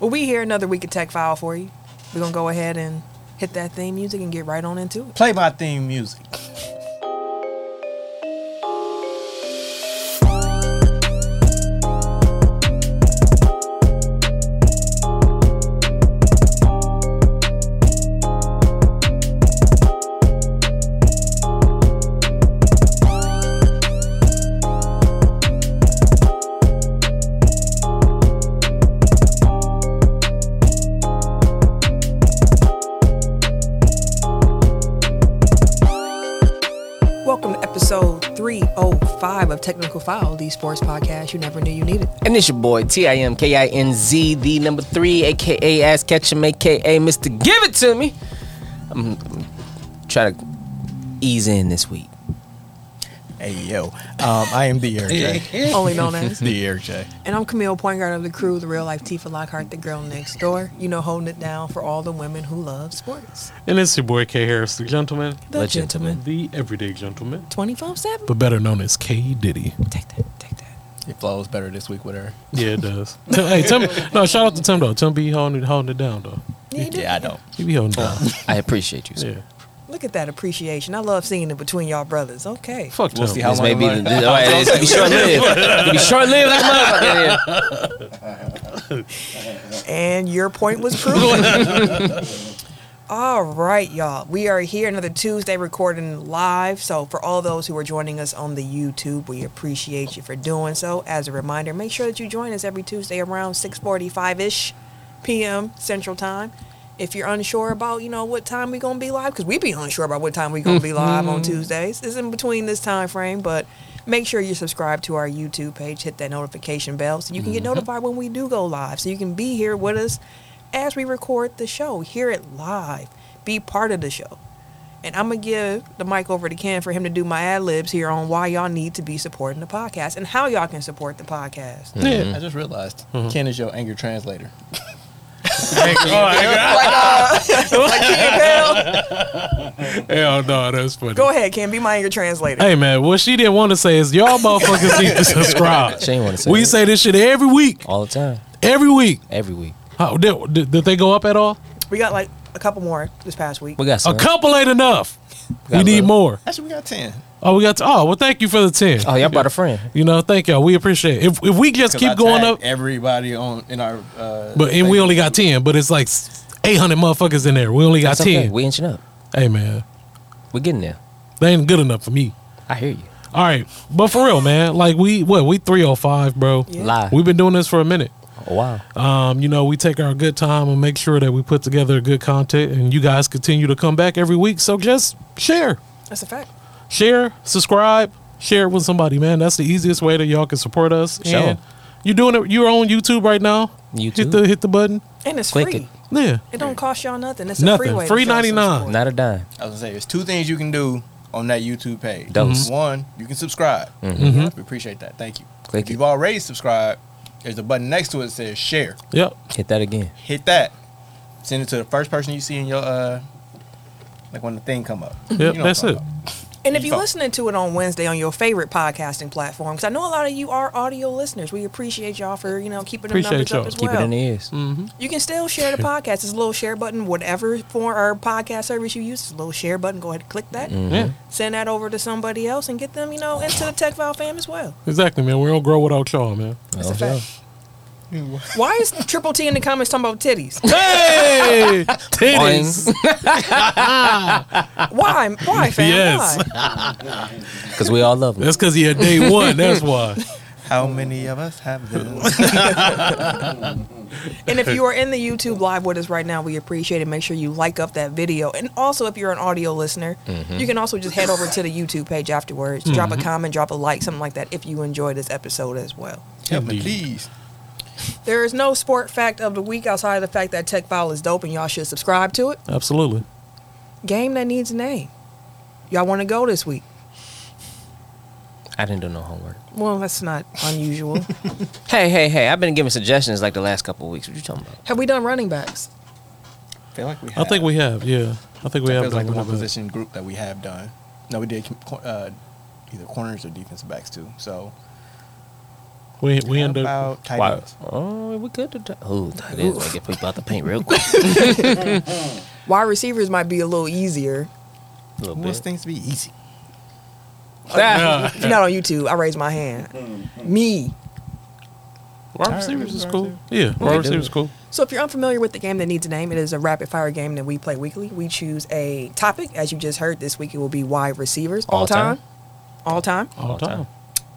Well, we here another week of Tech File for you. We're gonna go ahead and hit that theme music and get right on into it. Play my theme music. Welcome to episode 305 of Technical File, the sports podcast you never knew you needed. And it's your boy T I M K I N Z, the number three, aka Ass Ketchum, aka Mister Give It To Me. I'm, I'm trying to ease in this week. Hey yo, um, I am the Eric J. Only known as. the Eric J. And I'm Camille, point guard of the crew, the real life Tifa Lockhart, the girl next door. You know, holding it down for all the women who love sports. And it's your boy K Harris, the gentleman, The The gentleman. gentleman. the everyday gentleman. 24 7. But better known as K Diddy. Take that, take that. It flows better this week with her. Yeah, it does. hey, Tim, no, shout out to Tim though. Tim be holding it, holding it down though. Yeah, you do. Yeah, I know. He be holding it down. I appreciate you. Sir. Yeah, Look at that appreciation. I love seeing it between y'all brothers. Okay. fuck We'll Tim. see how- This may be the, long- this, all right, this could be short lived. It could be short lived like a motherfucker. And your point was proven. All right, y'all. We are here another Tuesday recording live. So, for all those who are joining us on the YouTube, we appreciate you for doing so. As a reminder, make sure that you join us every Tuesday around 6:45-ish p.m. Central Time. If you're unsure about, you know, what time we going to be live cuz we be unsure about what time we going to be live on Tuesdays. It's in between this time frame, but make sure you subscribe to our YouTube page, hit that notification bell so you can get notified when we do go live. So you can be here with us as we record the show, hear it live, be part of the show. And I'm gonna give the mic over to Ken for him to do my ad libs here on why y'all need to be supporting the podcast and how y'all can support the podcast. Mm-hmm. I just realized Mm-hmm. Ken is your anger translator. Hell no, that's funny. Go ahead, Ken, be my anger translator. Hey man, what she didn't want to say is y'all motherfuckers need to subscribe. She ain't want to say We that. say this shit every week, all the time, every week. every week. How, did, did, did they go up at all? We got like a couple more this past week. We got A some. couple ain't enough. Got we need love. more. Actually, we got ten. Oh, we got. To, oh, well, thank you for the ten. Oh, y'all brought a friend. You know, thank y'all. We appreciate it. If, if we just 'Cause keep I going tagged up, Everybody on in our. Uh, but and we thing. only got ten, but it's like eight hundred motherfuckers in there. We only got That's okay. ten. We inching up. Hey man, We're getting there. they ain't good enough for me. I hear you. All right, but for real, man, like we what we three oh five, bro. Yeah. Live. We've been doing this for a minute. Oh, wow. Um, you know, we take our good time and make sure that we put together good content, and you guys continue to come back every week. So just share, That's a fact. share, subscribe, share it with somebody, man. That's the easiest way that y'all can support us. Sure. And you're doing it. You're on YouTube right now. Hit YouTube. the hit the button. And it's Click free. it. Yeah. It don't cost y'all nothing. It's Nothing. a free way. Free to show some 99. support. Not a I was dime. gonna say, there's two things you can do on that YouTube page. Mm-hmm. Those. Mhm. One, you can subscribe. Mhm. We appreciate that. Mm-hmm. Thank you. Click if it. you've already subscribed, there's a button next to it that says share. Yep. Hit that again. Hit that. Send it to the first person you see in your uh, like when the thing come up. You know Yep. what I'm that's talking it. about. And if You you're fo- listening to it on Wednesday on your favorite podcasting platform, because I know a lot of you are audio listeners, we appreciate y'all for you know keeping the Appreciate numbers up y'all. as Keep well. mm, it in the ears. You can still share the podcast. There's a little share button, whatever form or podcast service you use. There's a little share button. Go ahead and click that. Mm. Mm-hmm. Yeah. Send that over to somebody else and get them, you know, into the Tech File fam as well. Exactly, man. We don't grow without y'all, man. That's Oh, a yeah. fact. Why is Triple T in the comments talking about titties? Hey, titties. Because Why? Why, fam? Yes. Why? we all love them. That's because he had day one. That's why. How many of us have them? And if you are in the YouTube live with us right now, we appreciate it. Make sure you like up that video. And also, if you're an audio listener, you can also just head over to the YouTube page afterwards. Drop a comment, drop a like, something like that, if you enjoyed this episode as well. Help me, Indeed. please. There is no sport fact of the week outside of the fact that Tech File is dope and y'all should subscribe to it. Absolutely. Game that needs a name. Y'all want to go this week? I didn't do no homework. Well, that's not unusual. Hey, hey, hey! I've been giving suggestions like the last couple of weeks. What you talking about? Have we done running backs? I feel like we. I Have. think we have. Yeah, I think we That have. feels like done the one a little bit. position group that we have done. No, we did uh, either corners or defensive backs too. So We we end up. about tight Why? ends? Oh, we could do that. Oh, that is like if we out the paint real quick. Wide receivers might be a little easier. A little Who wants bit. things to be easy? Ah, If you're not on YouTube, I raise my hand. Me. Wide receivers is cool. Yeah, wide receivers is cool. So if you're unfamiliar with the game that needs a name, it is a rapid fire game that we play weekly. We choose a topic. As you just heard this week, it will be wide receivers all, All time. time. All time. All All time. time.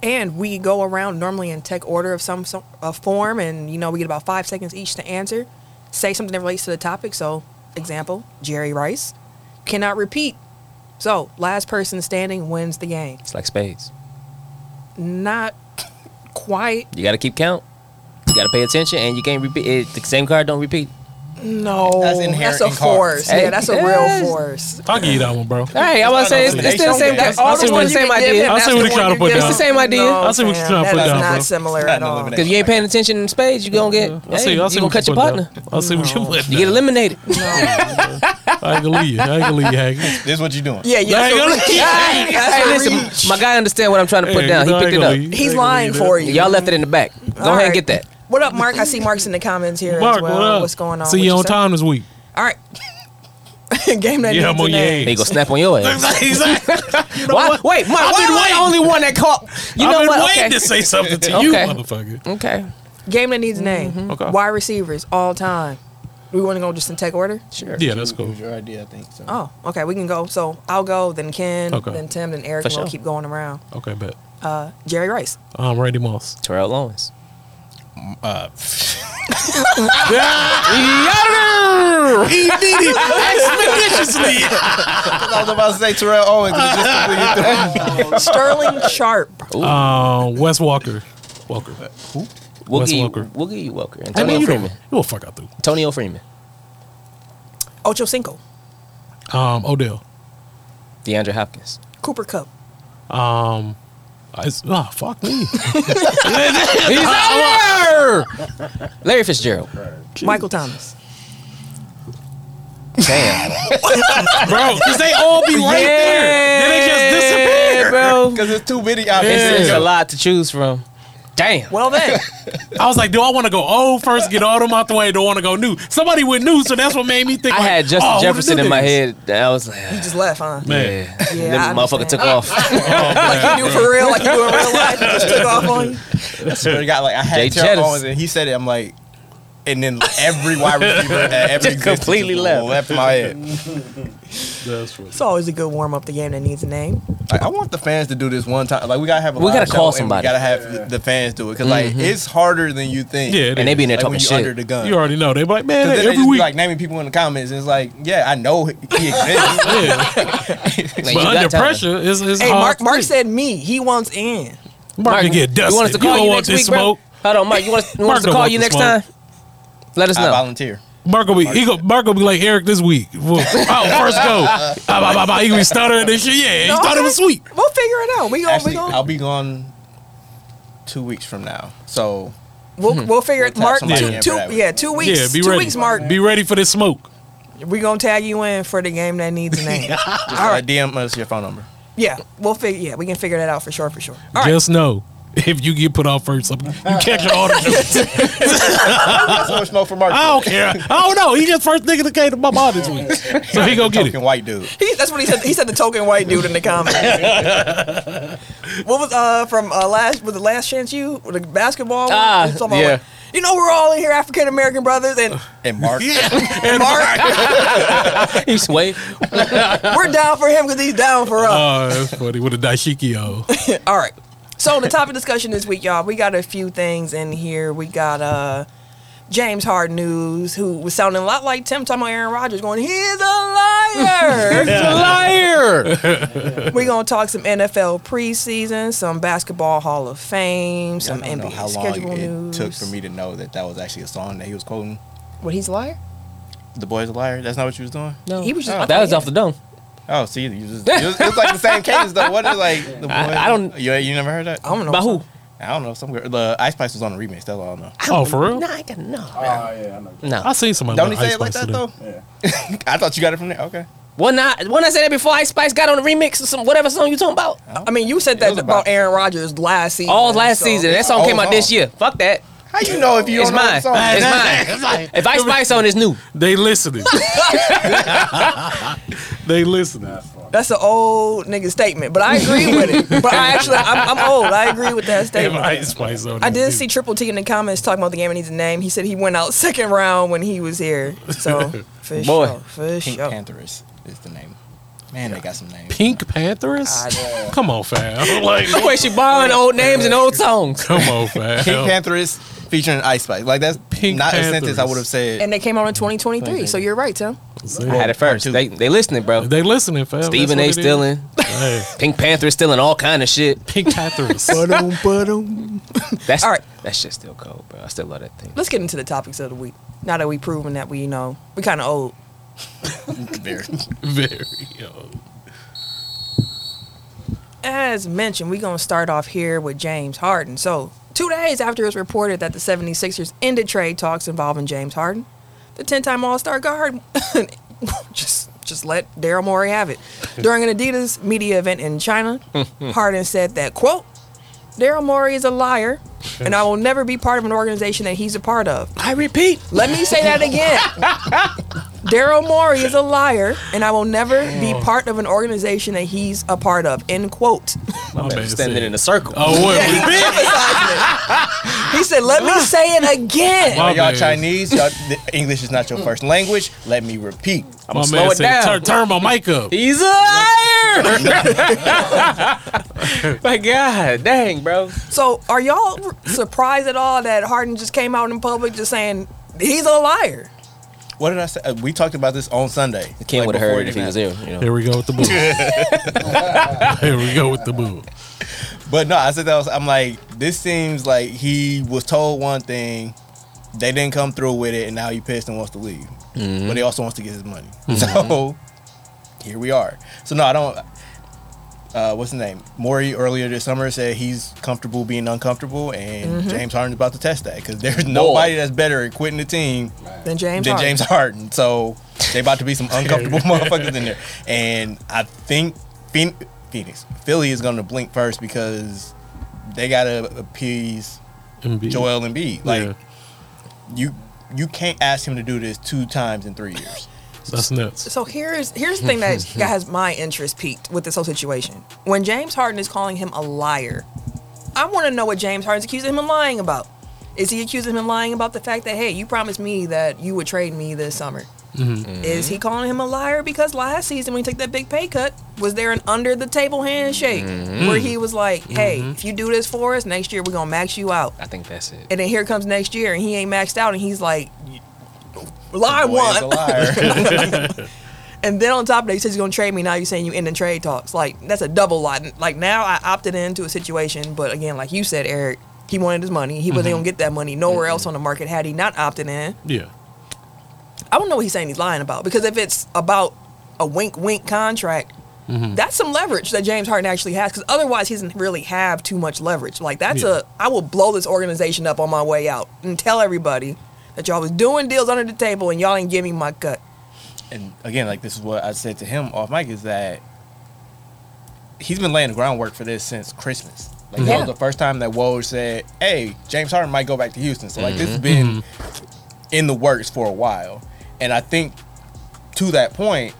And we go around normally in tech order of some, some a form, and you know we get about five seconds each to answer, say something that relates to the topic. So, example, Jerry Rice, cannot repeat. So, last person standing wins the game. It's like spades. Not quite. You gotta keep count. You gotta pay attention, and you can't repeat it. The same card don't repeat. No, That's that's, inherent a in cards. force. Hey, yeah, that's a yes. real force. I'll give you that one, bro. Hey, I was saying it's, it's still the same. That's- All that's those what ones you the same can give idea. him. I That's see what the you're trying one to put you down. give It's the same idea. No, I see what you're fam, trying to put that is down, not bro. similar It's not at an all. elimination. Because you ain't paying attention in spades, you gonna get. I see. hey, I see. you gonna what cut your put down. partner. I see what you put. You get down. eliminated. I ain't gonna leave you. I ain't gonna leave you, Hagen. This is what you're doing. Yeah, yeah. I ain't so- gonna leave you. hey, listen, my guy understand what I'm trying to put Hey, down. He I ain't picked it up. gonna leave you. I He's ain't gonna lying leave you. for you. Y'all left it in the back. Go All ahead and right. get that. What up, Mark? I see Mark's in the comments here Mark, as what well. up? What's going on? See What you on say? time this week. All right. Game that Yeah, yeah, I'm on your They ass. gonna snap on your ass. Exactly. Why- Wait, Mike, I've why been am I the waiting. only one that caught? You know I've been what? waiting Okay. to say something to you, Okay. motherfucker. okay. Game that needs a name. Okay. Wide receivers all time. We want to go just in tech order. Sure. Yeah, that's cool. was your idea, I think. So. Oh, okay. We can go. So I'll go, then Ken, Okay. then Tim, then Eric. For and We'll sure. keep going around. Okay, bet. Uh, Jerry Rice. I'm Randy Moss. Terrell Owens. Uh, Expeditiously. I was about to say Terrell Owens. but just completely threw me. Sterling Sharp. Uh, Wes Walker. Walker. We'll Wes give you Welker. We'll give you Welker. I Antonio mean, you don't. Freeman. You'll fuck out through. Antonio Freeman. Ocho Cinco. Um, Odell. DeAndre Hopkins. Cooper Cup. Um, it's, ah, fuck me. He's out there! Larry Fitzgerald. Michael Thomas. Damn. bro. Because they all be right there. Then they just disappear. bro. Because it's too many options. It's, it's Yeah. a lot to choose from. Damn. Well then, I was like, do I want to go old first, get all them out the way? Don't want to go new. Somebody went new, so that's what made me think. I like, had Justin oh, who the Jefferson dude in my is? head. I was like, he just left, huh? Man, yeah. Ah, Yeah, Then I motherfucker understand. took off. Like you do for real, like you do in real life. You just took off on you. I swear to God, like I Jay had Terrell Jettis. Owens, and he said it. I'm like, and then every wide receiver at every Just existence completely just left left. my head. that's what. It's always a good warm up. The game that needs a name. Like, I want the fans to do this one time. Like we gotta have a We live gotta show, call and somebody. Mm-hmm. We gotta have the fans do it because like it's harder than you think. Yeah, it And they be in is. there like, talking when you shit. under the gun. You already know. They be like, man, 'Cause then they every just be week. like naming people in the comments. And it's like, yeah, I know he exists. yeah. Like, you But got under time. pressure, it's, it's Hey, hard. Mark. to Mark think. said me. He wants in. Mark can get dusted. You want us to call don't you, want next this week, smoke. bro? Hold on, Mike. You want us, you Mark want us to don't call want you the next smoke. time? Let us I know. volunteer. Mark will be he go, Mark will be like Eric this week. Well, oh, first go. Ah, bah, bah, bah. He gonna be stuttering and shit. Yeah, he No, thought it okay. was sweet. We'll figure it out. We gonna we Actually, gonna I'll be gone two weeks from now. So we'll, we'll figure it. Hmm. tap Mark, somebody two, in two for that yeah, two weeks. yeah, be two ready. weeks, Mark. Be ready for this smoke. We gonna tag you in for the game that needs a name. just uh, DM us your phone number. yeah, we'll figure. Yeah, we can figure that out for sure. For sure. All right. Just know if you get put off first, you catch all the. So much smoke for Mark. I don't care. I don't know. He just first nigga that came to my mind this week, so he gonna get Fucking it. white dude. He, that's what he said. He said the token white dude in the comments. what was uh from uh, last? Was the last chance you the basketball? one? Ah, He was talking about, yeah. like, you know we're all in here African American brothers and And Mark. and Mark. He's wait. we're down for him because he's down for Uh-huh. us. Oh, that's funny with a dashiki Oh, on. All right. So the topic discussion this week, y'all, we got a few things in here. We got uh James Harden news, who was sounding a lot like Tim talking about Aaron Rodgers, going, "He's a liar." Liar. We're gonna talk some NFL preseason, some basketball Hall of Fame, I some don't know NBA how long schedule it news. took for me to know that that was actually a song that he was quoting. What he's a liar? The boy's a liar. That's not what you was doing. No. He was just- that was off the dome. Oh, see, you just, it was, it was like the same cadence though. What is like the boy? I- I don't- You, you never heard that? I don't know. By who? I don't know. Some girl. The Ice Spice was on the remix. That's all I know. Oh, for real? No, I got no. Oh, yeah, I know. No. I seen somebody. Don't he like say Ice it like Spice that today. though? Yeah. I thought you got it from there. Okay. When I when I said that before, Ice Spice got on the remix or some whatever song you talking about. I mean, you said It that was about about- Aaron Rodgers last season. All last so- season. That song came out this Oh, oh. year. Fuck that. How you know if you It's don't know mine. the song? It's mine. If Ice Spice on, it's new. They listening. they listening. That's an old nigga statement, but I agree with it. But I actually, I'm, I'm old. I agree with that Damn, statement. Ice Spice on I this did bitch. see Triple T in the comments talking about the game and needs a name. He said he went out second round when he was here. So for Boy. sure, for Pink Oh. sure. Panthers is the name. Man, they got some names. Pink Panthers. Come on, fam. Like, The way she borrowing old names and old songs. come on, fam. Pink Panthers featuring Ice Spice. Like that's Pink not a Panthers. sentence I would have said. And they came out in 2023. So you're right, Tim. See? I had it first. They they listening, bro. They listening, fam. That's Stephen what A. it still is. in. Hey, Pink Panther is still in all kind of shit. Pink Panthers. That's All right. That shit's still cold, bro. I still love that thing. Let's get into the topics of the week. Now that we've proven that we, you know, we kind of old. Very. Very. Yo. As mentioned, we're going to start off here with James Harden. So, two days after it was reported that the 76ers ended trade talks involving James Harden, the 10 time All Star guard just, just let Daryl Morey have it. During an Adidas media event in China, Harden said that, quote, Daryl Morey is a liar, and I will never be part of an organization that he's a part of. I repeat. Let me say that again. Daryl Morey is a liar, and I will never be part of an organization that he's a part of. End quote. My I'm man standing said- in a circle. Oh, what? He said, "Let me say it again." My y'all bad. Chinese, y'all the English is not your first language. Let me repeat. I'm My gonna slow man it said, down. turn, turn my mic up. He's a liar. My God, dang, bro. So, are y'all surprised at all that Harden just came out in public just saying he's a liar? What did I say? Uh, We talked about this on Sunday. Ken Like, would have before heard it if he even was happened. there. You know. Here we go with the boo. Here we go with the boo. But no, I said that was. I'm like, this seems like he was told one thing, they didn't come through with it, and now he pissed and wants to leave. But he also wants to get his money. So here we are. So no, I don't. Uh, what's his name? Maury earlier this summer said he's comfortable being uncomfortable, and James Harden's about to test that because there's nobody that's better at quitting the team Then James. than Harden. James Harden. So they about to be some uncomfortable motherfuckers in there. And I think Phoen- Phoenix, Philly is going to blink first because they got to appease Embiid. Joel Embiid. Like Yeah. you, you can't ask him to do this two times in three years. That's nuts. So here's here's the thing that that has my interest peaked with this whole situation. When James Harden is calling him a liar, I want to know what James Harden's accusing him of lying about. Is he accusing him of lying about the fact that hey, you promised me that you would trade me this summer? Is he calling him a liar because last season when he took that big pay cut, was there an under the table handshake where he was like, hey, if you do this for us next year, we're gonna max you out. I think that's it. And then here comes next year, and he ain't maxed out, and he's like, lie Boy is a one. liar. And then on top of that, you said you're gonna trade me. Now you're saying you end in trade talks. Like that's a double lot. Like now I opted into a situation, but again, like you said, Eric, he wanted his money. He Mm-hmm. wasn't gonna get that money nowhere else on the market had he not opted in. Yeah. I don't know what he's saying he's lying about because if it's about a wink wink contract, Mm-hmm. that's some leverage that James Harden actually has because otherwise he doesn't really have too much leverage. Like that's Yeah. a I will blow this organization up on my way out and tell everybody that y'all was doing deals under the table and y'all ain't giving me my cut. and again, like this is what I said to him off mic is that he's been laying the groundwork for this since Christmas. Like that Yeah. was the first time that Woj said, "Hey, James Harden might go back to Houston." So like this has been in the works for a while, and I think to that point,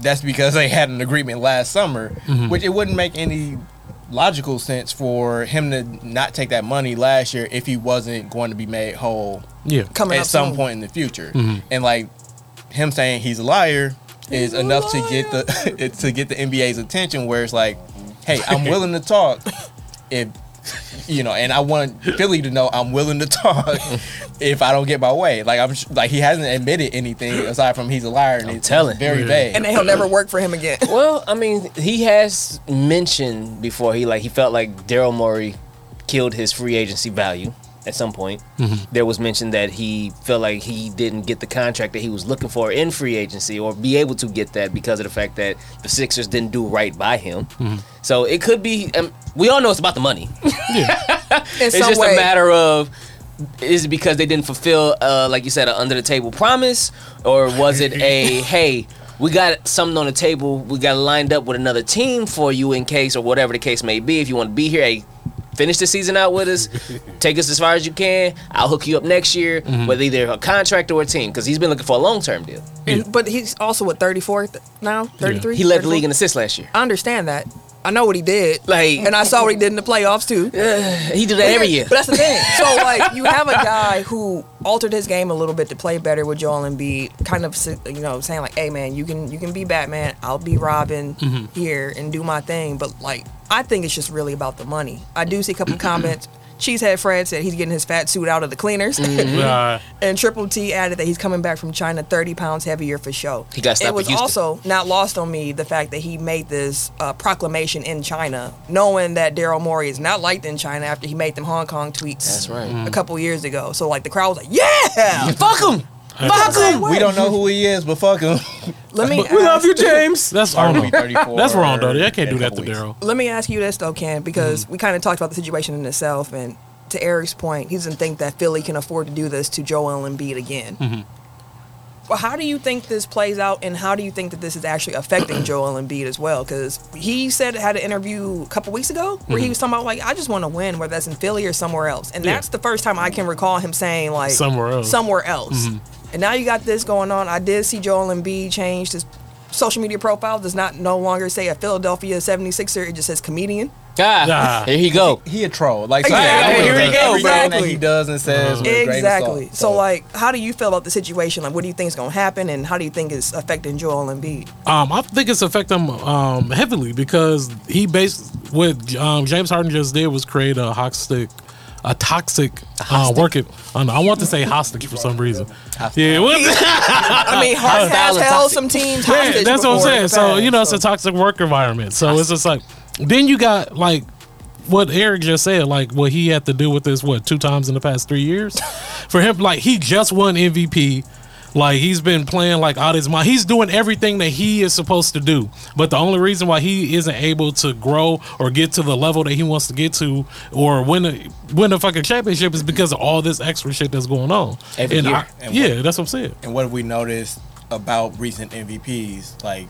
that's because they had an agreement last summer, which it wouldn't make any logical sense for him to not take that money last year if he wasn't going to be made whole Yeah. Coming at up some soon. point in the future. Mm-hmm. And like him saying he's a liar is a enough to get the to get the NBA's attention where it's like, hey, I'm willing to talk if you know, and I want Philly to know I'm willing to talk if I don't get my way. Like I'm sh- like he hasn't admitted anything aside from he's a liar and it's telling. very Yeah. vague. and then he'll never work for him again. Well, I mean, he has mentioned before he like he felt like Daryl Morey killed his free agency value at some point. There was mention that he felt like he didn't get the contract that he was looking for in free agency or be able to get that because of the fact that the Sixers didn't do right by him. So it could be. Um, we all know it's about the money. In it's some just way. a matter of is it because they didn't fulfill uh, like you said an under the table promise or was it a hey we got something on the table. We got lined up with another team for you in case, or whatever the case may be. If you want to be here, hey, finish the season out with us. take us as far as you can. I'll hook you up next year with either a contract or a team because he's been looking for a long term deal. And, but he's also what 34 th- now, 33. He led the 34? league in assists last year. I understand that. I know what he did. Like- and I saw what he did in the playoffs too. He do that every year. But that's the thing. So like, you have a guy who altered his game a little bit to play better with Joel Embiid, kind of you know saying like, "Hey man, you can you can be Batman. I'll be Robin Mm-hmm. here and do my thing." But like, I think it's just really about the money. I do see a couple comments. Cheesehead Fred said he's getting his fat suit out of the cleaners. Mm. Nah. And Triple T added that he's coming back from China 30 pounds heavier for show. He got stopped It at was Houston. also not lost on me the fact that he made this uh, proclamation in China, knowing that Daryl Morey is not liked in China after he made them Hong Kong tweets That's right. Mm. a couple years ago. So, like, the crowd was like, yeah! Fuck him. Fuck him. We don't know who he is, but fuck him. Let me, We ask, love you, James. That's Or wrong. be 34 That's wrong, Dirty. I can't in do a that to couple weeks. Daryl. let me ask you this, though, Ken, because we kind of talked about the situation in itself. And to Eric's point, he doesn't think that Philly can afford to do this to Joel Embiid again. Well, how do you think this plays out, and how do you think that this is actually affecting Joel Embiid as well? Because he said had an interview a couple weeks ago where he was talking about like, I just want to win, whether that's in Philly or somewhere else, and Yeah. that's the first time I can recall him saying like Somewhere else. Mm-hmm. somewhere else. And now you got this going on. I did see Joel Embiid changed his social media profile. Does not no longer say a Philadelphia 76er. It just says comedian. Ah, Nah. Here he go. He a troll. Like so Exactly. everything- Here we go, everything that exactly. he does and says. with a grain of Exactly. salt. So, like, how do you feel about the situation? Like, what do you think is going to happen, and how do you think it's affecting Joel Embiid? Um, I think it's affecting him um, heavily because he based what um, James Harden just did was create a toxic, a toxic, uh, work it. I, don't know, I want to say hostage for some reason. Yeah, what- I mean, Hart Hostile has is held toxic. some teams Yeah, hostage. that's what before I'm in saying. the So past, you know, it's a toxic work environment. So it's just like then you got like what Eric just said, like what he had to do with this what two times in the past three years for him. Like he just won MVP. Like he's been playing like out his mind. He's doing everything that he is supposed to do. But the only reason why he isn't able to grow or get to the level that he wants to get to or win a win a fucking championship is because of all this extra shit that's going on. Every and year. I- And yeah, that's what I'm saying. And what have we noticed about recent MVPs? Like,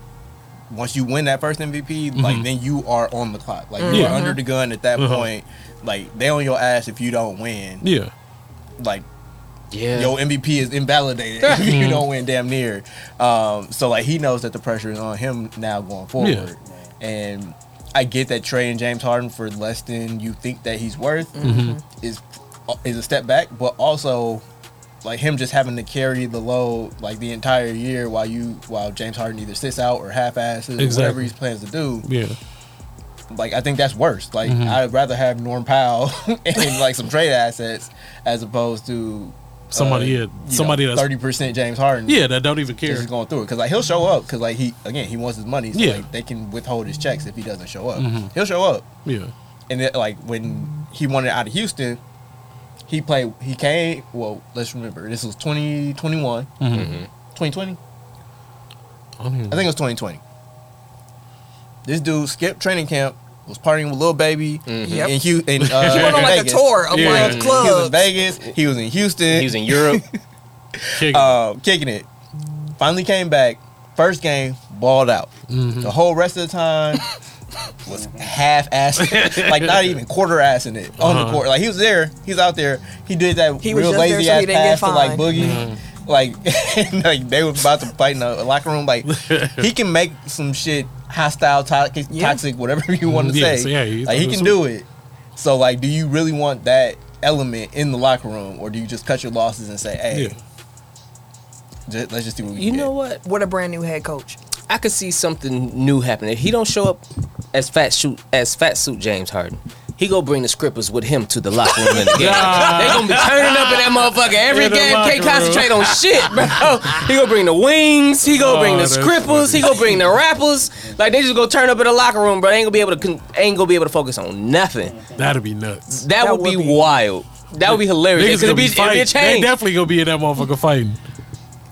once you win that first MVP, like then you are on the clock. Like you're Yeah. under the gun at that Mm-hmm. Uh-huh. point. Like they on your ass if you don't win. Yeah. Like Yeah. your MVP is invalidated if you don't win damn near. Um, so like he knows that the pressure is on him now going forward. And I get that trading James Harden for less than you think that he's worth is is a step back, but also like him just having to carry the load like the entire year while you while James Harden either sits out or half asses or whatever Exactly. he plans to do Yeah. like I think that's worse. Like I'd rather have Norm Powell and like some trade assets as opposed to Uh, Somebody, yeah, somebody that's- Uh, thirty percent James Harden. Yeah, that don't even care. Just going through it because like he'll show up because like he again he wants his money. So Yeah. like, they can withhold his checks if he doesn't show up. Mm-hmm. He'll show up, Yeah. and then, like when he wanted out of Houston, he played. He came. Well, let's remember this was 2021. Mm-hmm. Mhm. 2020. I don't even I think it was 2020. This dude skipped training camp, was partying with Lil Baby Mm-hmm. Yep. in, Hu- in, uh, He went on like Vegas. a tour of Yeah. like He was in clubs. Vegas. He was in Houston. He was in Europe. kick it. uh, kicking it. Finally came back. First game, balled out. Mm-hmm. The whole rest of the time was half assing, like not even quarter assing it on the Uh-huh. court. Like he was there, he's out there. He did that He was real just there lazy so ass he didn't get pass to like fined. Boogie. Mm-hmm. Like, and, like they were about to fight in the locker room. Like he can make some shit hostile, toxic, Yeah. toxic whatever you want to Yeah, say. so Mm-hmm. yeah, he's- like he can do it. So like, do you really want that element in the locker room, or do you just cut your losses and say, "Hey, yeah. just, let's just do what we you can know get. what? What a brand new head coach. I could see something new happening. If he don't show up as fat shoot as fat suit James Harden, he go bring the scrippers with him to the locker room in the game. they gonna be turning up in that motherfucker every In the game. locker Can't concentrate on shit, bro. He gonna bring the wings. He gonna Oh, bring the that's scrippers. He gonna bring the rappers. Like they just gonna turn up in the locker room, bro. They ain't gonna be able to con- ain't gonna be able to focus on nothing. That'd be nuts. That, That would, would be, be- wild. That would be hilarious. Niggas It's gonna gonna be, be it'd be fighting. a They change. definitely gonna be in that motherfucker fighting.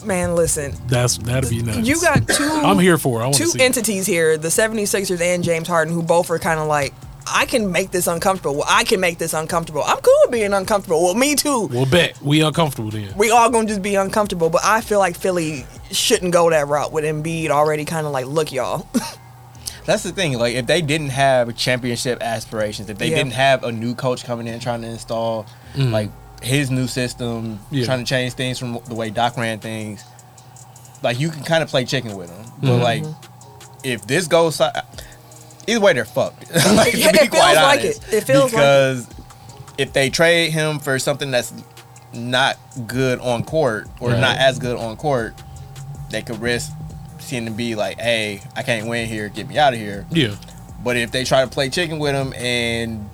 Man, listen, That's that'd be nuts. you got two. I'm here for it. I want to two see. it. entities here the 76ers and James Harden, who both are kind of like, I can make this uncomfortable. Well, I can make this uncomfortable. I'm cool with being uncomfortable. Well, me too. well, bet we uncomfortable then. We all gonna just be uncomfortable, but I feel like Philly shouldn't go that route with Embiid already kind of like, look, y'all. That's the thing. Like, if they didn't have championship aspirations, if they Yeah. didn't have a new coach coming in trying to install like his new system, Yeah. trying to change things from the way Doc ran things, like you can kind of play chicken with them. But like, if this goes, si- either way, they're fucked. like, Yeah, to be it feels quite like honest, it. It feels like it. because if they trade him for something that's not good on court or Right. not as good on court, they could risk seeing to be like, hey, I can't win here, get me out of here. Yeah. But if they try to play chicken with him and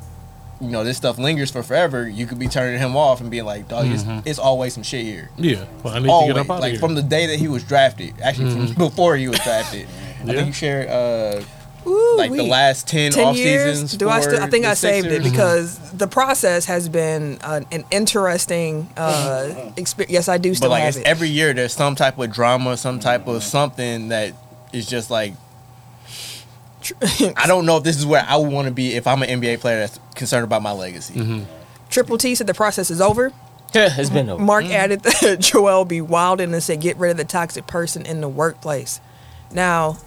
you know this stuff lingers for forever, you could be turning him off and being like, dog, Mm-hmm. it's, it's always some shit here. Yeah. Well, I need Always, to get up out like of from here. Mm-hmm. the day that he was drafted, actually from before he was drafted. I Yeah. think you shared uh, Ooh, like the last ten, ten off years. seasons. Do I for still? I think the I saved Sixers. it because the process has been an, an interesting uh, experience. Yes, I do But still like have it's it. every year, there's some type of drama, some type of something that is just like I don't know if this is where I would want to be if I'm an NBA player that's concerned about my legacy. Triple T said the process is over. it's been over. Mark added that Joel B. Wilden and said, "Get rid of the toxic person in the workplace." Now,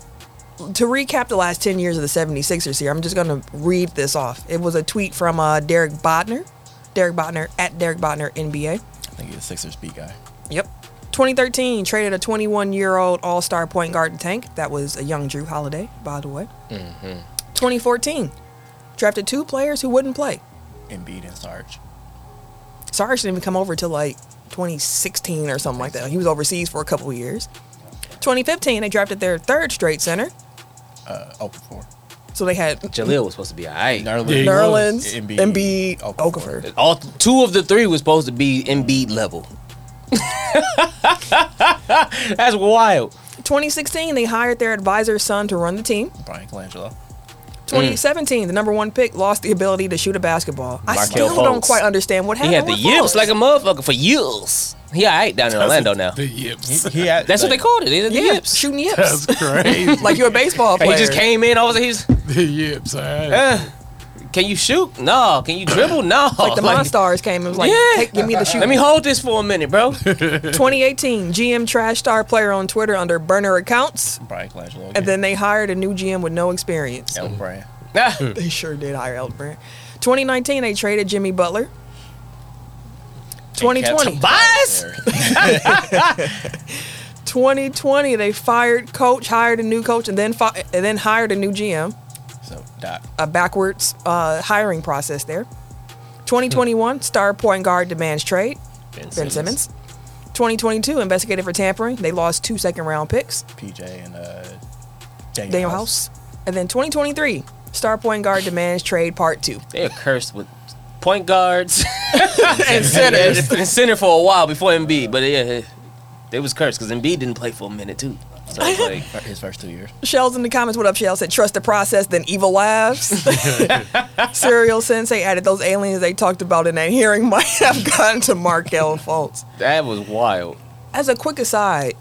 to recap the last ten years of the 76ers here, I'm just going to read this off. It was a tweet from uh, Derek Botner, Derek Botner at Derek Botner NBA. I think it's a Sixers beat guy. Yep. 2013 traded a 21 year old All Star point guard to Tank. That was a young Drew Holiday, by the way. 2014 drafted two players who wouldn't play. Embiid and Sarge. Sarge didn't even come over till like 2016 or something like that. He was overseas for a couple of years. 2015 they drafted their third straight center, Uh, open four. so they had Jaleel was supposed to be all right. He Nerlens, Embiid, Embiid, Embiid Okafor. Uh, Okafor. All two of the three was supposed to be Embiid level. That's wild. 2016 they hired their advisor's son to run the team. Brian Colangelo. 2017 the number one pick lost the ability to shoot a basketball. I Markelle still don't Fultz. quite understand what happened. He had the with yips Fultz. like a motherfucker for yips. He all right down in Orlando now. The yips. He, he had, That's what they called it. They did the Yeah, yips. shooting yips. That's crazy. like you're a baseball And player. He just came in. All of a sudden, he's. the yips. All right. Uh, can you shoot? No. Can you dribble? No. Like the Monstars came and was like, Yeah. hey, give me the shoot. Let me hold this for a minute, bro. 2018, GM trash star player on Twitter under burner accounts. Brian Colangelo. Again. And then they hired a new GM with no experience. Elton Brand. Nah. They sure did hire Elton Brand. 2019, they traded Jimmy Butler. 2020. Tobias? There. 2020, they fired coach, hired a new coach, and then fi- and then hired a new GM. So Doc. A backwards uh, hiring process there. 2021, star point guard demands trade. Ben Simmons. 2022, investigated for tampering. They lost two second round picks, PJ and uh, Daniel, Daniel House. And then 2023, star point guard demands trade part two. They are cursed with point guards and and centers. center for a while before Embiid, but yeah, they was cursed because Embiid didn't play for a minute too. So it's like, His first two years. Shell's in the comments. What up, Shell? Said, trust the process, then evil laughs. Serial Sensei added, those aliens they talked about in that hearing might have gotten to Markel Fultz. that was wild. As a quick aside,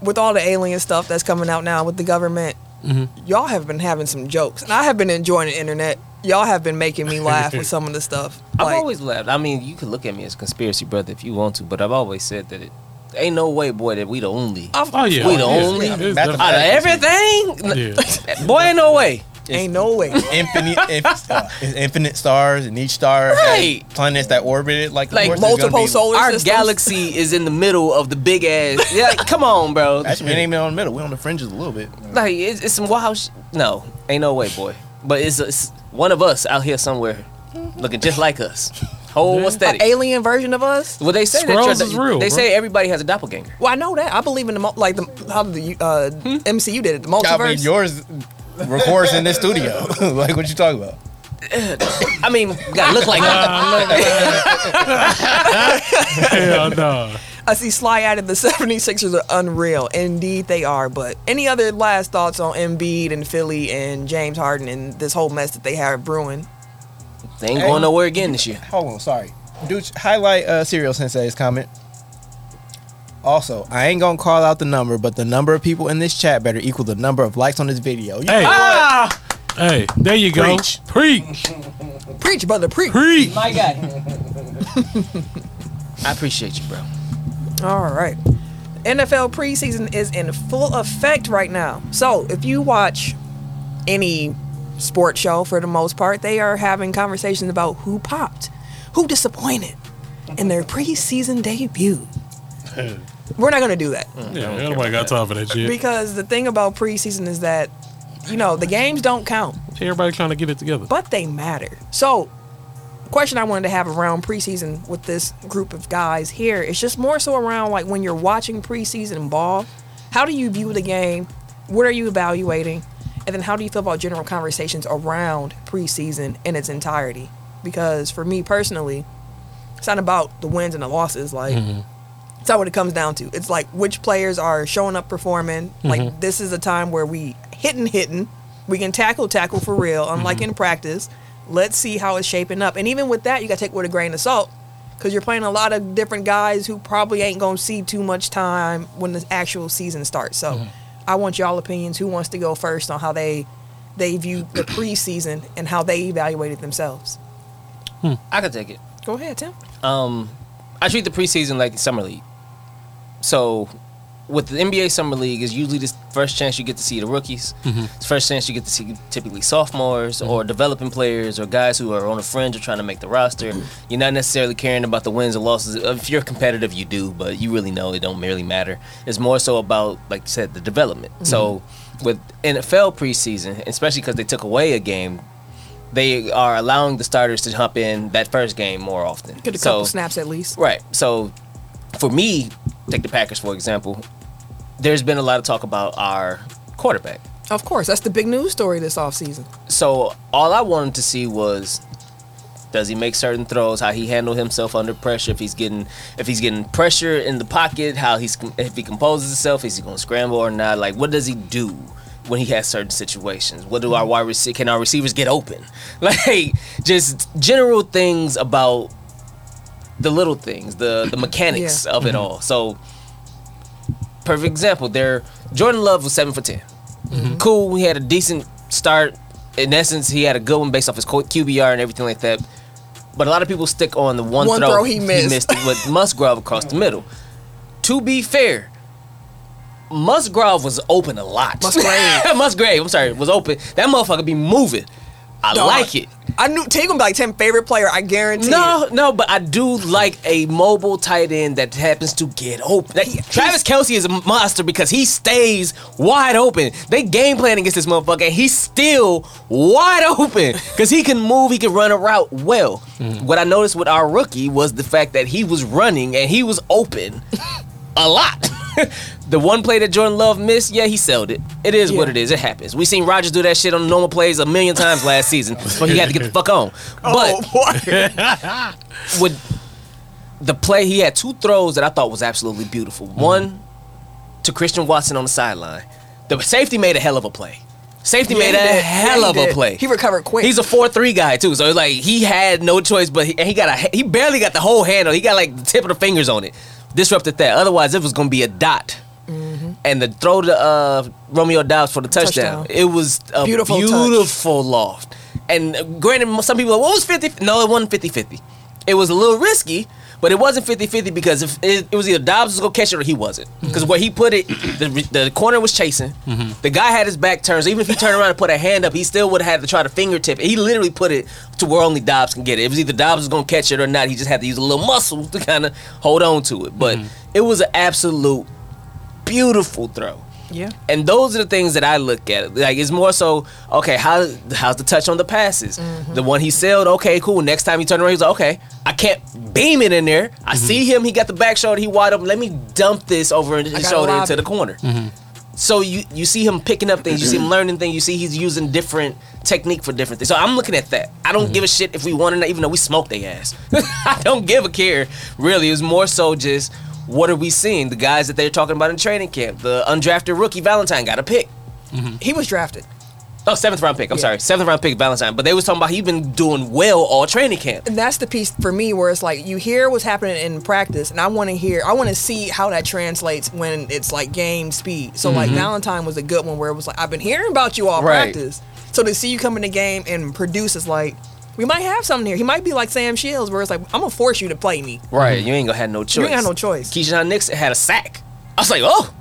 with all the alien stuff that's coming out now with the government, Mm-hmm. y'all have been having some jokes. And I have been enjoying the internet. Y'all have been making me laugh with some of the stuff. I've Like, always laughed. I mean, you can look at me as conspiracy brother if you want to, but I've always said that it ain't no way, boy, that we the only out I've- Oh yeah. We the Yeah, only- it's That's of a- everything. definitely- yeah. Boy, ain't no way. ain't no way. Infinite, inf- uh, it's infinite stars, and each star Right. has planets that orbit it. Like, of Like course there's gonna multiple be- solar- Our systems. galaxy is in the middle of the big ass. Yeah, like, come on, bro. Actually, we ain't even on the middle. We're on the fringes a little bit. Like it's, it's some wild. Sh- no, ain't no way, boy. But it's, it's one of us out here somewhere, looking just like us. Whole Yeah. An aesthetic. alien version of us? Well, they say that Scrolls your- is real, They bro. say everybody has a doppelganger. Well, I know that. I believe in the mul- like the how the uh, Hmm? MCU did it, the multiverse. I mean, yours records in this studio. like, what you talking about? I mean, you gotta look like them. Hell no. I see Sly added the 76ers are unreal. Indeed, they are. But any other last thoughts on Embiid and Philly and James Harden and this whole mess that they have brewing? They ain't Hey. going nowhere again this year. Hold on, sorry. Dude, highlight uh, Serial Sensei's comment. Also, I ain't gonna call out the number, but the number of people in this chat better equal the number of likes on this video. You- Hey. Ah, Hey. There you go. Preach. Preach. Preach, brother, preach. Preach. my guy. I appreciate you, bro. All right. NFL preseason is in full effect right now. So if you watch any sports show for the most part, they are having conversations about who popped, who disappointed in their preseason debut. We're not going to do that Yeah, ain't nobody got time for that shit. because the thing about preseason is that, you know, the games don't count, Everybody trying to get it together. but they matter. So, question I wanted to have around preseason with this group of guys here is just more so around like when you're watching preseason ball, how do you view the game? What are you evaluating? And then how do you feel about general conversations around preseason in its entirety? Because for me personally, it's not about the wins and the losses. Like, it's not what it comes down to. It's like which players are showing up performing. Like, this is a time where we hitting, hitting. We can tackle, tackle for real, unlike Mm-hmm. in practice. Let's see how it's shaping up. And even with that, you got to take it with a grain of salt because you're playing a lot of different guys who probably ain't going to see too much time when the actual season starts. So, Mm-hmm. I want y'all opinions. Who wants to go first on how they they view the preseason and how they evaluated themselves? I could take it. Go ahead, Tim. I treat the preseason like summer league. So, with the NBA summer league, is usually the first chance you get to see the rookies. It's the first chance you get to see typically sophomores or developing players or guys who are on the fringe or trying to make the roster. You're not necessarily caring about the wins or losses. If you're competitive, you do, but you really know it don't really matter. It's more so about, like you said, the development. So, with NFL preseason, especially because they took away a game. They are allowing the starters to hop in that first game more often. Get a So- couple snaps at least. Right. So for me, take the Packers for example. There's been a lot of talk about our quarterback. Of course, that's the big news story this offseason. So all I wanted to see was does he make certain throws, how he handle himself under pressure, if he's getting if he's getting pressure in the pocket, how he's if he composes himself, is he going to scramble or not? Like what does he do when he has certain situations? What do our wide rece- can our receivers get open? Like just general things about the little things, the the mechanics Yeah. of it all. So perfect example. There, Jordan Love was seven for 10 Mm-hmm. Cool. He had a decent start. In essence, he had a good one based off his Q- QBR and everything like that. But a lot of people stick on the one, One throw he missed. with Musgrove across the middle. To be fair, Musgrove was open a lot. Musgrave. Musgrave. I'm sorry, was open. That motherfucker be moving. I Dog. like it. I knew Tay gonna be like Tim favorite player. I guarantee. it. No, no, but I do like a mobile tight end that happens to get open. That- Travis Kelsey is a monster because he stays wide open. They game plan against this motherfucker, and he's still wide open because he can move, he can run a route well. Mm-hmm. What I noticed with our rookie was the fact that he was running and he was open a lot. the one play that Jordan Love missed, yeah, he sold it. It is what Yeah. it is. It happens. We seen Rogers do that shit on normal plays a million times last season, but he had to get the fuck on. But with the play, he had two throws that I thought was absolutely beautiful. One to Christian Watson on the sideline. The safety made a hell of a play. Safety Yeah, made he a did. hell Yeah, of he a did. play. He recovered quick. He's a four three guy too, so it's like he had no choice. But he, and he got a he barely got the whole handle. He got like the tip of the fingers on it. Disrupted that. Otherwise, it was gonna be a dot. And the throw to uh, Romeo Dobbs for the Mm-hmm. touchdown. Touchdown. It was a Beautiful beautiful, touch. loft. And uh, granted, some people are what was 50? No, it wasn't 50 50. It was a little risky, but it wasn't 50 50 because if it, it was either Dobbs was going to catch it or he wasn't. Because where he put it, the, re- the corner was chasing. The guy had his back turned. So even if he turned around and put a hand up, he still would have had to try to fingertip. it. He literally put it to where only Dobbs can get it. It was either Dobbs was going to catch it or not. He just had to use a little muscle to kind of hold on to it. But it was an absolute beautiful throw. Yeah. And those are the things that I look at. Like it's more so, okay, how how's the touch on the passes? Mm-hmm. The one he sailed, okay, cool. Next time he turned around, he's like, okay, I can't beam it in there. I see him. He got the back shoulder. He wide open. Let me dump this over his gotta shoulder lob into it. the corner. So you you see him picking up things. You see him learning things. You see he's using different technique for different things. So I'm looking at that. I don't give a shit if we won or not, even though we smoked their ass. I don't give a care. Really, it's more so just what are we seeing? The guys that they're talking about in training camp. The undrafted rookie Valentine got a pick. He was drafted. Oh, seventh round pick. I'm Yeah. sorry, seventh round pick Valentine. But they was talking about he been doing well all training camp. And that's the piece for me where it's like you hear what's happening in practice, and I want to hear, I want to see how that translates when it's like game speed. So like Valentine was a good one where it was like I've been hearing about you all Mm-hmm. Right. practice. So to see you come in the game and produce is like we might have something here. He might be like Sam Shields where it's like I'm gonna force you to play me. Right, you ain't gonna have no choice. ain't got no choice. Keyshawn Nixon had a sack. I was like, oh,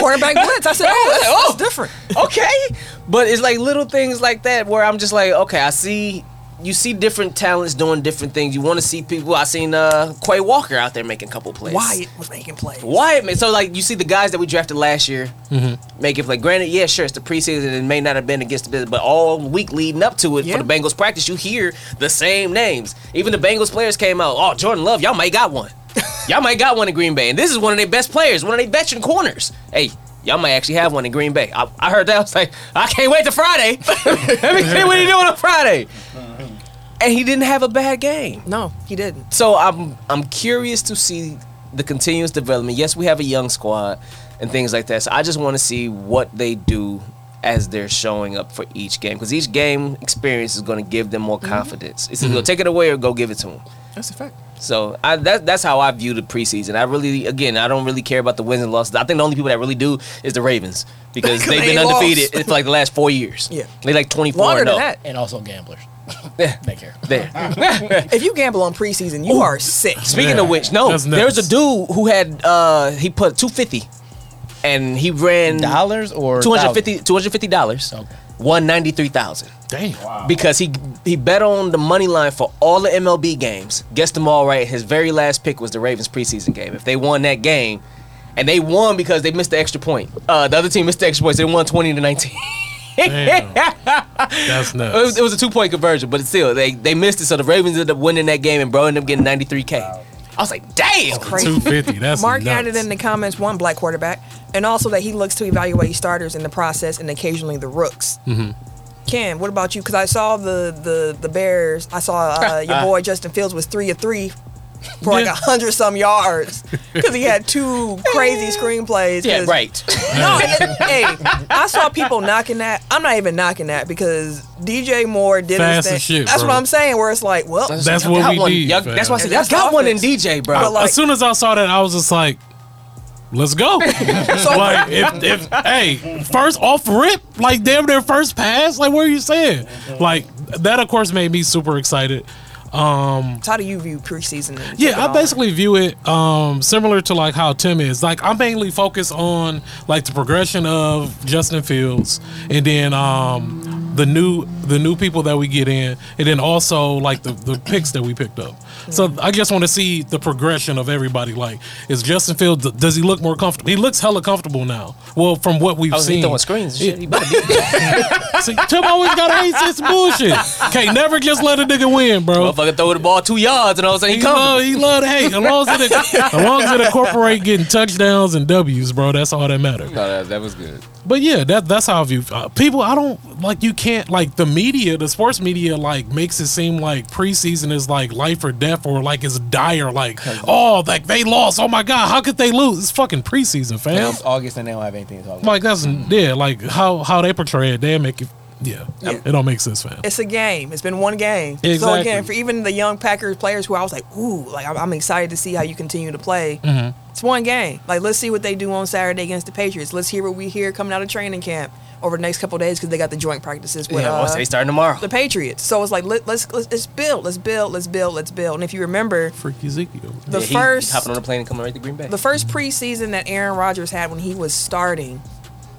Quarterback blitz. I said, oh, that's, Oh. that's different. okay. But it's like little things like that where I'm just like, okay, I see you see different talents doing different things. You want to see people. I seen uh Quay Walker out there making a couple plays. Wyatt was making plays. Wyatt, man. So like you see the guys that we drafted last year make it play. Granted, yeah, sure, it's the preseason. It may not have been against the business, but all week leading up to it Yeah. for the Bengals practice, you hear the same names. Even the Bengals players came out. Oh, Jordan Love, y'all might got one. y'all might got one in Green Bay, and this is one of their best players, one of their veteran corners. Hey. Y'all might actually have one in Green Bay. I, I heard that. I was like, I can't wait to Friday. Let me see what he doing on Friday. And he didn't have a bad game. No, he didn't. So I'm I'm curious to see the continuous development. Yes, we have a young squad and things like that. So I just want to see what they do as they're showing up for each game because each game experience is going to give them Mm-hmm. more confidence. It's either go take it away or go give it to them. That's a fact. So I, that, that's how I view the preseason. I really, again, I don't really care about the wins and losses. I think the only people that really do is the Ravens because they've They been lost. undefeated for like the last four years. Yeah. they like twenty four. Longer than that. and also gamblers. Yeah. They care. There. If you gamble on preseason, you are sick. Speaking Yeah. of which, no, That's there was a nuts. dude who had uh he put 250 and he ran Dollars or 250 $250, Okay. 193,000 Damn. because he he bet on the money line for all the MLB games. Guessed them all right. His very last pick was the Ravens preseason game. If they won that game, and they won because they missed the extra point. Uh, the other team missed the extra points. They won 20 to 19. Damn. That's It nuts. was, it was a two point conversion, but still, they, they missed it. So the Ravens ended up winning that game and bro ended up getting 93K. I was like, damn. Crazy. Two fifty. That's Mark nuts. added in the comments one black quarterback, and also that he looks to evaluate starters in the process and occasionally the rooks. Mm-hmm. Ken, what about you? Because I saw the the the Bears. I saw uh, your boy Justin Fields was three of three for like a Yeah. hundred some yards because he had two crazy screenplays. 'cause- right. No, and it- hey, I saw people knocking that. I'm not even knocking that because DJ Moore did his Fast thing. as shit, That's bro. what I'm saying. Where it's like, well, That's what Got we one. need, Y'all- fam. That's why I said, And y'all that's got one in offense. DJ, But, bro. like- as soon as I saw that, I was just like, "Let's go!" like, if, if hey, first off rip, like damn, their first pass, like what are you saying? Like that, of course, made me super excited. how do you view preseason? and take it Yeah, I all? basically view it um, similar to like how Tim is. Like I'm mainly focused on like the progression of Justin Fields, and then um, the new the new people that we get in, and then also like the, the picks that we picked up. So I just want to see the progression of everybody. Like, is Justin Fields does he look more comfortable? He looks hella comfortable now. Well, from what we've I was Oh, seen, he throwing screens and shit. Yeah. He better be. See, Tim always got to hate this bullshit. Can't never just let a nigga win, bro. Motherfucker throw the ball two yards and all of a sudden he He comes. love, he love to hate. As long as, it, as long as it incorporate getting touchdowns and W's, bro, that's all that matters. Oh, that, was good. But yeah, that that's how I view uh, people. I don't like you can't like the media, the sports media, like makes it seem like preseason is like life or death or like it's dire. Like oh, like they lost. Oh my god, how could they lose? It's fucking preseason, fam. It's August and they don't have anything to talk about. Like that's yeah, like how how they portray it, they make it. Yeah, Yeah. it don't make sense, fam. it's a game. It's been one game. So Exactly. again, for even the young Packers players who I was like, ooh, like I'm, I'm excited to see how you continue to play. It's one game. Like let's see what they do on Saturday against the Patriots. Let's hear what we hear coming out of training camp over the next couple days because they got the joint practices with Yeah, uh, uh, they starting tomorrow. the Patriots. So it's like let, let's let's let's build, let's build, let's build, let's build. And if you remember, Freak Ezekiel. the Yeah, he first hopping on a plane and coming right to Green Bay. the first preseason that Aaron Rodgers had when he was starting,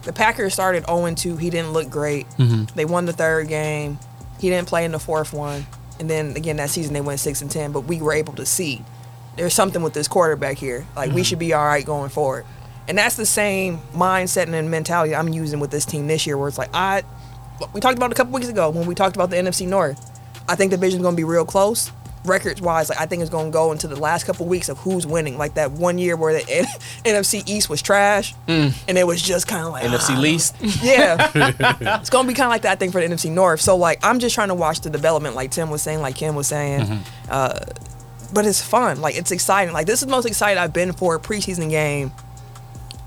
the Packers started 0 2. He didn't look great. They won the third game. He didn't play in the fourth one. And then again, that season they went 6 and 10, but we were able to see there's something with this quarterback here. Like, we should be all right going forward. And that's the same mindset and mentality I'm using with this team this year, where it's like, I, we talked about it a couple weeks ago when we talked about the NFC North. I think the division's going to be real close. Records wise, like I think it's going to go into the last couple weeks of who's winning. Like that one year where the NFC East was trash, and it was just kind of like NFC ah. least. Yeah, it's going to be kind of like that. I think for the NFC North. So like I'm just trying to watch the development, like Tim was saying, like Kim was saying. Mm-hmm. Uh, but it's fun. Like it's exciting. Like this is the most excited I've been for a preseason game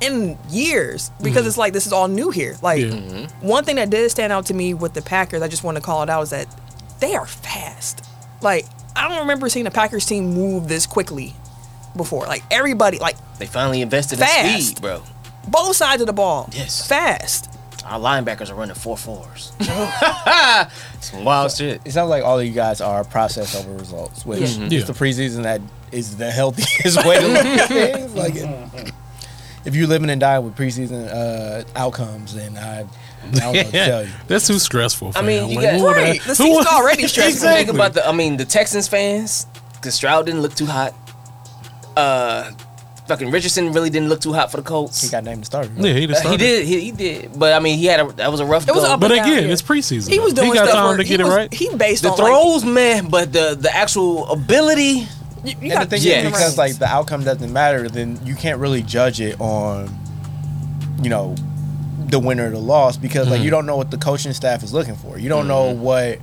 in years because it's like this is all new here. Like Mm-hmm. Yeah. one thing that did stand out to me with the Packers, I just want to call it out, is that they are fast. Like I don't remember seeing a Packers team move this quickly before. Like everybody, like They finally invested in Fast. speed, bro. both sides of the ball, Yes. fast. Our linebackers are running four fours. Some wild shit. It sounds like all of you guys are process over results, which Yeah. is Yeah. the preseason that is the healthiest way to look at things. Like, if you're living and dying with preseason uh, outcomes, then I, I don't know what to tell you. That's too stressful. For I mean, him. you Like, got- who would've- Right. The who season's would've- already stressful. exactly. Think about the. I mean, the Texans fans. Because Stroud didn't look too hot. Uh, fucking Richardson really didn't look too hot for the Colts. He got named the starter. yeah, he, Uh, he did. He, he did. But I mean, he had a. That was a rough. It was go. up But and down, again, yeah. it's preseason. He was though. doing He got stuff time where to get he it was- right. He based the on throws, man. But the the actual ability. Like, you- you And the got thing Yes. is, because like the outcome doesn't matter, then you can't really judge it on, you know, the winner or the loss because like you don't know what the coaching staff is looking for. You don't know Mm-hmm. what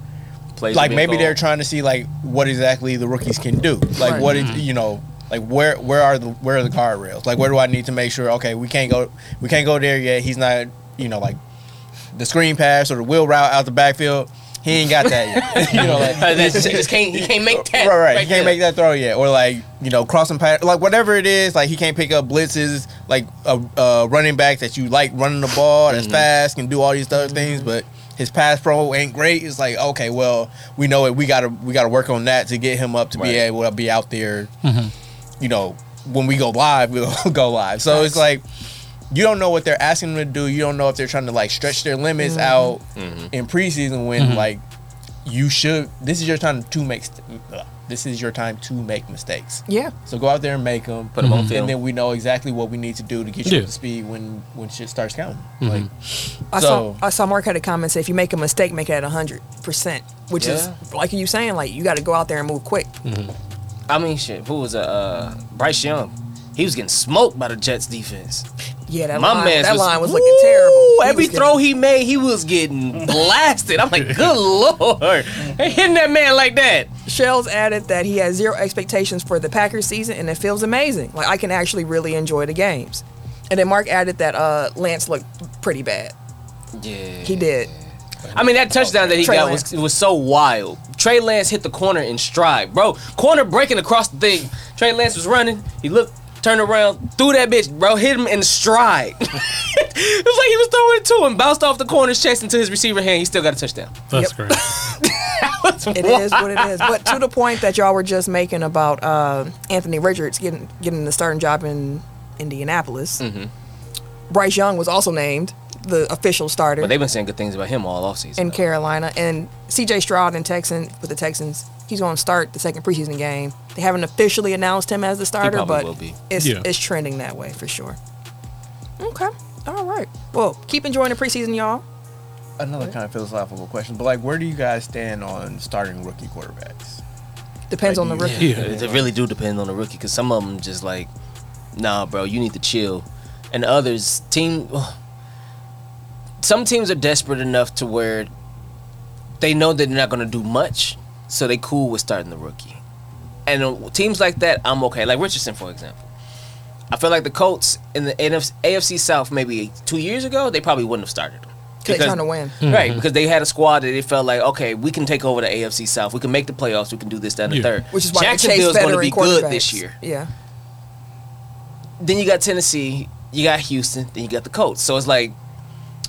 Plays like are being maybe they're called. trying to see like what exactly the rookies can do. Like Right. what is Mm-hmm. you know like where where are the where are the guardrails? Like where do I need to make sure? Okay, we can't go we can't go there yet. He's not you know like the screen pass or the wheel route out the backfield. He ain't got that yet. you know like. Uh, That's- he just can't. He can't make that. Right, right. He there. can't make that throw yet, or like you know, crossing pass, like whatever it is. Like he can't pick up blitzes, like a, a running back that you like running the ball Mm-hmm. that's fast can do all these other things, but his pass pro ain't great. It's like okay, well we know it. We gotta we gotta work on that to get him up to Right. Mm-hmm. be able to be out there. You know, when we go live, we'll go live. So it's like. You don't know what they're asking them to do. You don't know if they're trying to like stretch their limits out in preseason when like you should this is your time to make st- uh, this is your time to make mistakes Yeah. so go out there and make them Put 'em on film. and then we know exactly what we need to do to get you Yeah. up to speed when when shit starts counting like I So- saw I saw Mark had a comment say if you make a mistake, make it at hundred percent, which is like you saying, like you got to go out there and move quick. I mean, shit. Who was a uh, Bryce Young? He was getting smoked by the Jets defense. Yeah, that My line, man, that line was looking terrible. He Every was getting- throw he made, he was getting blasted. I'm like, good lord, they hitting that man like that. Shells added that he has zero expectations for the Packers season and it feels amazing. Like I can actually really enjoy the games. And then Mark added that uh, Lance looked pretty bad. Yeah, He did. I mean, that touchdown that he Trey got Lance. was was so wild. Trey Lance hit the corner in stride, bro. Corner breaking across the thing. Trey Lance was running. He looked, turned around, threw that bitch, bro. Hit him in stride. it was like he was throwing it to him, bounced off the corner's chest into his receiver hand. He still got a touchdown. That's great. It is what it is. But to the point that y'all were just making about uh, Anthony Richards getting getting the starting job in Indianapolis, Mm-hmm. Bryce Young was also named the official starter But they've been saying good things about him all offseason. in Carolina, and C.J. Stroud in Texan with the Texans. He's going to start the second preseason game. They haven't officially announced him as the starter, probably but will be. it's Yeah. it's trending that way for sure. Okay, all right. Well, keep enjoying the preseason, y'all. another kind of philosophical question but like where do you guys stand on starting rookie quarterbacks Depends Like, on the yeah. rookie. Yeah. It it really do depend on the rookie because some of them just like, nah, bro, you need to chill, and others team. Some teams are desperate enough to where they know that they're not gonna do much, so they cool with starting the rookie. And uh, teams like that, I'm okay. Like Richardson, for example. I feel like the Colts in the NF- AFC South maybe two years ago, they probably wouldn't have started them. They're Because- trying to win. Right, because they had a squad that they felt like, okay, we can take over the AFC South. We can make the playoffs. We can do this, that, and the Yeah. third. Which is why Jacksonville's they chase going veteran to be good this quarterbacks. year. Yeah. Then you got Tennessee, you got Houston, then you got the Colts. So it's like,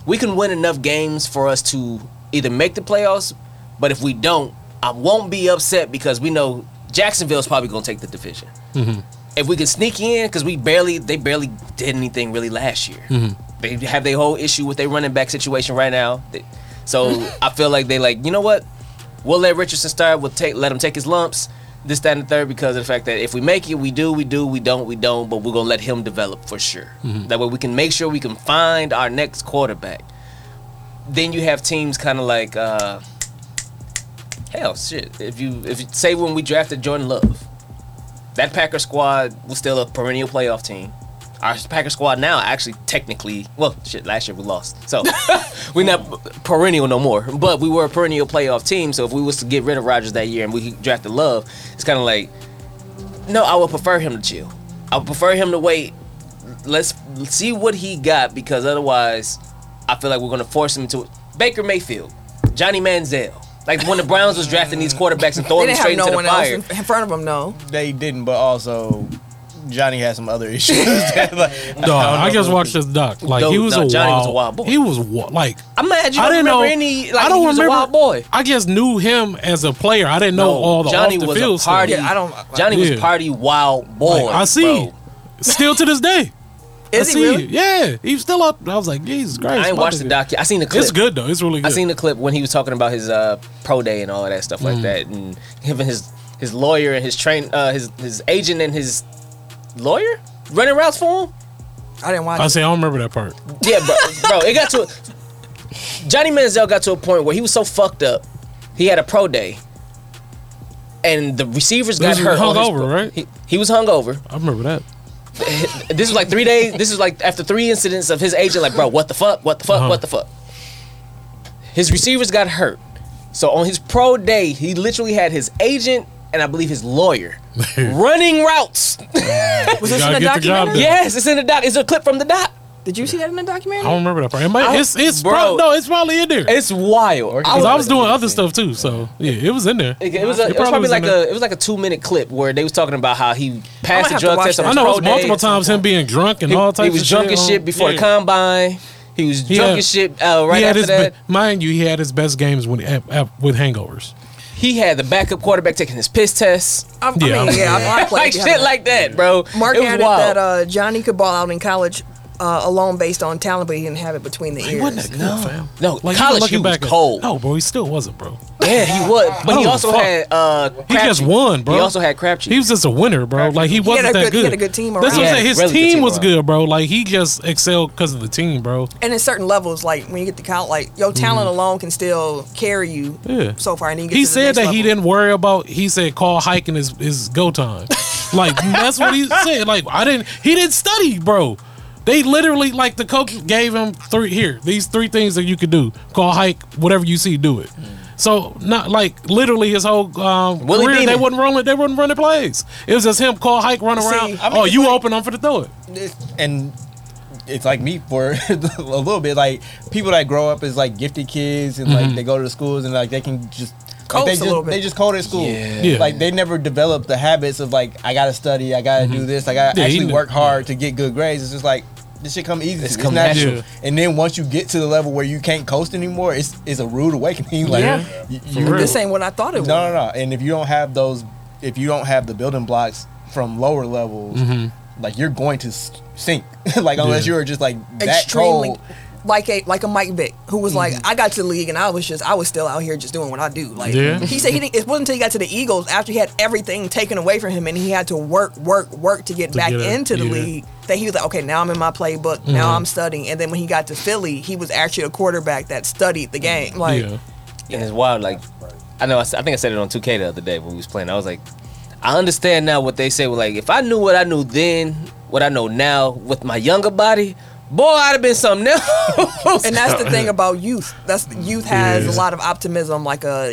we can win enough games for us to either make the playoffs, but if we don't, I won't be upset because we know Jacksonville's probably going to take the division. If we can sneak in, because we barely, they barely did anything really last year. They have their whole issue with their running back situation right now. They- So I feel like they like, you know what? We'll let Richardson start. We'll take let him take his lumps. This, that, and the third, because of the fact that if we make it, we do, we do, we don't, we don't, but we're gonna let him develop for sure. That way we can make sure we can find our next quarterback. Then you have teams kind of like, uh, hell, shit. If you if you say when we drafted Jordan Love, that Packer squad was still a perennial playoff team. Our Packer squad now actually technically, well, shit, last year we lost. So we're not perennial no more, but we were a perennial playoff team. So if we was to get rid of Rodgers that year and we drafted Love, it's kind of like, no, I would prefer him to chill. I would prefer him to wait. Let's see what he got because otherwise, I feel like we're going to force him to Baker Mayfield, Johnny Manziel. Like when the Browns was drafting these quarterbacks and They throwing didn't them straight have no into the one fire. else in, in front of them, no. they didn't but also johnny has some other issues that, like, Dog, don't I, know. just watched this doc. Like he Dude, was, no, a Johnny wild, was a wild boy. He was wa- like I'm mad you I don't didn't know remember any. Like, I don't he was remember. a wild boy. I just knew him as a player. I didn't know No, all the Johnny off the was field a party. Yeah, I don't- Johnny was Yeah. party wild boy. Like, I see. bro. Still to this day. Is I he see really? it. Yeah, he's still up. I was like, Jesus Christ. I ain't my watched the nigga. docu. I seen the clip. It's good though. It's really good. I seen the clip when he was talking about his uh, pro day and all of that stuff Mm. like that, and him and his his lawyer and his train uh, his his agent and his lawyer running routes for him. I didn't watch. I it. say I don't remember that part. Yeah, bro, bro, it got to a, Johnny Manziel got to a point where he was so fucked up, he had a pro day, and the receivers got This was hurt. on his- hungover, right? He, he was hungover. I remember that. This was like three days. This is like after three incidents of his agent, like, bro, what the fuck? What the fuck? Uh-huh. What the fuck? His receivers got hurt. So on his pro day, he literally had his agent and I believe his lawyer running routes. Was You this in gotta the get the job documentary? done. yes, it's in the doc. It's a clip from the doc. Did you see that in the I documentary? don't remember that part. It might- I- it's it's bro. prob- no, it's probably in there. It's wild. Because I was doing other stuff too, so yeah, it was in there. It, it was, a, it, was probably probably was like in there. a it was like a two minute clip where they was talking about how he I'm gonna passed the have to drug watch test on that. I his know it pro was multiple day. times him being drunk and He, all types. he was of drunk as on- shit before yeah. the combine. He was He drunk had- as shit uh, he right had after his that. be- mind you, he had his best games when at, at, with hangovers. he had the backup quarterback taking his piss test. I, I Yeah, I mean, remember yeah, I, I played like the shit other- like that, bro. Mark it was added wild. that uh, Johnny could ball out in college uh, alone based on talent, but he didn't have it between the He wasn't ears. that good, fam. no, even college looking he was back at- cold. No, bro, he still wasn't, bro. yeah, he was. But he Oh, also fuck. had uh He just Crabtree. won, bro. He also had Crabtree. He was just a winner, bro. Like he wasn't a that good- good. he had a good team That's what around. I'm Yeah, saying. His really good team team was around. good, bro. Like he just excelled because of the team, bro. And in certain levels, like when you get to count, like your talent alone can still carry you Mm-hmm. Yeah. so far. And then you get He to the next said that he level. didn't worry about. He said call hiking is is go time. like that's what he said. Like I didn't. He didn't study, bro. They literally like the coach gave him three here. These three things that you could do: call hike, whatever you see, do it. So not like literally his whole um, Willie career. They Beeman. wasn't rolling. They wasn't running plays. It was just him call hike, run See, around. I mean, oh, it's you like- open? I'm for the throw it. It's- and it's like me for a little bit. Like people that grow up as like gifted kids and Mm-hmm. like they go to the schools and like they can just. Like Coast they a just little bit. they just code at school. Yeah. Yeah. Like they never develop the habits of like I gotta study, I gotta do this, I gotta Mm-hmm. Yeah, he actually knew- work hard to get good grades. It's just like this shit come easy. It's It's, come natural. natural. And then once you get to the level where you can't coast anymore, it's it's a rude awakening. Like Yeah. you, For you- real. This ain't what I thought it was. no, no, no. And if you don't have those, if you don't have the building blocks from lower levels, like you're going to s- sink. like unless Mm-hmm. Yeah. you're just like that Extremely. cold. Like a like a Mike Vick who was Mm-hmm. like I got to the league and I was just I was still out here just doing what I do like Yeah. he said he didn't, it wasn't until he got to the Eagles after he had everything taken away from him and he had to work work work to get To back get it, into the yeah. Mm-hmm. league that he was like okay now I'm in my playbook now I'm studying and then when he got to Philly he was actually a quarterback that studied the game like yeah. and it's wild. Like I know, I, s- I think I said it on 2K the other day when we was playing. I was like, I understand now what they say. Well, like if I knew what I knew then, what I know now with my younger body, boy, I'd have been something else. And that's the thing about youth. That's youth has Yeah. a lot of optimism. Like uh,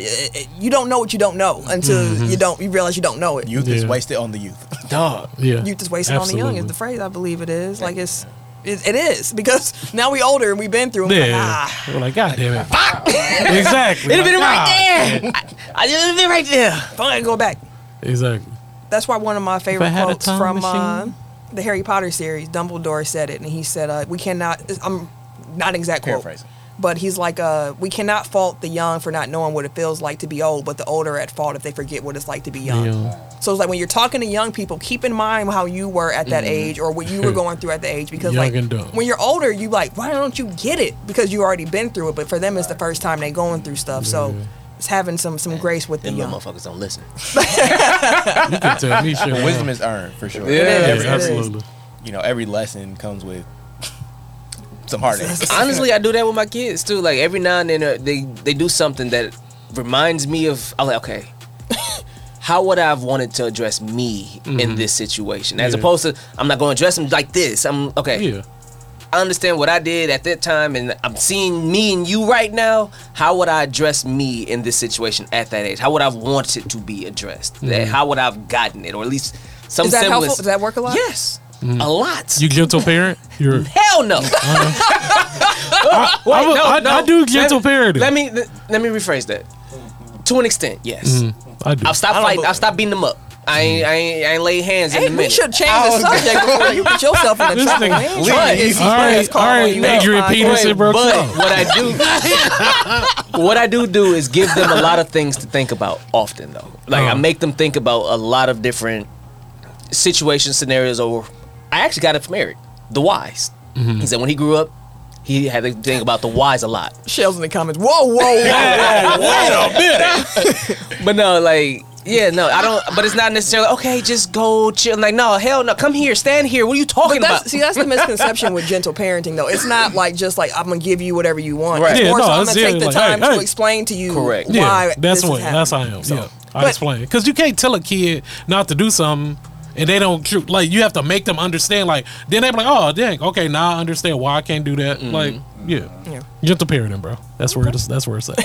you don't know what you don't know until Mm-hmm. you don't you realize you don't know it. Youth is Yeah. wasted on the youth. dog. Yeah. Youth is wasted on the young is Absolutely. the phrase I believe it is. Like it's it, it is because now we older and we've been through. And we're like, Yeah. ah, We're like, God damn it. exactly. It'd have been Like, ah. right "God." there. I, I it'd have been right there. fine, go back. Exactly. That's why one of my favorite had a quotes time from machine. uh, the Harry Potter series, Dumbledore said it, and he said, uh, "We cannot." I'm not an exact quote, Paraphrasing. but he's like, uh, "We cannot fault the young for not knowing what it feels like to be old, but the older are at fault if they forget what it's like to be young." Yeah. So it's like when you're talking to young people, keep in mind how you were at that age or what you were going through at the age because Mm-hmm. Young like and dumb. when you're older, you like why don't you get it because you already been through it. But for them, it's the first time they going through stuff. So it's having some some grace with the Them young. little motherfuckers don't listen. You can tell me shit. man. Wisdom is earned for sure. Yeah. Yeah, It is, it is. absolutely. You know, every lesson comes with some heartache. Honestly, I do that with my kids too. Like every now and then, uh, they they do something that reminds me of. I'm like, okay, how would I have wanted to address me in this situation? As Mm-hmm. Yeah. opposed to, I'm not going to address them like this. I'm okay. Yeah. I understand what I did at that time, and I'm seeing me and you right now. How would I address me in this situation at that age? How would I have wanted to be addressed? Mm-hmm. That- How would I have gotten it, or at least some Is that semblance? helpful? Does that work a lot? Yes, a lot. Mm. You gentle parent? You're Hell no. Oh, Wait, I'm a- I- I do gentle let, parenting. Let me let, let me rephrase that. To an extent, yes. Mm, I do. I'll stop don't fighting. believe- I'll stop beating them up. I Mm-hmm. ain't I ain't, I ain't laid hands Hey, in a we minute. should change the subject before you put yourself in the This trouble, nigga- man. Leave Try it it. easy. all Friends right, all calling right, you uh, out, Adrian fine. Wait, Peterson, bro. but come on. what I do, what I do do is give them a lot of things to think about often, though. Like I Uh-huh. make them think about a lot of different situations, scenarios. Or I actually got it from Eric. the whys. Mm-hmm. He said when he grew up, he had to think about the whys a lot. Shells in the comments. Whoa, whoa, whoa. Wait a minute. But no, like, yeah, no, I don't. But it's not necessarily okay. Just go chill. Like, no, hell no. Come here, stand here. What are you talking But that's, about? see, that's the misconception with gentle parenting, though. It's not like just like I'm gonna give you whatever you want. Right. It's Yeah, more no, so I'm it's- gonna yeah, take the like, time hey, hey. to explain to you Correct. Yeah, why that's this is what that's how I happening. am. So- yeah, I but- explain because you can't tell a kid not to do something and they don't tru- like. You have to make them understand. Like then they be like, oh dang, okay, now I understand why I can't do Mm-hmm. that. Like yeah, Yeah. gentle parenting, bro. That's where it is. That's where it's at.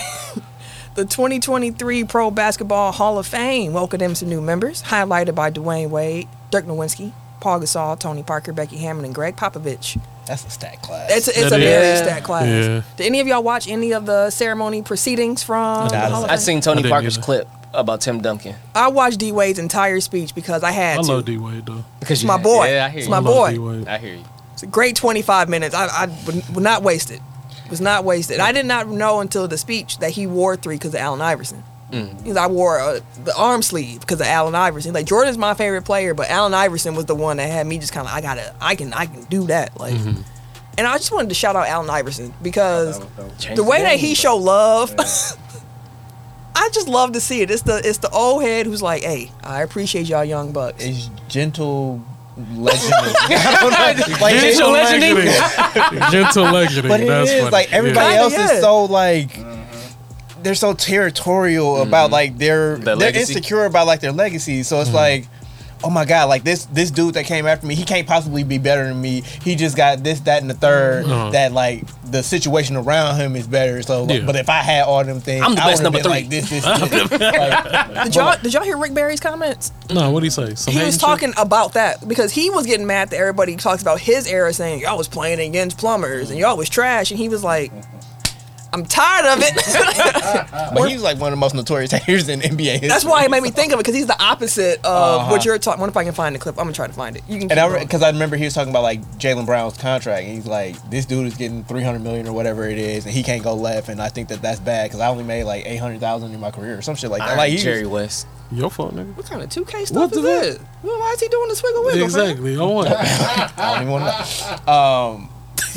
The 2023 Pro Basketball Hall of Fame welcomed in some new members, highlighted by Dwayne Wade, Dirk Nowinski, Paul Gasol, Tony Parker, Becky Hammond, and Greg Popovich. That's a stat class. It's, it's That a is. very Yeah. stat class. Yeah. Did any of y'all watch any of the ceremony proceedings from the I Hall of I Fame? seen I Tony didn't Parker's either. clip about Tim Duncan I watched D Wade's entire speech because I had I to. love D Wade though. because It's my boy. Yeah, I hear It's you. my I boy. love D-Wade. I hear you. It's a great 25 minutes. I, I would, would not waste it. Was not wasted. I did not know until the speech that he wore three because of Allen Iverson. Because I wore uh, the arm sleeve because of Allen Iverson. Like Jordan's my favorite player, but Allen Iverson was the one that had me just kind of I gotta I can I can do that like. And I just wanted to shout out Allen Iverson because Change the way that game. he show love, I just love to see it. It's the it's the old head who's like, hey, I appreciate y'all young bucks. It's gentle legend. I don't know. Like, Gentle gentle legend. legending. gentle legending. But it is that's funny. like everybody Kinda, else yeah. Uh-huh. is so like they're so territorial about like their Their they're legacy. insecure about like their legacy. So it's like, oh my god, like this this dude that came after me, he can't possibly be better than me. He just got this, that, and the 3rd Uh-huh. That like the situation around him is better. So, like, Yeah. but if I had all them things, I'm the I best would've number been three. Like this, this, this. Like, Did y'all did y'all hear Rick Barry's comments? Yeah. No, what do you say? Some he hating was shit? talking about that because he was getting mad that everybody talks about his era saying y'all was playing against plumbers and y'all was trash and he was like I'm tired of it. but he's like one of the most notorious haters in NBA history. That's why it made me think of it because he's the opposite of Uh-huh. what you're talking. wonder if I can find the clip. I'm gonna try to find it. You can. keep And I going. because I remember he was talking about like Jalen Brown's contract, and he's like, "This dude is getting three hundred million or whatever it is, and he can't go left." And I think that that's bad because I only made like eight hundred thousand in my career or some shit like that. Iron Like he was- Jerry West. Your fault, nigga. what kind of 2K stuff What is the this? Well, why is he doing the swiggle wiggle? Exactly. Exactly. I want. I don't even want to know. Um,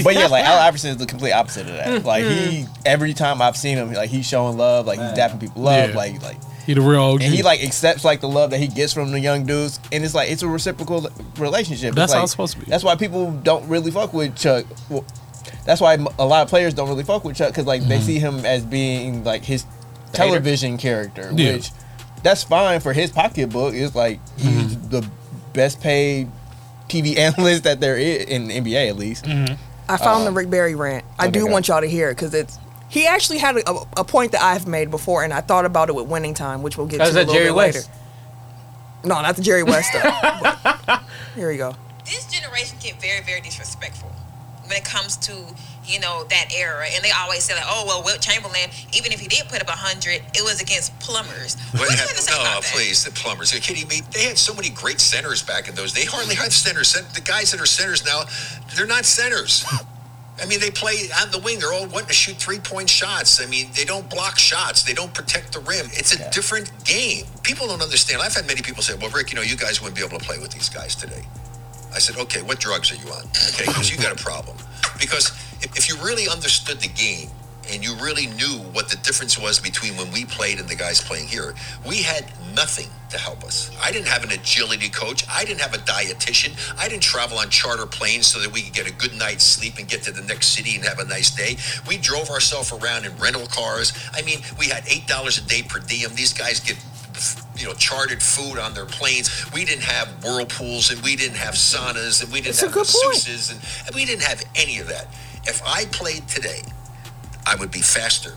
but yeah, like Al Iverson is the complete opposite of that. Like he, every time I've seen him, like he's showing love, like he's dapping people love, Yeah. like like. He the real OG. And he like accepts like the love that he gets from the young dudes, and it's like it's a reciprocal relationship. That's like, how it's supposed to be. That's why people don't really fuck with Chuck. Well, that's why m- a lot of players don't really fuck with Chuck because like they Mm-hmm. see him as being like his hater? television character, Yeah. which that's fine for his pocketbook. It's like he's Mm-hmm. the best paid TV analyst that there is in the NBA at least. I found the Rick Barry rant. I okay, do go. want y'all to hear it because it's. He actually had a, a, a point that I've made before, and I thought about it with winning time, which we'll get How's to a that little Jerry bit West? later. No, not the Jerry West stuff. But- here we go. this generation get very, very disrespectful when it comes to you know that era, and they always say like, "Oh well, Wilt Chamberlain, even if he did put up a hundred, it was against plumbers." What What do you hap- have to say no, about that? please, the plumbers. Are you kidding me? They had so many great centers back in those. They hardly have centers. Cent- The guys that are centers now, they're not centers. I mean, they play on the wing. They're all wanting to shoot three-point shots. I mean, they don't block shots. They don't protect the rim. It's a different game. People don't understand. I've had many people say, "Well, Rick, you know, you guys wouldn't be able to play with these guys today." I said, okay, what drugs are you on? Okay, because you got a problem. Because if, if you really understood the game and you really knew what the difference was between when we played and the guys playing here, we had nothing to help us. I didn't have an agility coach. I didn't have a dietitian. I didn't travel on charter planes so that we could get a good night's sleep and get to the next city and have a nice day. We drove ourselves around in rental cars. I mean, we had $8 a day per diem. These guys get you know, chartered food on their planes. We didn't have whirlpools and we didn't have saunas and we didn't have masseuses and, and we didn't have any of that. If I played today, I would be faster.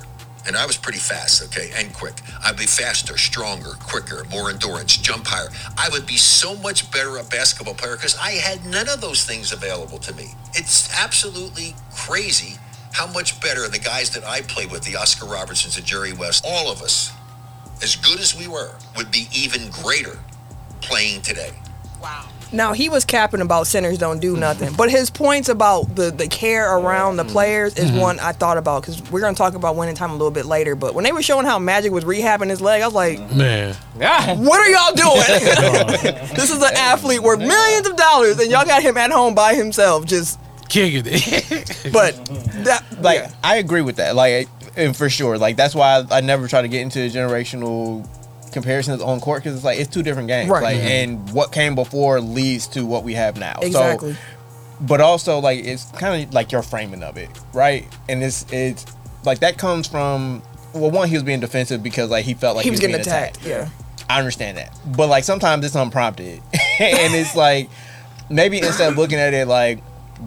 And I was pretty fast, okay, and quick. I'd be faster, stronger, quicker, more endurance, jump higher. I would be so much better a basketball player because I had none of those things available to me. It's absolutely crazy how much better the guys that I played with, the Oscar Robertsons, the Jerry West, all of us, as good as we were, would be even greater playing today. Wow. Now he was capping about centers don't do nothing, but his points about the, the care around the players is Mm-hmm. one I thought about because we're gonna talk about winning time a little bit later. But when they were showing how Magic was rehabbing his leg, I was like, Mm-hmm. Man, Ah, "What are y'all doing? this is an athlete worth millions of dollars, and y'all got him at home by himself." Just kicking it. but Mm-hmm. that like yeah. I agree with that. Like and for sure, like that's why I, I never try to get into generational comparisons on court because it's like it's two different games. Right. Like Mhm. and what came before leads to what we have now. exactly. So, but also like it's kind of like your framing of it, right? And it's it's like that comes from well, one he was being defensive because like he felt like he was getting being attacked. Yeah. I understand that. But like sometimes it's unprompted. and it's like maybe instead of looking at it like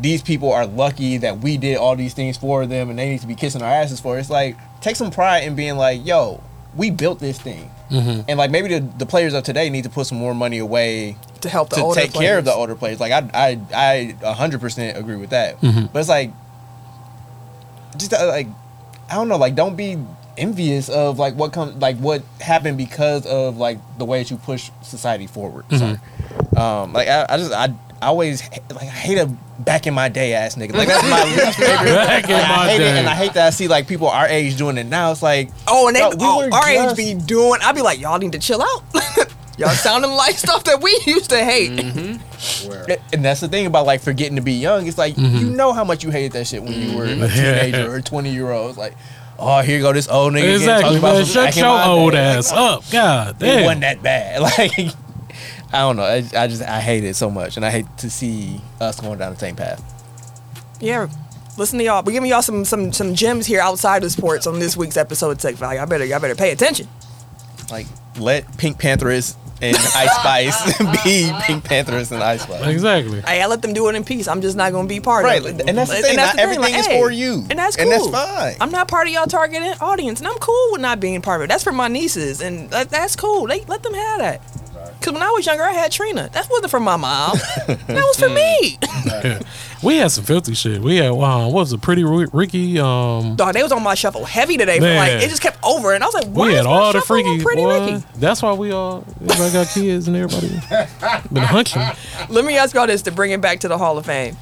these people are lucky that we did all these things for them and they need to be kissing our asses for it. It's like take some pride in being like, yo, we built this thing. And like maybe the, the players of today need to put some more money away to help the to older take care of the players. older players. Like I I I 100% agree with that. Mm-hmm. But it's like just uh, like I don't know, like don't be envious of like what comes like what happened because of like the way that you push society forward. Mm-hmm. Sorry. Um like I, I just I I always h- like I hate a back in my day ass nigga. Like that's my least favorite. Back in Like, I my hate it, day. and I hate that I see like people our age doing it now. It's like Oh, and they bro, we oh, were our age just- be doing. I'd be like, y'all need to chill out. y'all sounding like stuff that we used to hate. Mm-hmm. And that's the thing about like forgetting to be young. It's like Mm-hmm. you know how much you hated that shit when you were a teenager or twenty year old. It's like, oh, here go this old nigga. again exactly, talking about man. some Shut back in your my day. old Like, ass up. God It damn. wasn't that bad. Like, I don't know. I, I just I hate it so much, and I hate to see us going down the same path. Yeah. Listen to y'all. We're giving y'all some some some gems here outside of sports on this week's episode of Tech Value. I better y'all better pay attention. Like, let Pink Panthers and Ice Spice be Pink Panthers and Ice Spice. Exactly. Hey, I let them do it in peace. I'm just not gonna be part Right, of it. and that's the thing. Not everything is for you. And that's And cool. that's fine. I'm not part of y'all target audience, and I'm cool with not being part of it. That's for my nieces, and that, that's cool. They let them have that. Cause when I was younger, I had Trina. That wasn't for my mom. that was for me. We had some filthy shit. We had um, what was it? Pretty Ri- Ricky. Um, Dog, they was on my shuffle heavy today. Man. Like it just kept over, and I was like, Why we is had my all the shuffle on freaky pretty boy. Ricky? That's why we all everybody got kids and everybody been hunching. Let me ask y'all this to bring it back to the Hall of Fame.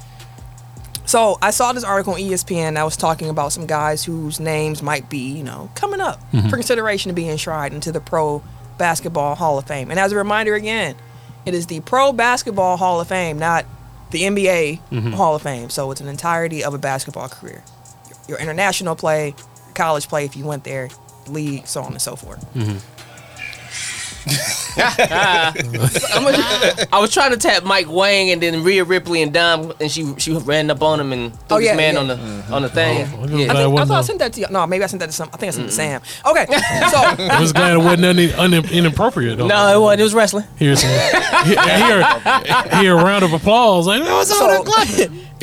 So I saw this article on E ESPN that was talking about some guys whose names might be, you know, coming up for consideration to be enshrined into the Pro Basketball Hall of Fame. And as a reminder again, it is the Pro Basketball Hall of Fame, not the NBA Hall of Fame. So it's an entirety of a basketball career. Your international play, college play if you went there, league, so on and so forth. I was trying to tap Mike Wang and then Rhea Ripley and Dom, and she she ran up on him and threw Oh, this yeah, man yeah. on the on the thing. Oh, look at yeah. I, that. think, I wasn't thought I a- sent that to y'all. No, maybe I sent that to some. I think I sent it to Sam. Okay, so I was glad it wasn't nothing un- inappropriate. though. No, it wasn't. It was wrestling. Here's some, here, here, here a round of applause. Like, that was So, all that glad.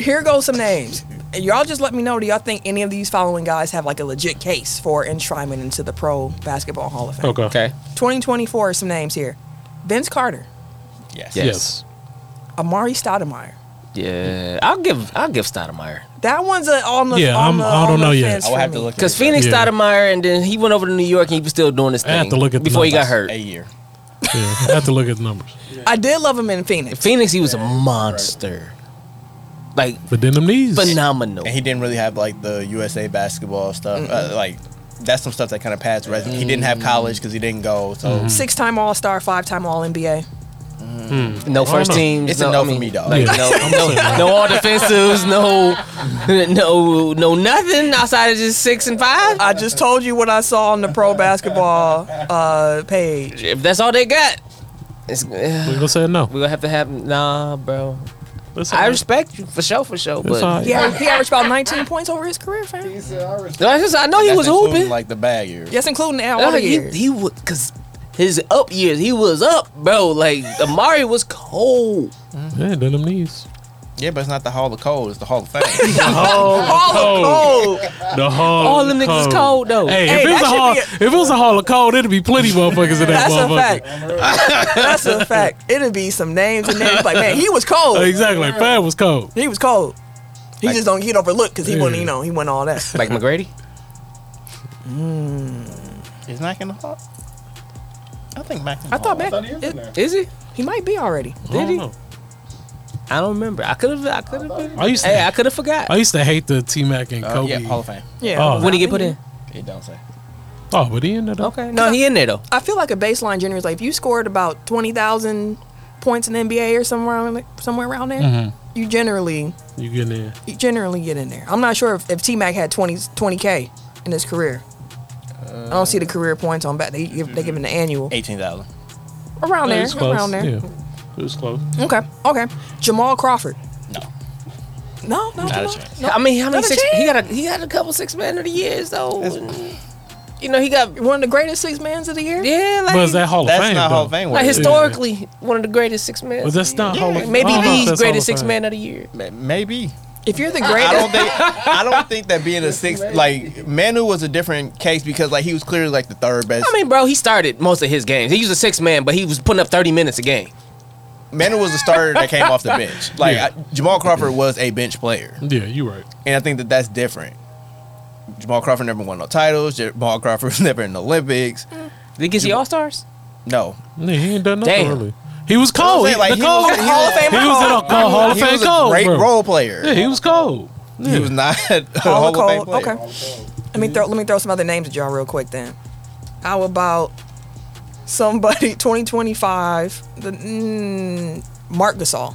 here goes some names. And y'all just let me know do y'all think any of these following guys have like a legit case for enshrinement into the Pro Basketball Hall of Fame? Okay. Okay. 2024 some names here. Vince Carter, Yes. Yes. Amari Stoudemire. Yeah. I'll give I'll give Stoudemire That one's a, on the Yeah, on I'm- the, I on don't the know yet. fence I would for have me. to look at because it. Phoenix Yeah. Stoudemire and then he went over to New York and he was still doing this I thing. have to look at the before he got numbers. hurt. a year. Yeah. I have to look at the numbers. I did love him in Phoenix. Phoenix, he was a monster, like But then them knees. phenomenal. and he didn't really have like the USA basketball stuff. Uh, like that's some stuff that kind of passed. res He didn't have college because he didn't go. So Mm. Six time All Star, five time All NBA. No first know. team. It's a no for me, dog. Like, Yeah. no, no, no all defensives. No, no, no nothing outside of just six and five. I just told you what I saw on the Pro Basketball uh, page. if that's all they got, it's, we uh, gonna say no. we gonna have to have nah, bro. Let's say I no. respect you for sure, for sure. It's all But right. He averaged, he averaged about 19 points over his career, fam. I, just, I know he That's was including, hooping. like the bad year. Yes, including the Oh, all Like, the he, years. he was because his up years, he was up, bro. Like Amari was cold. Yeah, then them knees. Yeah, but it's not the Hall of Cold. It's the Hall of Fame. Hall of Cold. The hall. All of them niggas is cold though. Oh, Hey, Hey, if, it was that a should hall, be a- if it was a hall of cold, it'd be plenty motherfuckers in that That's a motherfucker. fact. That's a fact. It'd be some names and names like, man, he was Uh, cold. Exactly. Like, Fab was cold. He was cold. He just don't get overlooked because he wouldn't, Yeah. you know, he went all that. Like McGrady. Is Mac in the Hall? I think Mac. In the I thought Hall. Mac, thought he was in there. Is he? he might be already. I don't Did he? know. I don't remember. I could have. I could have been. I used to- Hey, I could have forgot. I used to hate the T Mac and Uh, Kobe. yeah, Hall of Fame. Yeah. Oh. When he get put in? It don't say. oh, but he ended up. Okay. No, he in there though. I feel like a baseline general is like if you scored about twenty thousand points in the NBA or somewhere around, somewhere around there, Mm-hmm. you generally You getting in? you generally get in there. I'm not sure if, if T Mac had 20 k in his career. I don't see the career points on back. They give they give him the annual Eighteen thousand. around It there, was close. around there. Yeah. It was close. Okay, okay. Jamal Crawford. No. No, no, a Jamal. chance. no. I mean, how many Not a six? chance. He got a he got a couple six man of the years though. And, you know, he got One of the greatest six mans of the year. yeah, like, But is that Hall of That's Fame? not Hall of though? Fame. like worthy. historically one of the greatest six men. But that's not Hall of Maybe I don't know if the that's Hall greatest of six Fame. man of the year. Ma- Maybe. If you're the I greatest, don't think I don't think that being a six like Manu was a different case because like he was clearly like the third best. I mean, bro, he started most of his games. He was a six man, but he was putting up thirty minutes a game. Manu was a starter that came off the bench. Like Yeah. I- Jamal Crawford was a bench player, Yeah, you're right. and I think that that's different. Jamal Crawford never won no titles. Jamal Crawford was never in the Olympics. Did he get the All Stars? No, Yeah, he ain't done nothing Damn. really. He was cold. I'm He, saying, like, the he cold. was- He he was- was in a cold Hall of he Fame was a cold. great bro. role player. Yeah, he was cold. Yeah. He was not a Hall Hall of of Fame Cold. player. Okay. Let me throw let me throw some other names at y'all real quick then. How about somebody 2025? The mm, Mark Gasol.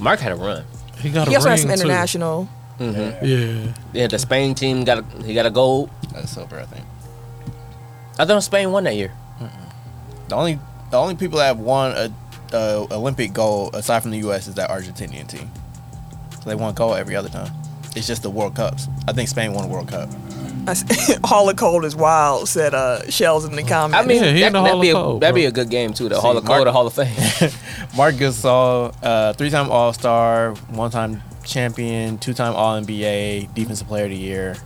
Mark had a run. He got a He also has ring some too. international. Yeah. Yeah, the Spain team got a, he got a gold. That's silver, I think. I thought Spain won that year. The only the only people that have won a, a Olympic gold aside from the U.S. is that Argentinian team. So they won gold every other time. It's just the World Cups. I think Spain won a World Cup. I s- Hall of Cold is wild, said uh, Shells in the comments. I mean, Yeah, he that, in the Hall would of be a, Code, that'd be bro. a good game too. The See, Hall of Mark- Code, the Hall of Fame. Mark Gasol, uh, three-time All-Star, one-time champion, two-time All-NBA, Defensive Player of the Year.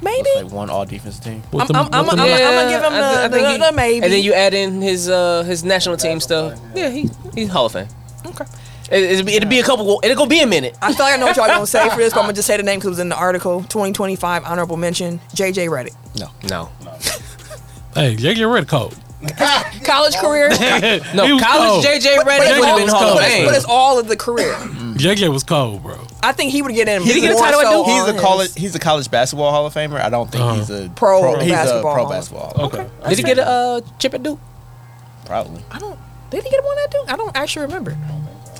maybe. Looks like one All-Defensive team. With I'm- I'm- with I'm- I'm- Yeah, give him I th- the- I think the- he- the maybe. And then you add in his uh his national team stuff. Yeah, he he's Hall of Fame. Okay. It, will be a couple. It'll go be a minute. I feel like I know what y'all gonna say for this, but I'm gonna just say the name because it was in the article. 2025 honorable mention. JJ Reddick. No, hey, yeah, get rid of cold. College career. no. He was college cold. JJ But Reddick it's would have been all- Hall of but it's- but Fame. it's all of the career. JJ was cold, bro. I think he would get in. Did he get a more title at so Duke? He's on a his- college. He's a college basketball Hall of Famer. I don't think Uh-huh. he's a Pro He's a basketball pro Hall. basketball. Okay. Did he get a uh, chip at Duke? Probably. I don't. Did he get one at Duke? I don't actually remember.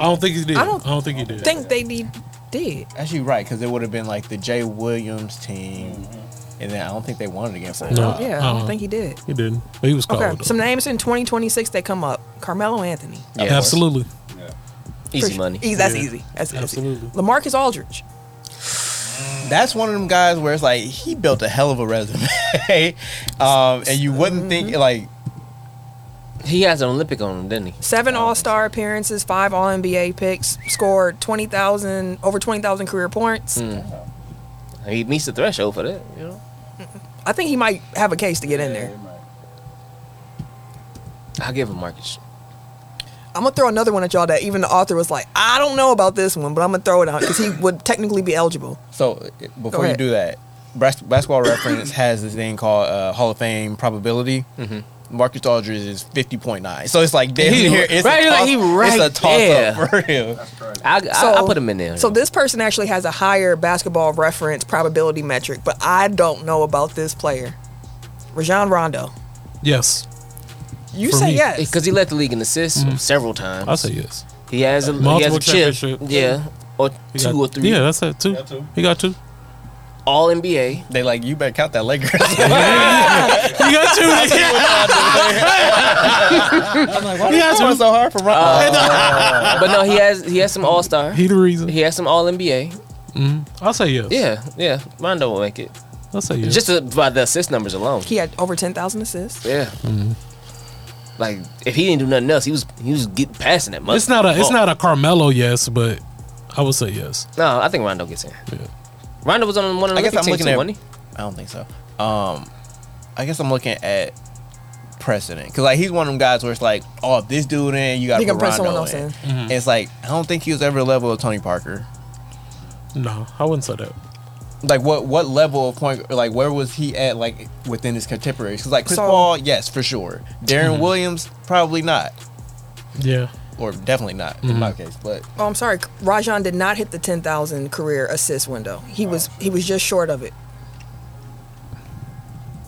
I don't think he did. I I don't don't, think he did. think they be did. Actually, right, because it would have been like the Jay Williams team, and then I don't think they won it again for a No. while. Yeah, I don't Uh-uh. think he did. he didn't. But he was cold. Okay, though. some names in 2026 that come up: Carmelo Anthony. Yeah. Absolutely. Easy money. Easy, that's Yeah. easy. That's Absolutely. easy. Lamarcus Aldridge. That's one of them guys where it's like he built a hell of a resume, um, and you wouldn't think like He has an Olympic on him, didn't he? Seven All Star appearances, five All NBA picks, scored 20,000, over 20,000 career points. Hmm. He meets the threshold for that. You know, I think he might have a case to get in there. I'll give him Marcus. I'm going to throw another one at y'all that even the author was like, I don't know about this one, but I'm going to throw it out because he would technically be eligible. so. uh, Go Before you ahead. do that, Bas- Basketball Reference has this thing called uh, Hall of Fame probability. Marcus Aldridge is fifty point nine, so it's like damn Mm-hmm. He- near it's right, a like, toss, he right it's a toss there. up for real. I I, I'll put him in there. So this person actually has a higher basketball reference probability metric, but I don't know about this player. Rajon Rondo. Yes. You For say me, yes. because he led the league in assists several times. I Mm-hmm. say yes. He has a he has Multiple a chip. championship. Yeah, or He two got- or three. Yeah, that's it. Two. He got two. All NBA. They like you better count that Lakers. He got two. he has one so hard for Ron. Uh, but no, he has he has some All Star. he the reason. He has some All NBA. I'll say yes. Yeah, yeah. Rondo will make it I'll say yes. just uh, by the assist numbers alone. he had over 10,000 assists. Yeah. Mm-hmm. Like if he didn't do nothing else, he was he was getting passing that much. it's not Oh. a it's not a Carmelo yes, but I would say yes. No, I think Rondo gets in. Yeah. Rondo was on one of the I guess I'm looking Olympic teams, too, at. wasn't he? I don't think so. Um, I guess I'm looking at precedent because like he's one of them guys where it's like, oh, if this dude in, you got to You can put put someone Rondo else in. Mm-hmm. It's like I don't think he was ever level of Tony Parker. No, I wouldn't say that. Like what what level of point? Like where was he at? Like within his contemporaries? Because like Chris So- Mm-hmm. Paul, yes for sure. Darren Williams, probably not. Yeah. or definitely not in Mm-hmm. my case. But Oh, I'm sorry. Rajon did not hit the 10,000 career assist window. He was he was just short of it.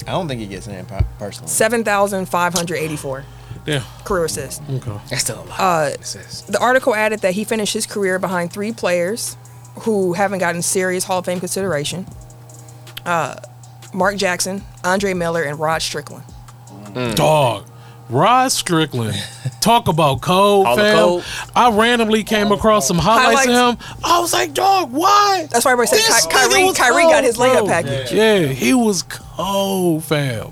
I don't think he gets in per- personally. 7,584 Yeah. career assists. Okay. That's still a lot. Uh, This is- the article added that he finished his career behind three players who haven't gotten serious Hall of Fame consideration uh, Mark Jackson, Andre Miller, and Rod Strickland. Mm. Dog. Rod Strickland. Talk about cold, All the fam. cold. I randomly came across some highlights, Highlights. of him. I was like, dog, why? That's why everybody This said Ky- nigga Kyrie, was Kyrie got cold, his layup bro. package. Yeah, he was cold, fam.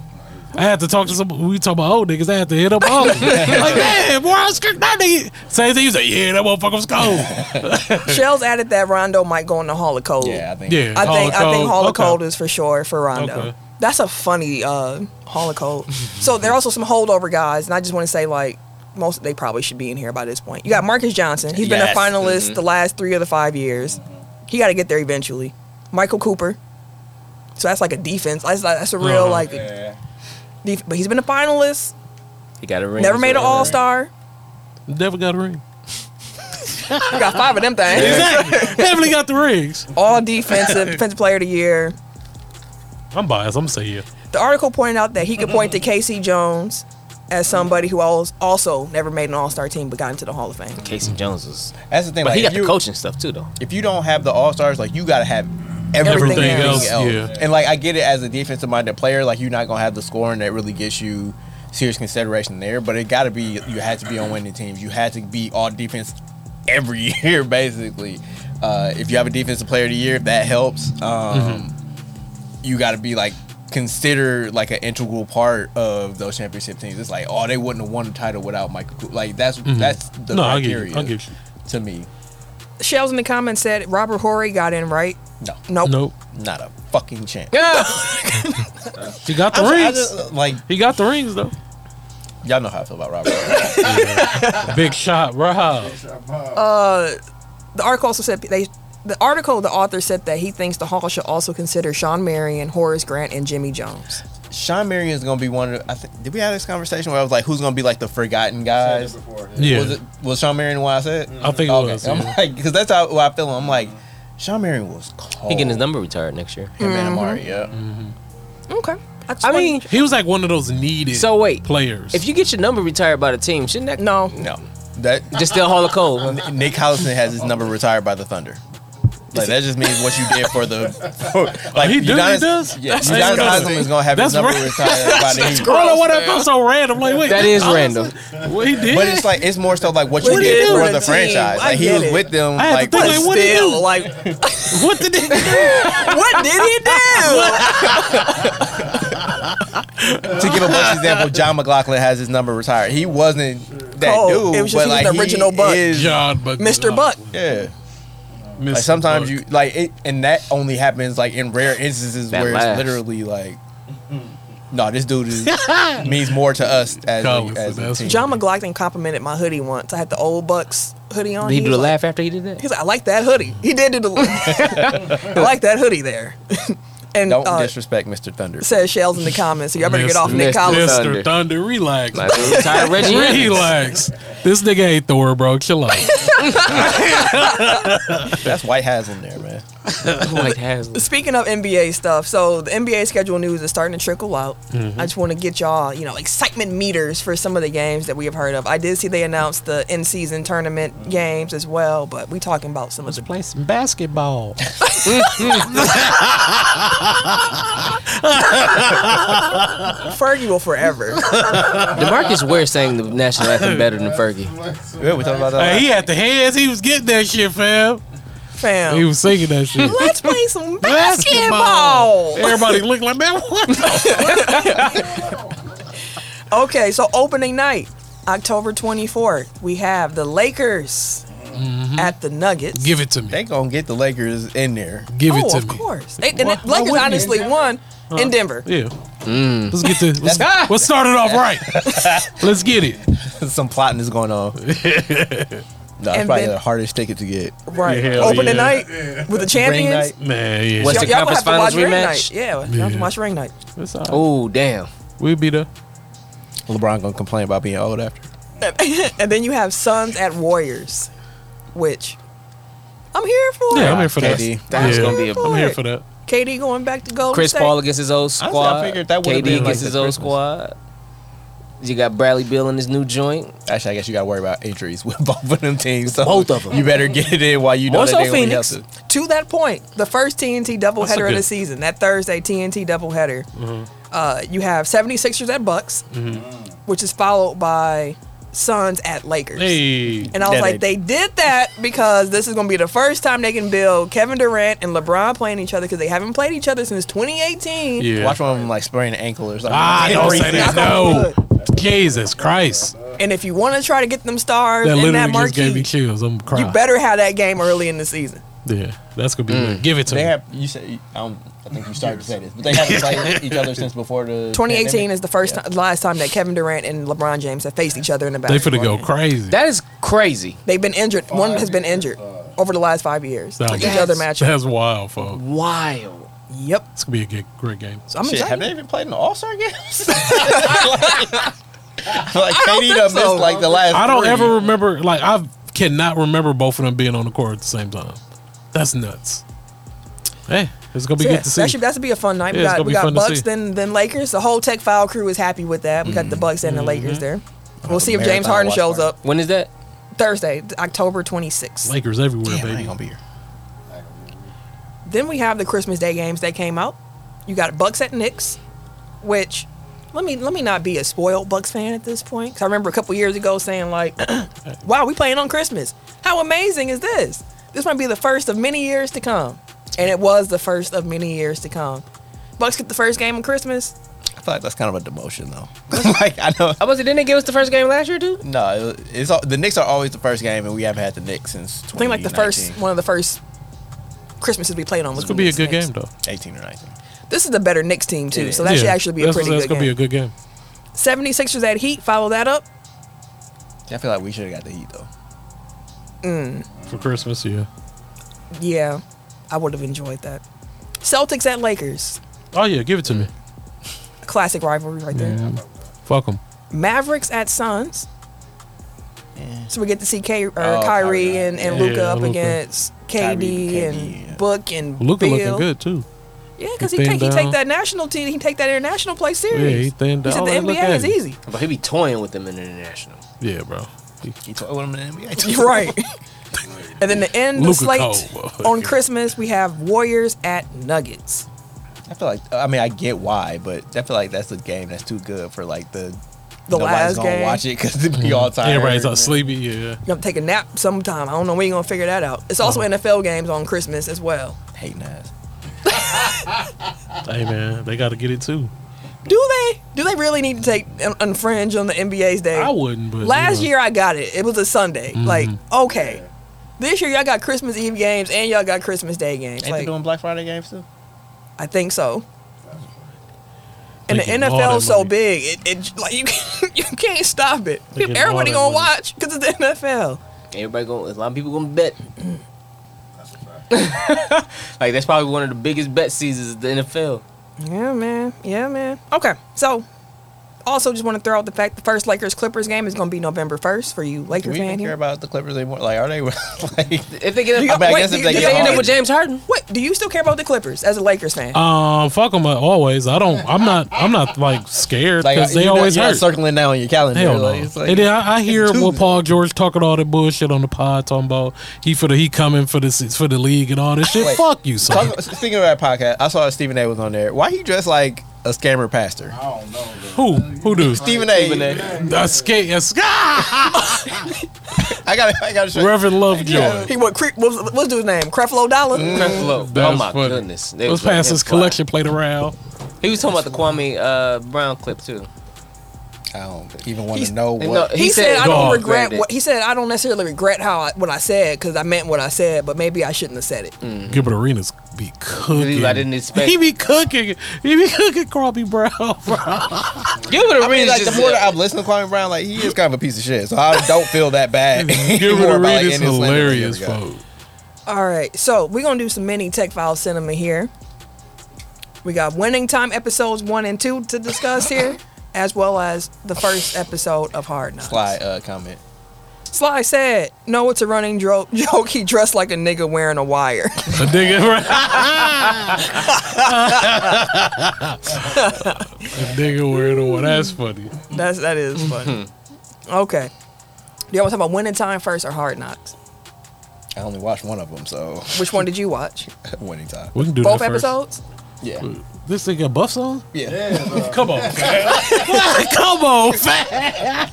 I had to talk to some. We talk about old niggas. I had to hit up old. like, man, Rod Strickland, that nigga. Same thing. He was like, yeah, that motherfucker was cold. Shells added that Rondo might go in the Hall of Code. yeah, I think. Yeah. I think I think Hall of okay. Code is for sure for Rondo. Okay. That's a funny uh, Hall of Code. so there are also some holdover guys, and I just want to say like most they probably should be in here by this point. You got Marcus Johnson. He's been Yes. a finalist the last three of the five years. He got to get there eventually. Michael Cooper. So that's like a defense. That's, like, that's a real Uh-huh. like. Yeah. Def- but he's been a finalist. He got a ring. Never so made an whatever. All Star. Never got a ring. You got five of them things. Exactly. Definitely got the rings. All defensive defensive player of the year. I'm biased. I'm gonna say yeah. The article pointed out that he could point to Casey Jones as somebody who als- also never made an All Star team but got into the Hall of Fame. Casey Jones was. That's the thing. But like, he if got the you- coaching stuff too, though. if you don't have the all stars, like you gotta have Everything everything, else, else. yeah. And like I get it as a defensive minded player, like you're not gonna have the scoring that really gets you serious consideration there, but it gotta be you had to be on winning teams. You had to be all defense every year basically. Uh, if you have a defensive player of the year, that helps. Um, Mm-hmm. You gotta be like considered like an integral part of those championship teams. It's like, oh, they wouldn't have won the title without Michael. Coo- Like that's that's the Mm-hmm. No, I get you. criteria I get you. to me. Shells in the comments said Robert Horry got in, right? No, Nope. Nope. not a fucking chance. He got the I'm sorry, I rings. just, like he got the rings though. y'all know how I feel about Robert. Big shot, Rob. Uh, The article also said they. The article, the author said that he thinks the Hall should also consider Sean Marion, Horace Grant, and Jimmy Jones. Sean Marion is gonna be one of. The, I think did we have this conversation where I was like, who's gonna be like the forgotten guys? Yeah, Was it was Sean Marion what I said? I think it okay, was. I'm yeah. like because that's how, how I feel. I'm like, Sean Marion was cold. He getting his Oh. number retired next year. Him and Amari, Mm-hmm. yeah. Okay. just I wanted- mean, He was like one of those needed. So wait, players. if you get your number retired by the team, shouldn't that no. No, that just still Hall of Code? huh? Nick Hollison has his number retired by the Thunder. Like that just means what you did for the for, like Oh, he do- he Udonis- does? Yeah, That's Udonis disgusting. Haslem is gonna have That's his number right. retired by the Heat. I don't know why that felt so random. Like wait, That is I was- random. What he did? But it's like it's more so like what What you do you did do for with the a team? franchise. I Like he get was it. with them. I had to like think, for like, what did he Still, do? like, what did he do? what did he do? to give a bunch of example, John McLaughlin has his number retired. He wasn't that Cold. dude. It was just but he was like the original he Buck. is- John, but uh, Mr. Buck. yeah. Mr. Like sometimes Buck. you like it, and that only happens like in rare instances That where lasts. it's literally like, no, this dude is, means more to us as Cold, a, as a that's- team. John McLaughlin complimented my hoodie once. I had the old Bucks hoodie on. Did he do was the like, laugh after he did that? He's like, I like that hoodie. He did do the. I like that hoodie there. and Don't uh, disrespect Mr. Thunder. says Shells in the comments. So y'all better get off Nick Mr. Collins. Mr. Thunder. Thunder. relax. Like, he retired Reggie. Evans. relax. This nigga ain't Thor, bro. Chill out. That's White Haslam there, man. White Haslam. Speaking of NBA stuff, so the NBA schedule news is starting to trickle out. I just want to get y'all, you know, excitement meters for some of the games that we have heard of. I did see they announced the in-season tournament games as well, but we talking about some of the Play some basketball. Fergie will forever. Demarcus Ware sang the national anthem better than Fergie. Yeah, we talked about that. hey, he last- had the hands. He was getting that shit, fam. He Fam, was singing that shit. let's play some basketball. Everybody looked like man. What? the-" Okay, so opening night, October 24th, we have the Lakers at the Nuggets. Mm-hmm. Give it to me. They gonna get the Lakers in there. Give oh, it to of me. course. They, and Why- the why Lakers wouldn't honestly won in Denver. Yeah. Let's get to. Let's, let's start it off right. let's get it. Some plotting is going on. no, that's And probably then- the hardest ticket to get. Right. Yeah, hell opening yeah. night with the Ring champions. night. Man, yeah. What's Y'all, the y'all gonna conference have to watch ring finals night. rematch? Yeah, y'all have to Yeah. watch ring night. It's all right. Oh damn. We'll be there. LeBron gonna complain about being old after. and then you have Suns at Warriors, which I'm here for. Yeah, I'm here for that. KD. That's Yeah. gonna be a- I'm here for that. KD going back to Golden Chris State. Paul against his old I squad. figured that would've KD been like against the his old Christmas. squad. You got Bradley Bill in his new joint. Actually, I guess you got to worry about injuries with both of them teams. So Both of 'em. You better get it in while you know More that so they gonna be Phoenix. healthy. To that point, the first TNT That's a doubleheader of good- Mm-hmm. the season, that Thursday TNT doubleheader, uh, you have 76ers at Bucks, which is followed by Suns at Lakers. Hey, And I was That like, ain't- they did that because this is going to be the first time they can build Kevin Durant and LeBron playing each other because they haven't played each other since 2018. yeah. Watch one of them like sprain an ankle or something. Ah, don't say that. No, Knock Jesus Christ, And if you want to try to get them stars that and that literally just gave me marquee, chills. I'm you crying. better have that game early in the season. Yeah, that's gonna be good. Give it to They me. have you said I, don't, I think you started to say this, but they haven't played each other since before the 2018 pandemic. is the first Yeah. ti- last time that Kevin Durant and LeBron James have faced each other in a they basketball. finna go crazy. That is crazy. They've been injured. One has been injured over the last five years. That Each was- other matchup. That's wild, folks. Wild. Yep. It's gonna be a good, great game. So I'm Shit, have excited. they even played in the All Star games? like KD done missed so. like the last. I don't three. ever remember. Like I cannot remember both of them being on the court at the same time. That's nuts. Hey, it's gonna be So, yeah, good to see. That should, that should be a fun night. Yeah, it's gonna we be got, we fun got to Bucks, see. then then Lakers. The whole Tech File crew is happy with that. We got the Bucks and the Mm-hmm. Lakers there. We'll see if James Mm. marathon Harden watch shows party. up When is that? Thursday, October 26th. Lakers everywhere, Damn, I ain't baby. gonna be here. Then we have the Christmas Day games that came out. You got Bucks at Knicks, which let me let me not be a spoiled Bucks fan at this point. 'Cause I remember a couple years ago saying like, "Wow, we playing on Christmas. How amazing is this? This might be the first of many years to come." And it was the first of many years to come. Bucks get the first game on Christmas. I feel like that's kind of a demotion though. like I know. I Oh, was. Didn't they give us the first game last year, dude? No, it- it's all, the Knicks are always the first game, and we haven't had the Knicks since. I think like the first one of the first Christmases we played on was It's gonna be a good Knicks. game though. 18 or 19. This is the better Knicks team too, so that should Yeah, actually be a that's- pretty That's good gonna be a game. good game. 76ers at Heat, follow that up. I feel like we should have got the Heat though. for Christmas. Yeah. Yeah, I would have enjoyed that. Celtics at Lakers, Oh yeah, give it to me. classic rivalry right there. Fuck them. Mavericks at Suns. So we get to see K, or Kyrie, Oh, Kyrie. and, and Yeah, Luca up Luka. against KD, Kyrie, and KD, yeah. Book and Luca Bill. looking good too. Yeah, because He he, take, he thinned take down. that national team, he take that international play Yeah, series. he thinned He down. said Oh, the hey, look NBA at is him. easy. But he be toying with them in the international. Yeah, bro. He- He told him in the NBA. You're right. and then the end of Luka slate Cole. on Christmas, we have Warriors at Nuggets. I feel like I mean I get why, but I feel like that's a game that's too good for like the The last nobody's gonna game. watch it because it'd be all tired. Everybody's all sleepy. Yeah. You have to take a nap sometime. I don't know when you're gonna figure that out. It's Uh-huh. also NFL games on Christmas as well. Hating ass. Hey man, they got to get it too. Do they? Do they really need to take un- unfringe on the NBA's day? I wouldn't. Mm-hmm. But Last you know. year I got it. It was a Sunday. Like okay, this year y'all got Christmas Eve games and y'all got Christmas Day games. Ain't they Like doing Black Friday games too? I think so. And the They getting all that NFL's so money. big, it, it like you can't, you can't stop it. They getting all Everybody that gonna money. watch because it's the NFL. Everybody going. A lot of people gonna bet. like that's probably one of the biggest bet seasons of the NFL. Yeah, man. Yeah, man. Okay. So, also just want to throw out the fact the first Lakers Clippers game is going to be November 1st for you Do Lakers we fan even care here. about the Clippers anymore? Like, are they like? If they get, You up, got- I wait, guess do if you- they do get if they end hard- up with James Harden, Wait, do you still care about the Clippers as a Lakers fan? Um, fuck them always. I don't. I'm not. I'm not like scared like because you they know- always you're not hurt. circling down on your calendar. Hell no. like, it's like- and then I, I hear what Tuesday. Paul George talking all that bullshit on the pod, talking about he for the he coming for the se- for the league and all this shit. Wait. Fuck you, son. Talk- speaking of that podcast, I saw Stephen A. was on there. Why he dressed like a scammer pastor? Who who do Oh, Stephen A. A skate a ska- I got I got to show. you. Reverend Lovejoy. He what, Cre- what's, what's dude's name? Creflo Dollar? Creflo. That Oh was my funny. goodness. They Let's was letting pass him this fly. collection plate around. He was talking about the Kwame uh, Brown clip too. I don't even want to know And what. no, He, said, I don't God. regret it. what he said. I don't necessarily regret how I, what I said because I meant what I said, but maybe I shouldn't have said it. Gilbert Arenas be cooking. I didn't expect- He be cooking. He be cooking Crawby Brown. bro. Gilbert I mean, Arenas like the just more that I've listened to Kwame Brown, like he is kind of a piece of shit. So I don't feel that bad. anymore Gilbert about, like, Arenas any slander that he ever hilarious, got. folks. All right, so we're gonna do some mini tech file cinema here. We got winning time episodes one and two to discuss here, as well as the first episode of Hard Knocks. Sly uh, comment. Sly said, "No, it's a running dro- joke. He dressed like a nigga wearing a wire." A nigga, right? a nigga wearing a one. That's funny. That's that is funny. okay, do y'all want to talk about Winning Time first or Hard Knocks? I only watched one of them, so Which one did you watch? winning time. We can do Both that first. episodes? Yeah. This nigga buffs on? Yeah. Come on, fam. Come on, fam.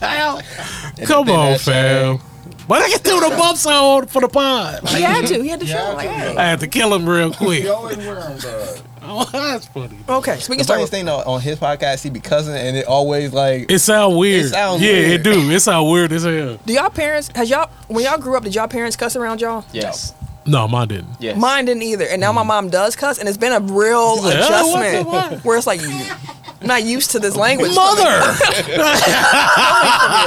Come on, fam. But I can do the bumps on for the pod. He had to. He had to Yeah, show I like do. that. I had to kill him real quick. He always wearing the. Oh, that's funny. Okay, so we The can start. funniest With, thing though, on his podcast, he be cousin, and it always like It sound weird. sound yeah, weird. it do. It sound weird as hell. do y'all parents? Has y'all when y'all grew up? Did y'all parents cuss around y'all? Yes. No, mine didn't. Yes. Mine didn't either, and now my mom does cuss, and it's been a real Mm. like, "Oh, what the adjustment where it's like I'm not used to this language. Mother! Your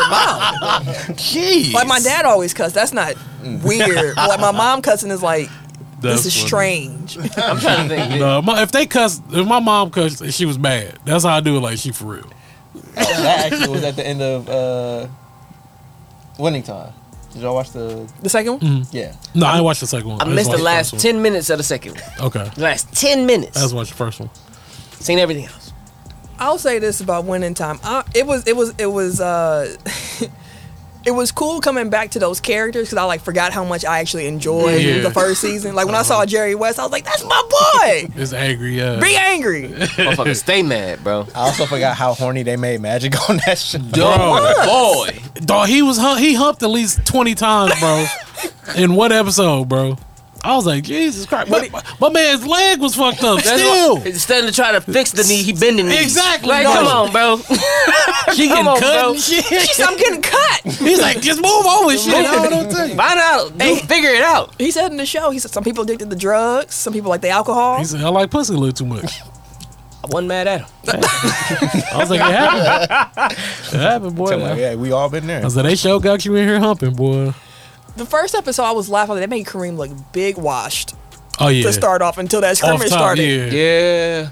mom. Jeez. Like my dad always cussed. That's not weird. But, like my mom cussing is like That's this is funny. strange. I'm trying to think. No, my, if they cussed, if my mom cussed, she was mad. That's how I do it. Like she for real. that actually was at the end of uh, winning time. Did y'all watch the? The second one. Mm. Yeah. No, I didn't watch the second one. I missed the just watched last first one. ten minutes of the second. one. Okay, The last ten minutes. I just watched the first one. Seen everything else. I'll say this about winning time. I, it was it was it was uh it was cool coming back to those characters because I like forgot how much I actually enjoyed Yeah. Uh-huh. the first season. Like when I saw Jerry West, I was like, "That's my boy." It's angry. Yeah. Be angry. Motherfucker, stay mad, bro. I also forgot how horny they made Magic on that show. Oh boy. Dog, he was hu- he humped at least twenty times, bro. in one episode, bro. I was like, Jesus Christ, but my, my man's leg was fucked up. That's Still, why- instead of trying to fix the knee, he bending knees. Exactly, Like, bro. come on, bro. she getting come on, cut bro. and shit. She said, "I'm getting cut." He's like, just move on and shit. I don't know what to tell you. Find out. Dude, figure it out. He said in the show, he said some people addicted to drugs, some people like the alcohol. He said, I like pussy a little too much. I wasn't mad at him. I was like, it happened. it happened, boy. I'm like, I yeah, we all been there. was like, they show got you in here humping, boy. the first episode, I was laughing. They made Kareem look big washed Oh yeah. to start off until that Off scrimmage top, started. yeah. Yeah.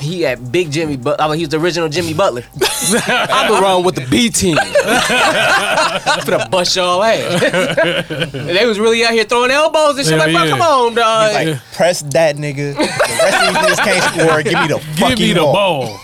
He had big Jimmy Butler. I mean, he was the original Jimmy Butler. I belong with the B team. I'm finna bust y'all ass. And they was really out here throwing elbows and shit. Yeah, like, bro, yeah. come on, dog. Like Yeah. press that nigga. The rest of these niggas can't score. Give me the fucking Give me the ball. ball.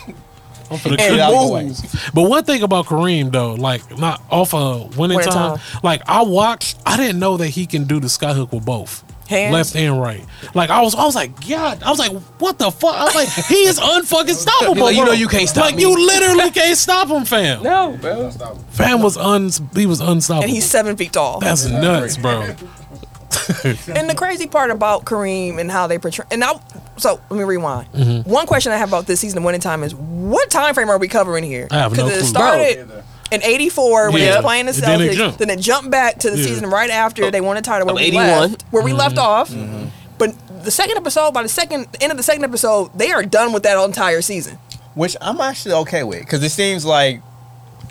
I'm finna Hey, kick that you. boy. But one thing about Kareem though, like not off of winning Winning time, like I watched, I didn't know that he can do the skyhook with both. Hands? Left and right. Like I was I was like, God, I was like, what the fuck? I was like, he is unfucking stoppable. Like, you bro. know you can't stop Like me. you literally can't stop him, fam. no, bro. Fam was un he was unstoppable. And he's seven feet tall. That's nuts, bro. And the crazy part about Kareem and how they portray and now so let me rewind. Mm-hmm. One question I have about this season of winning time is what time frame are we covering here? I have no it clue. started in eighty four when Yeah. they were playing the And then it Celtics, then it, jumped. jumped back to the Yeah. Mm-hmm. season right after they won a title where Of we 81. left where we left off. Mm-hmm. But the second episode, by the second end of the second episode, they are done with that entire season. Which I'm actually okay with because it seems like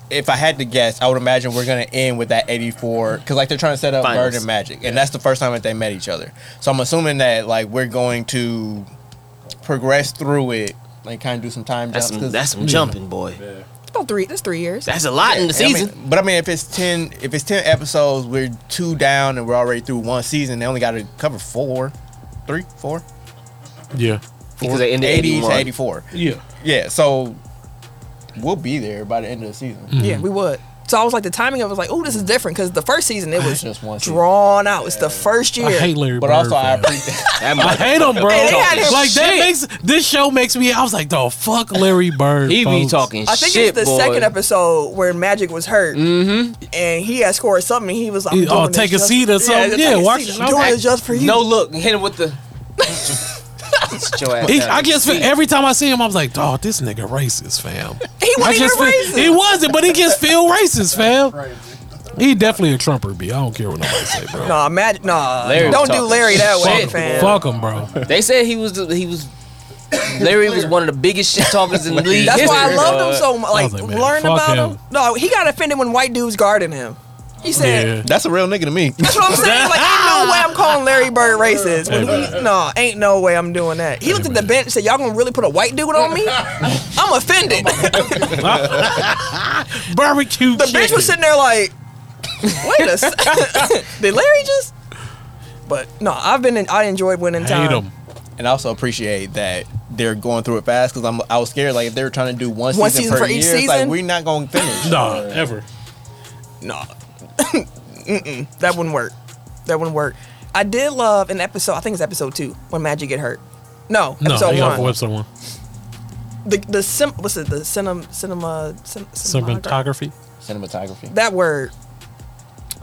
if I had to guess, I would imagine we're gonna end with that 84 because like they're trying to set up Finals. Bird and Magic, and that's the first time that they met each other. So I'm assuming that like we're going to progress through it, like kind of do some time That's jumps. some, 'cause- that's some jumping, boy. It's about three that's three years. That's a lot in the I mean, season. but I mean, if it's ten, if it's ten episodes, we're two down and we're already through one season. They only got to cover four, three, four, Yeah. because they ended 80 81. to eighty-four. Yeah. Yeah, so we'll be there by the end of the season. Yeah, we would. So I was like, the timing of it was like, oh, this is different because the first season it was just one season. drawn out. It's the first year. I hate Larry But Bird, also, I fam. appreciate. That I might- hate him, bro. Hey, they out here like that shit. makes this show makes me. I was like, "Dog, fuck Larry Bird." he be folks." talking I think shit, it's the boy. second episode where Magic was hurt, and he had scored something. and He was like, He- I'm Mm-hmm. oh, doing this take a just- seat or something. take Yeah, a watch- seat. I'm I'm doing like, this just for you. No look, hit him with the. Sit your ass He- down. I just feel, every time I see him, I was like, "Dog, this nigga racist, fam." he I wasn't even just feel, racist. He wasn't, but he just feel racist, fam. He definitely a Trumper, B. I don't care what nobody say, bro. Nah, Magic. Nah, Larry was don't do talking Larry that way, shit, fam. Fuck him, bro. They said he was the, he was Larry was one of the biggest shit talkers in the league. That's why I history, loved him dog. so much. Like, was like, man, learn fuck about him. him. No, he got offended when white dudes guarded him. He said. Yeah, That's a real nigga to me. That's what I'm saying. Like, ain't no way I'm calling Larry Larry Bird racist. When we, no, ain't no way I'm doing that. He looked at the bench and said, Y'all gonna really put a white dude on me? I'm offended. Oh Barbecue the bench chicken. was sitting there like, Wait a second. Did Larry just. But no, I've been in, I enjoyed winning time. Hate him. and I also appreciate that they're going through it fast because I'm I was scared like if they were trying to do one, One season, season per for each year, it's like season? we're not going to finish. Nah, ever. No. Mm-mm, that wouldn't work. That wouldn't work. I did love an episode, I think it's episode two, when Magic get hurt. No, No, episode they got for one. episode one. The the sim, what's it? The cinema cinema cin- cinematography. Cinematography. Cinematography. That word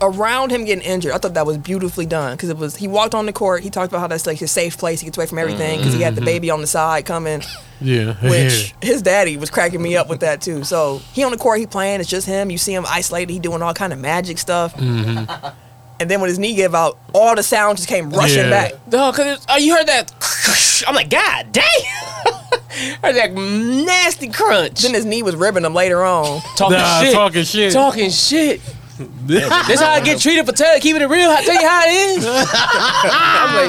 around him getting injured. I thought that was beautifully done because it was he walked on the court. He talked about how that's like his safe place. He gets away from everything because he had the baby on the side coming. Yeah. which his daddy was cracking me up with that too. So he on the court, he playing. It's just him. You see him isolated. He doing all kind of magic stuff. And then when his knee gave out, all the sound just came rushing Yeah. back. No, cause it, oh, you heard that? I'm like, God damn! heard that nasty crunch. Then his knee was ribbing him later on. talking Nah, shit. talking shit. Talking shit. That's how I get treated for telling, keeping it real. I tell you how it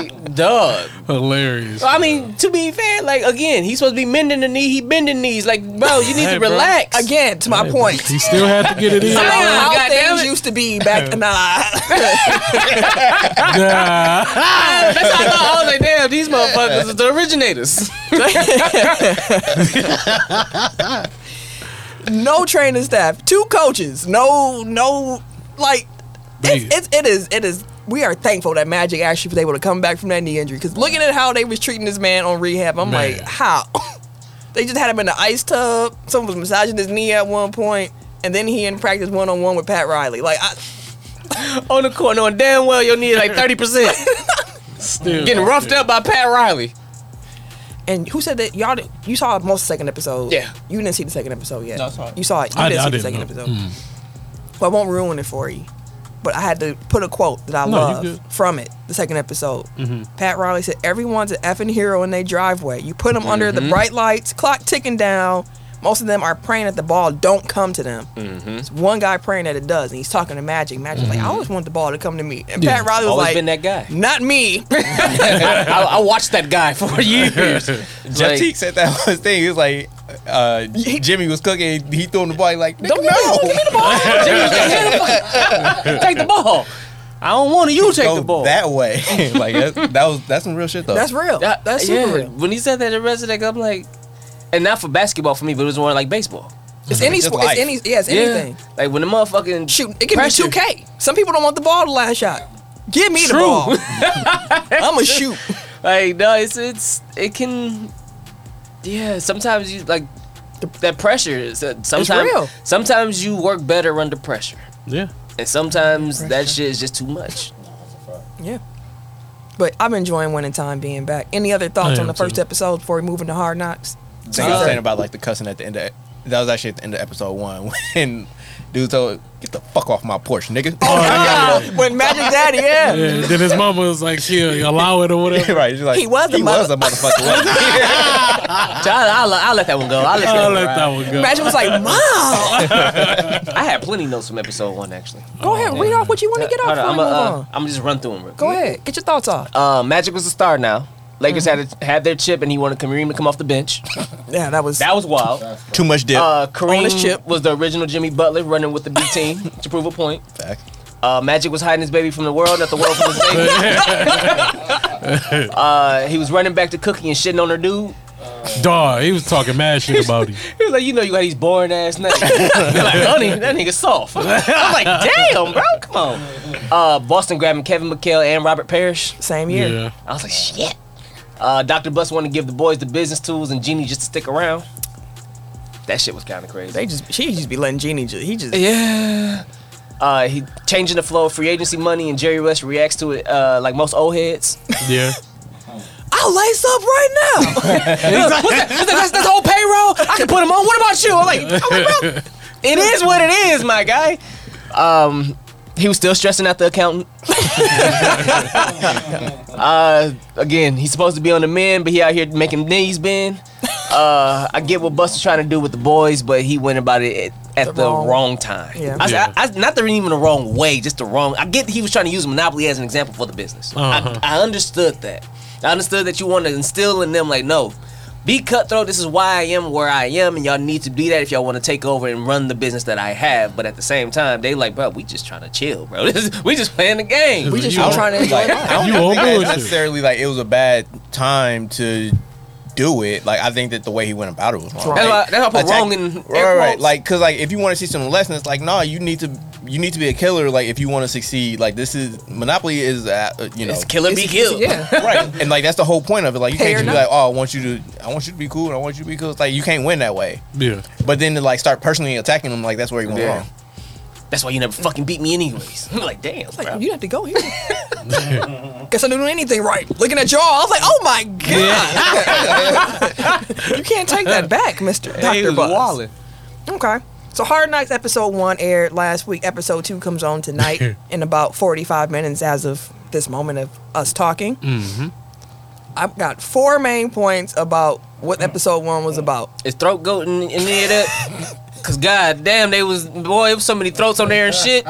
is. I'm like, dog. Hilarious. I mean, to be fair, like again, he's supposed to be mending the knee. He bending knees. Like, bro, you need Hey, to bro. relax. Again, to my point. He still had to get it in. How- Yeah, how God damn things it. used to be back nah. Nah. That's how I thought. I was like, damn, these motherfuckers is the originators. no training staff, two coaches, no no like Nigga. it's, it's, it is it is we are thankful that Magic actually was able to come back from that knee injury because looking at how they was treating this man on rehab, I'm Man. like how they just had him in the ice tub. Someone was massaging his knee at one point, and then he in practice one on one with Pat Riley. Like I, on the court, knowing damn well your knee is like thirty percent, Still. getting roughed up by Pat Riley. and who said that y'all? didn't- You saw most of the second episode. Yeah. you didn't see the second episode yet. No, I saw it. You saw it. You I- didn't I see the didn't Mm. second know. episode. Well, I won't ruin it for you, but I had to put a quote that I No, you good. Mm-hmm. love from it, the second episode. Pat Riley said, "Everyone's an effing hero in their driveway. You put them under Mm-hmm. the bright lights, clock ticking down. Most of them are praying that the ball don't come to them. Mm-hmm. It's one guy praying that it does, and he's talking to Magic. Magic's Mm-hmm. like, I always want the ball to come to me, and Pat Riley was Always like, been that guy. Not me. I, I, I watched that guy for years. It's Jeff like, Teague said that was thing. He was like, uh, Jimmy was cooking. He threw him the ball. He like, Don't don't no. give me know. the ball. Jimmy was like, "Take the fuck- take the ball. I don't want to. You take the Go ball. that way. like that's, that was that's some real shit though. That's real. That- That's super yeah. real. When he said that to Resident, I'm like, and not for basketball for me, but it was more like baseball. It's any Just sport. life. It's any. Yeah, it's anything. Yeah. Like when the motherfucking Shoot, it can pressure. be two K. Some people don't want the ball to last shot. Give me True. the ball. I'm a shoot. Like no, it's it's it can. Yeah, sometimes you like that pressure is uh, sometimes real. sometimes you work better under pressure, Yeah. and sometimes that shit is just too much. Yeah. But I'm enjoying winning time being back. Any other thoughts on I am the first too. episode before we move into Hard Knocks? So you were saying about like the cussing at the end of that was actually at the end of episode one when dude told get the fuck off my porch, nigga. Oh, when Magic Daddy, yeah. Yeah, then his mama was like, she'll allow it or whatever. right, he's like, He was a he was a motherfucker. wasn't he? So I, will I'll let that one go. I'll let, that, I'll one let ride. that one go. Magic was like, Mom, I had plenty notes from episode one actually. go ahead, read off what you want to get off. before I'm we move uh, on. I'm just run through them. Real quick. Go ahead, Mm-hmm. get your thoughts off. Uh, Magic was a star now. Lakers had had their chip, and he wanted Kareem to come off the bench. Yeah, that was. That was wild. Too much dip. On Uh, his Kareem chip. was the original Jimmy Butler running with the B team to prove a point. Fact. Uh, Magic was hiding his baby from the world, not the world from his baby. uh, he was running back to Cookie and shitting on her dude. Dog, he was talking mad shit about you. He was like, you know, you got these boring ass names. They're like, honey, that nigga soft. I'm like, damn, bro, come on. Uh, Boston grabbing Kevin McHale and Robert Parrish. Same year. Yeah. I was like, shit. Uh, Dr. Bus wanted to give the boys the business tools and Genie just to stick around. That shit was kind of crazy. They just she just be letting Genie just he just Yeah. Uh, he changing the flow of free agency money, and Jerry West reacts to it uh, like most old heads. Yeah. I'll lace up right now. That's, that's, that's whole payroll. I can put him on. What about you? I'm like, I'm like, bro, it is what it is, my guy. Um, he was still stressing out the accountant. uh, again, he's supposed to be on the men, but he out here making knees bend. Uh, I get what Buster's trying to do with the boys, but he went about it at The the, wrong- wrong, time. Yeah. I, said- Yeah. I, I, not the, even the wrong way, just the wrong. I get he was trying to use monopoly as an example for the business. Uh-huh. I, I understood that. I understood that you want to instill in them like, no, be cutthroat. This is why I am where I am, and y'all need to be that if y'all want to take over and run the business that I have. But at the same time, they like, bro, we just trying to chill, bro. This is- we just playing the game. We just You- trying to enjoy like, life. I don't You think won't do that's it to. necessarily like it was a bad time to do it. Like I think that the way he went about it was wrong. That's why- Like, that's why I put attack- wrong in right, air right. quotes. Like because like if you want to see some lessons, like no, you need to you need to be a killer. Like if you want to succeed, like this is Monopoly is uh, uh, you know It's killer be killed. Yeah. right, and like that's the whole point of it. Like you Fair can't just be enough. like, oh, I want you to, I want you to be cool, and I want you to be cool. It's like you can't win that way. Yeah. But then to like start personally attacking them, like that's where he went Yeah. wrong. That's why you never fucking beat me anyways. I'm like, damn, Like, bro. you have to go here. Guess I didn't do anything right. Looking at y'all, I was like, oh my god. you can't take that back, Mister Doctor Buzz. Okay. So Hard Knocks episode one aired last week. Episode two comes on tonight in about forty-five minutes as of this moment of us talking. Mm-hmm. I've got four main points about what episode one was about. Is throat goat in, in any of that? Cause god damn, they was boy, it was so many throats on there and shit.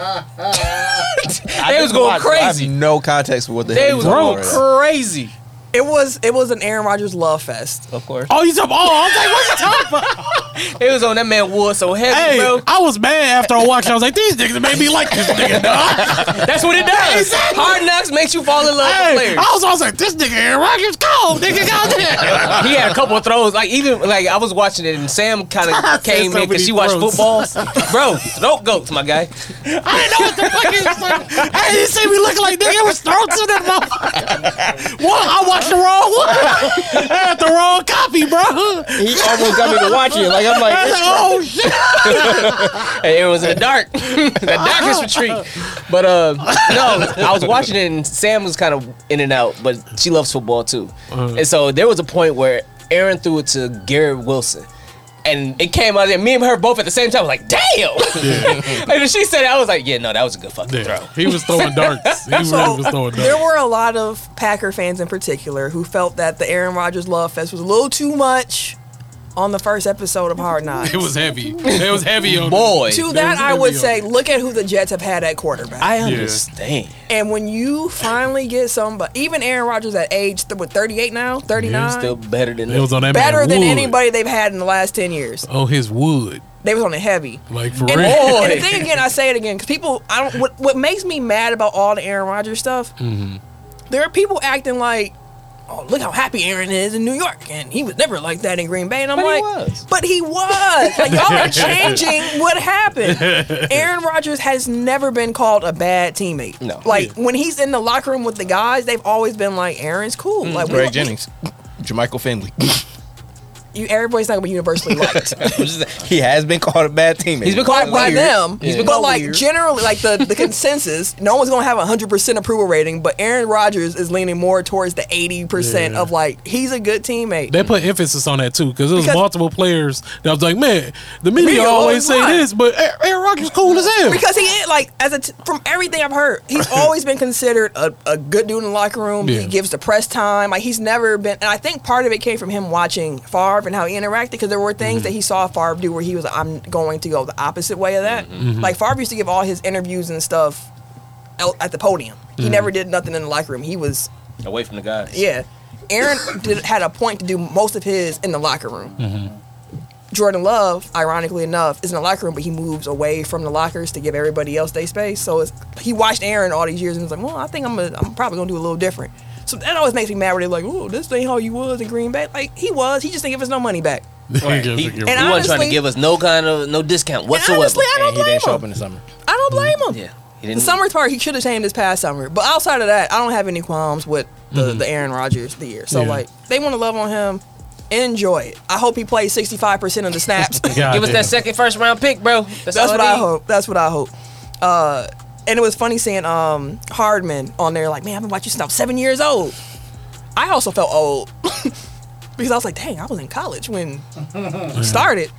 they was going I crazy. have no context for what the They hell was he going doing. crazy. It was it was an Aaron Rodgers love fest. Of course. Oh, you talking? Oh, I was like, what you talking about? They was on that man wood so heavy, Hey, bro. I was mad after I watched. I was like, these niggas made me like this nigga. Dog. That's what it does. Hard knocks makes you fall in love Hey, with players. I was, I was like, this nigga Aaron Rodgers cold, nigga. Goddamn. he had a couple of throws. Like even like I was watching it, and Sam kind of came so in because many she watched throats. football. Bro, throat goats, my guy. I didn't know what the fuck he was like. Hey, you see me looking like nigga was throats in that motherfucker. What? I watched the wrong one. I had the wrong copy, bro. He almost got me to watch it. Like I'm I was like, like, oh shit. And it was in the dark, the darkest retreat. But uh, no, I was watching it, and Sam was kind of in and out, but she loves football too. Uh-huh. And so there was a point where Aaron threw it to Garrett Wilson. And it came out there. Me and her both at the same time. I was like, "Damn!" and when she said, it, "I was like, yeah, no, that was a good fucking throw." He was throwing darts. He So there were a lot of Packer fans in particular who felt that the Aaron Rodgers love fest was a little too much on the first episode of Hard Knocks. It was heavy. It was heavy on Boy, to there that was I would video. say, look at who the Jets have had at quarterback. I understand. and when you finally get somebody, even Aaron Rodgers at age th- what 38 now, 39, Still better than It was on that man better than wood. anybody they've had in the last 10 years. Oh, his wood. They was on the heavy. Like for And, real. and the thing again, I say it again because people, I don't. What, what makes me mad about all the Aaron Rodgers stuff? Mm-hmm. There are people acting like, "Oh, look how happy Aaron is in New York, and he was never like that in Green Bay." And I'm But he like, was. "But he was." Like y'all are changing what happened. Aaron Rodgers has never been called a bad teammate. No. like when he's in the locker room with the guys, they've always been like, "Aaron's cool." Mm, Like we Greg don't- Jennings, Jermichael Finley. you, everybody's not gonna be universally liked. he has been called a bad teammate. He's been by, called by weird. them. He's been but called like weird. generally, like the, the consensus, no one's gonna have a hundred percent approval rating. But Aaron Rodgers is leaning more towards the eighty percent Yeah. of like he's a good teammate. They put emphasis on that too because it was Because- multiple players that was like, man, the media, Media always always say right." this, but A- Aaron Rodgers cool as hell. because he is like as a t- from everything I've heard, he's always been considered a, a good dude in the locker room. Yeah. He gives the press time. Like he's never been, and I think part of it came from him watching Favre and how he interacted because there were things that he saw Favre do where he was like, "I'm going to go the opposite way of that." Like Favre used to give all his interviews and stuff out at the podium. He never did nothing in the locker room. He was Away from the guys. yeah. Aaron did, had a point to do most of his in the locker room. Mm-hmm. Jordan Love, ironically enough, is in the locker room, but he moves away from the lockers to give everybody else their space. So it's, he watched Aaron all these years and was like, well, I think I'm, gonna I'm probably going to do a little different. So that always makes me mad when they're like, oh, this ain't how you was in Green Bay. Like, he was. He just didn't give us no money back. He gives He, a he good- And wasn't trying honestly- to give us no kind of no discount whatsoever. honestly, I don't And he didn't show blame him. up in Mm-hmm. the summer. I don't blame him. yeah, he The didn't. summer part, he should have tamed this past summer. But outside of that, I don't have any qualms with the, the Aaron Rodgers the year. So, Mm-hmm. Yeah. like, they want to love on him. Enjoy it. I hope he plays 65% of the snaps. God give us damn. that second first round pick, bro. That's, That's all what I need. hope. That's what I hope. Uh, and it was funny seeing um, Hardman on there, like, man, I've been watching since I was seven years old. I also felt old because I was like, dang, I was in college when it started.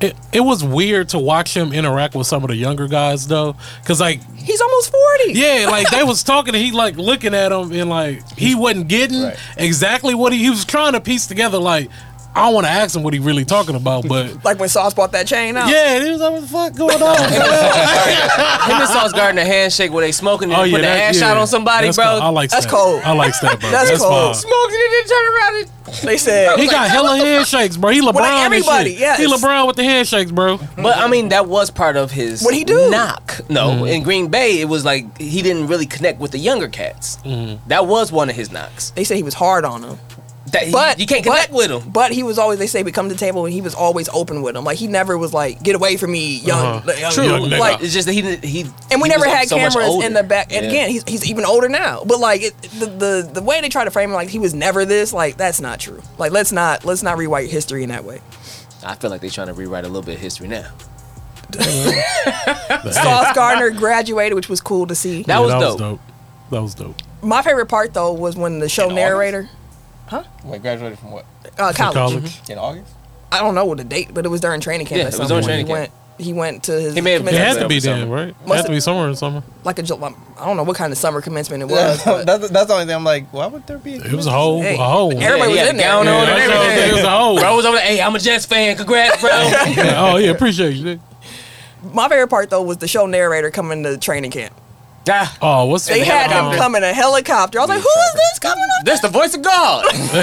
It, it was weird to watch him interact with some of the younger guys though, because like He's almost 40. yeah, like they was talking and he like looking at him and like he wasn't getting Right. exactly what he, he was trying to piece together. Like I don't want to ask him what he really talking about, but Like when Sauce bought that chain out. yeah, it was like, what the fuck going on? Him and Sauce guarding a handshake where they smoking and oh putting yeah, an that, ass yeah. out on somebody, That's bro. cold. I like That's that. cold. I like that, bro. That's That's, cold. Fine. smoking and then turn around and They said He got hella handshakes, bro. He LeBron everybody, and shit. yes. He LeBron with the handshakes, bro. But I mean, that was part of his. What Mm-hmm. he do? Knock. No, in Green Bay, it was like he didn't really connect with the younger cats. That was one of his knocks. they said he was hard on him. That But but you can't but- connect with him. But he was always they say we come to the table and he was always open with him. Like he never was like get away from me, young. Uh-huh. young- True. Young nigga. like It's just that he didn't. He and we he never was had so much cameras older. in the back. And Yeah. again, he's, he's even older now. But like it, the, the the way they try to frame it, like he was never this. Like that's not true. Like let's not let's not rewrite history in that way. I feel like they're trying to rewrite a little bit of history now. Sauce Gardner graduated, which was cool to see. That Yeah, was that dope. was dope. That was dope. My favorite part though was when the show In narrator, Wait, graduated from what? uh, For college. college. Mm-hmm. In August? I don't know what the date, but it was during training camp. Yeah, or it was something. during training he camp. Went, he went to his He may have It Yeah, had commencement- to be summer. then, right? It Must had to have- be somewhere in summer. like a July. I don't know what kind of summer commencement it was. that's, but that's the only thing I'm like, why would there be a It was a whole, Hey, a whole. everybody oh, Yeah, he was had in a there. gown on Yeah, and that's what I was saying. It everything. was a whole. Bro I was over there. Hey, I'm a Jets fan. Congrats, bro. oh yeah, appreciate you. nigga. my favorite part though was the show narrator coming to training camp. Ah, Oh, what's They had him come in a helicopter. I was like, who is this coming up? That's the voice of God. And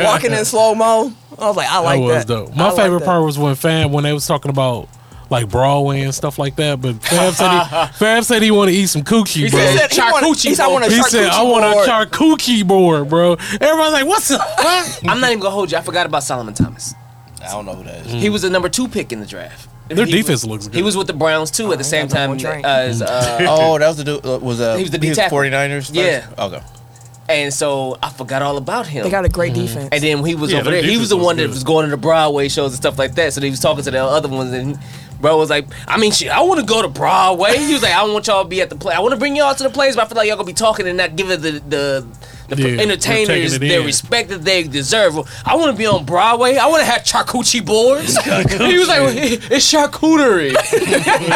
I'm walking in slow mo. I was like, I like that that. was dope. I My like favorite that. part was when Fab when they was talking about like Broadway and stuff like that. But Fab said he, Fab said he wanted to eat some coochie, He bro. He said- said, he wanted- Charcuterie he said, I want a He said, "I charcuterie board." want a charcuterie board, bro." Everybody's like, "What's up?" What? I'm not even gonna hold you. I forgot about Solomon Thomas. I don't know who that is. He was the number two pick in the draft. Their He defense was, looks good. He was with the Browns too at the ain't same got no time more drink. as uh, Oh, that was the dude. Uh, was uh, He was the D tackle. 49ers. Yeah. first? Okay. And so I forgot all about him. They got a Mm-hmm. great defense. and then he was Yeah, over their there. He was the defense was one that good. was going to the Broadway shows and stuff like that. So they was talking to the other ones, and bro was like, "I mean, shit, I want to go to Broadway." He was like, "I don't want y'all to be at the play. I want to bring y'all to the plays, but I feel like y'all gonna be talking and not giving the the, the Yeah, we're taking entertainers it their in. respect that they deserve." I want to be on Broadway. I want to have charcuterie boards. he was like, "It's charcuterie."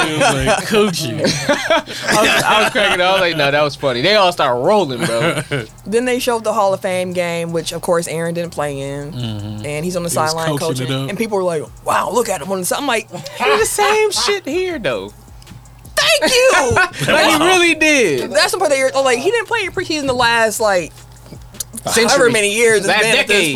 It was like, coochie. I, was, I was cracking. up. I was like, "No, that was funny." They all start rolling, bro. Then they showed the Hall of Fame game, which of course Aaron didn't play in, and he's on the sideline Mm-hmm. coaching coaching. it up. And people were like, "Wow, look at him!" on the side." I'm like, He the same shit here though. "Thank you." Like he really did. That's the part that you're oh, like, he didn't play in preseason the last like however Century. many years it's Last been decade. at this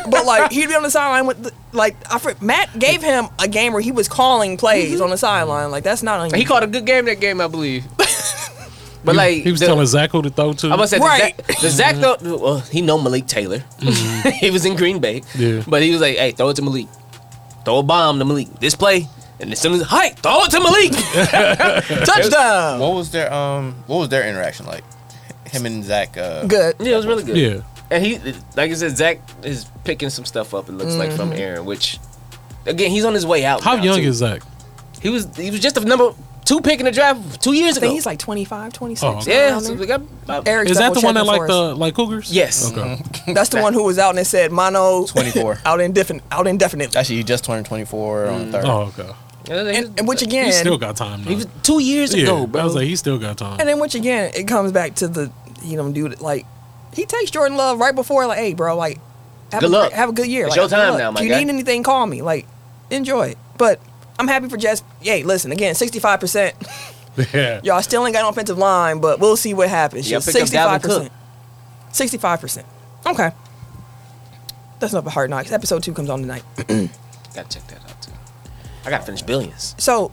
point. But like he'd be on the sideline with the, like I fr- Matt gave him a game where he was calling plays Mm-hmm. on the sideline. Like that's not unusual. He called a good game that game, I believe. but like He was the- telling Zach who to throw to. I must say Right. the Zach, the Zach though, well, he know Malik Taylor. he was in Green Bay, Mm-hmm. Yeah. but he was like, "Hey, throw it to Malik, throw a bomb to Malik, this play." And as soon as hey, throw it to Malik. touchdown. What was their um? What was their interaction like? Him and Zach. Uh, Good. yeah, it was really good. yeah, and he, like I said, Zach is picking some stuff up. It looks like from Aaron, which again, he's on his way out. Mm-hmm. how now, young too. is Zach? he? Was he was just the number two pick in the draft two years I ago? think he's like 25, 26. Oh, okay. yeah, around so there. we got about- Eric's Is that the one that double-checking like for us. the like cougars? Yes. Okay. That's the one who was out and said mono 24. out indefinite out indefinitely. actually, he just turned 24 Mm. on the 3rd. Oh, okay. And, and which He again still got time. Though. He was two years yeah, ago, bro. I was like, he still got time. And then which again, it comes back to the you know, dude. Like he takes Jordan Love right before, like, hey, bro, like, have Good a, luck. have a good year. It's like, your good time luck. now, my If you guy. need anything, call me. Like, enjoy it. But I'm happy for Jess. Yay, listen again, 65 percent. yeah. Y'all still ain't got an offensive line, but we'll see what happens. Y'all picked up 65 Dalvin Cook. percent. 65 percent. Okay. That's not the hard knocks. Episode two comes on tonight. Gotta check that out too. I gotta finish Billions. So,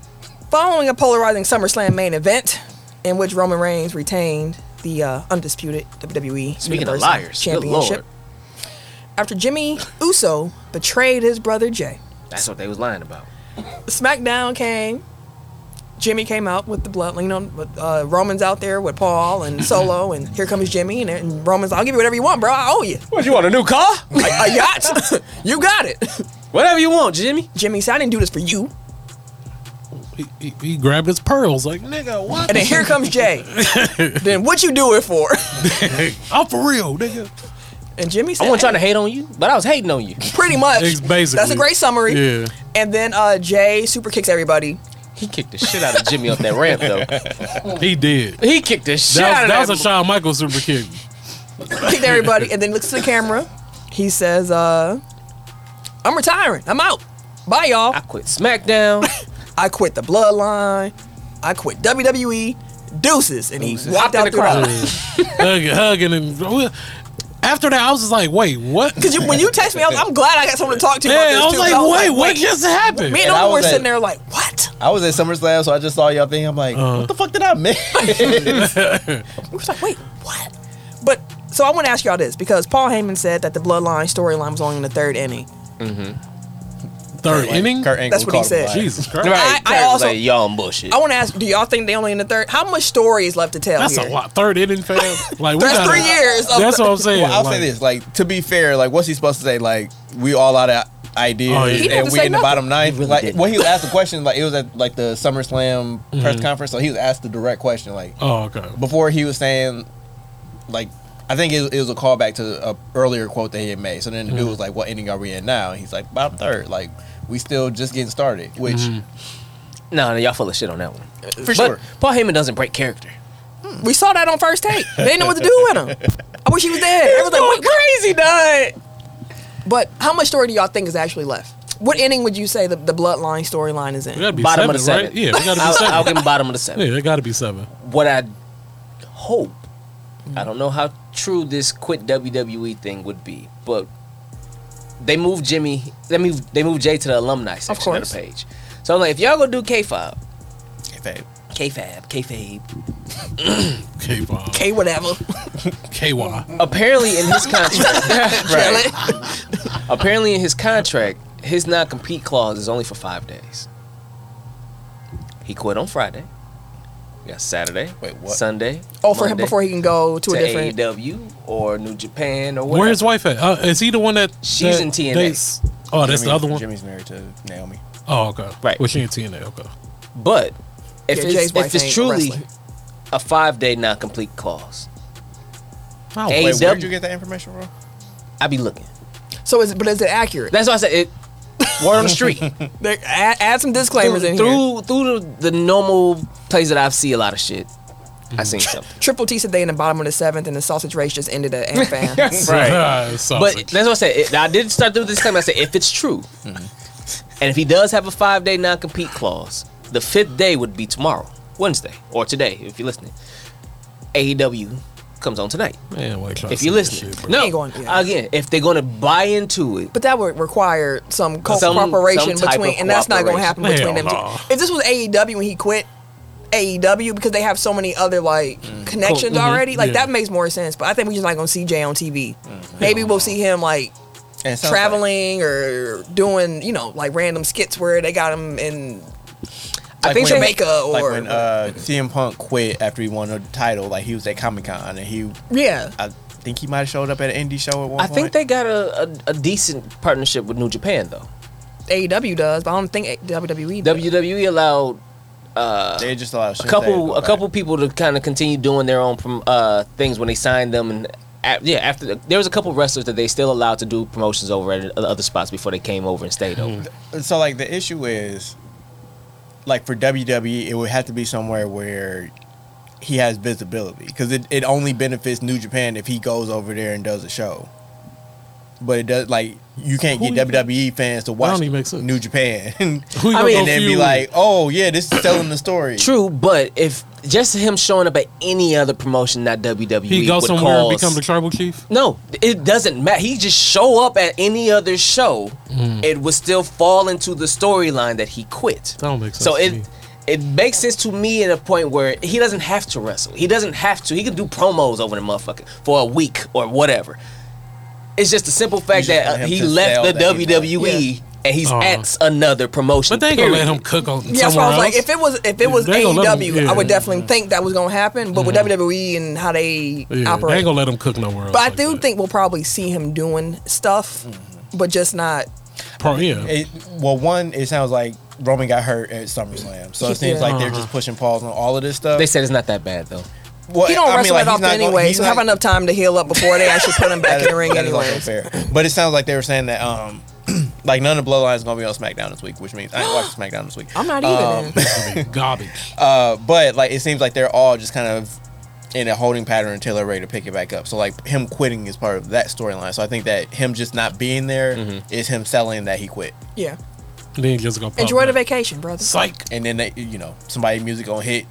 following a polarizing SummerSlam main event in which Roman Reigns retained the uh, undisputed WWE Speaking of Universal liars, good Championship lord, after Jimmy Uso betrayed his brother Jay. that's what they was lying about. SmackDown came. Jimmy came out with the blood, you know, with, uh, Roman's out there with Paul and Solo, and here comes Jimmy, and, and Roman's, I'll give you whatever you want, bro. I owe you. What you want a new car? A, a yacht? you got it. Whatever you want, Jimmy. Jimmy said, I didn't do this for you. He, he, he grabbed his pearls like nigga. What? And then here comes Jay. then what you do it for? I'm for real, nigga. And Jimmy said, I wasn't "Hey, trying to hate on you, but I was hating on you. Pretty much. It's basically- That's a great summary. Yeah. And then uh, Jay super kicks everybody. He kicked the shit out of Jimmy off that ramp though. He did. He kicked the shit That was, that out was a of that. Shawn Michaels super kick. Kicked everybody and then looks to the camera. He says, uh, I'm retiring. I'm out. Bye, y'all. I quit SmackDown. I quit the Bloodline. I quit WWE. Deuces, and he walked out the crowd. hugging, hugging, and after that, I was just like, wait, what? Because when you text me, I was, I'm glad I got someone to talk to. about Yeah, this I was too, like, 'cause wait, what just happened? Me and And I Owen were was at- sitting there like, what? I was at SummerSlam, so I just saw y'all thing. I'm like, Uh. what the fuck did I miss? We was like, wait, what? But so I want to ask y'all this because Paul Heyman said that the Bloodline storyline was only in the third inning. Third inning? Kurt Angle That's what he caught him said. black. Jesus Christ. right. I Kurt was also- like, y'all on bullshit. I want to ask, do y'all think they only in the third? How much story is left to tell? That's a here? lot. Third inning fail. Like we That's gotta- three years. Of That's the- what I'm saying. Well, I'll like, say this: like to be fair, like what's he supposed to say? Like we all out of ideas, Oh, yeah. He didn't and we say in the nothing. bottom ninth. really like didn't. when he was asked the question, like it was at like the SummerSlam press Mm-hmm. conference, so he was asked the direct question. Like Oh, okay. before, he was saying, like I think it, it was a callback to a earlier quote that he had made. So then Mm-hmm. the dude was like, "What inning are we in now?" And he's like, "Bottom third. Like we still just getting started." Which Mm-hmm. No, no, y'all full of shit on that one. for but Paul Heyman doesn't break character. We saw that on first take. They didn't know what to do with him. I wish he was dead. Everything went crazy, dog. But how much story do y'all think is actually left? What inning would you say the, the bloodline storyline is We in? gotta be Bottom seven, of the seventh. right? Yeah, we gotta be I'll, I'll seven. give him bottom of the seventh. Yeah, they gotta be seven. What I hope, I don't know how true this quit WWE thing would be, but they moved Jimmy. They moved they moved Jay to the alumni section of, course. the page. So I'm like, if y'all gonna do K-Fab, Kayfabe. K-Fab, K-Fab. K Bob. K whatever. K Y. Apparently in his contract, Right. apparently in his contract, his non-compete clause is only for five days. He quit on Friday. We got Saturday, Wait, what? Sunday. Oh, for him Monday. before he can go to, to a different. AEW or New Japan or whatever. Where's his wife at? Uh, is he the one that She's that in TNA. dates- Oh, that's the Jimmy- other one. Jimmy's married to Naomi. Oh, okay. Right. Well, she in TNA. Okay. But if Yeah, Jay's it's, wife if ain't it's a truly wrestler. a five day non complete clause, Oh, Hey, Wait, wait. Zeb- where did you get that information from? I be looking. So is it, but is it accurate? That's why I said it. Word on the street. There, add, add some through disclaimers in here. through, through the, the normal places that I see a lot of shit, I seen Mm-hmm. something. Triple T said they in the bottom of the seventh, and the sausage race just ended at AmFam. Right. But that's what I said. It- I did start through this time. I said if it's true, Mm-hmm. and if he does have a five day non compete clause, the fifth day would be tomorrow, Wednesday, or today if you're listening. AEW comes on tonight. man, wait, try to if see you this listen. shit, bro. no, Ain't going- yeah. again, if they're going to buy into it, But that would require some co- Some- cooperation some type between, of and that's not going to happen cooperation. between them Hell two. no. If this was AEW and he quit AEW because they have so many other like connections Mhm. already, like mm-hmm. Yeah. that makes more sense. But I think we're just not going to see Jay on TV. Mm-hmm. Maybe we'll see him like And it sounds like- traveling or doing, you know, like random skits where they got him in. I think when- they, Jamaica or- like when uh, CM Punk quit after he won the title, like he was at Comic Con and he, Yeah, I think he might have showed up at an indie show at one I point. think they got a, a, a decent partnership with New Japan though. AEW E does, but I don't think A- WWE. does. WWE E allowed they they just allowed a couple a couple people to kind of continue doing their own prom, uh, things when they signed them and a yeah after the, there was a couple wrestlers that they still allowed to do promotions over at other spots before they came over and stayed over. Hmm. So like the issue is, like for WWE, it would have to be somewhere where he has visibility because it, it only benefits New Japan if he goes over there and does a show. But it does like you can't Who get you- WWE fans to watch even make sense. New Japan. Who you I gonna mean- go and then be feud? like, oh yeah, this is telling the story. True, but if just him showing up at any other promotion, not WWE, he go E would somewhere and cause- become the tribal chief? No, it doesn't matter. He just show up at any other show. Hmm. It would still fall into the storyline that he quit. That don't make sense So to it me. it makes sense to me at a point where he doesn't have to wrestle. He doesn't have to. He can do promos over the motherfucker for a week or whatever. It's just the simple fact You just that want uh, him he to left sell the that he's not- WWE and he's Uh-huh. at another promotion. But they ain't gonna let period. him cook on Yeah, that's why somewhere I was like, else. if it was if it was They gonna let 'em- AEW, I yeah. Mm-hmm. would Mm. definitely think that was gonna happen. But with WWE and how they yeah, they operate, ain't gonna let him cook nowhere else. but I like do that. think we'll probably see him doing stuff, Mm-hmm. but just not. Pro- yeah. It, well, one, it sounds like Roman got hurt at SummerSlam, so it seems Yeah. like they're just pushing pause on all of this stuff. They said it's not that bad though. well, He don't I mean, wrestle like, it he's off not gonna- anyway, he's so not- have enough time to heal up before they actually put him back in the ring that is also anyway. fair. But it sounds like they were saying that, um, like none of the Bloodline is gonna be on SmackDown this week, which means I ain't watching SmackDown this week. I'm not even. Garbage. Uh, but like it seems like they're all just kind of in a holding pattern until they're ready to pick it back up. So like him quitting is part of that storyline. So I think that him just not being there is Mm-hmm. him selling that he quit. Yeah. oh, Then just go pop Enjoy the up. vacation, brother. Psych. And then they, you know somebody music gonna hit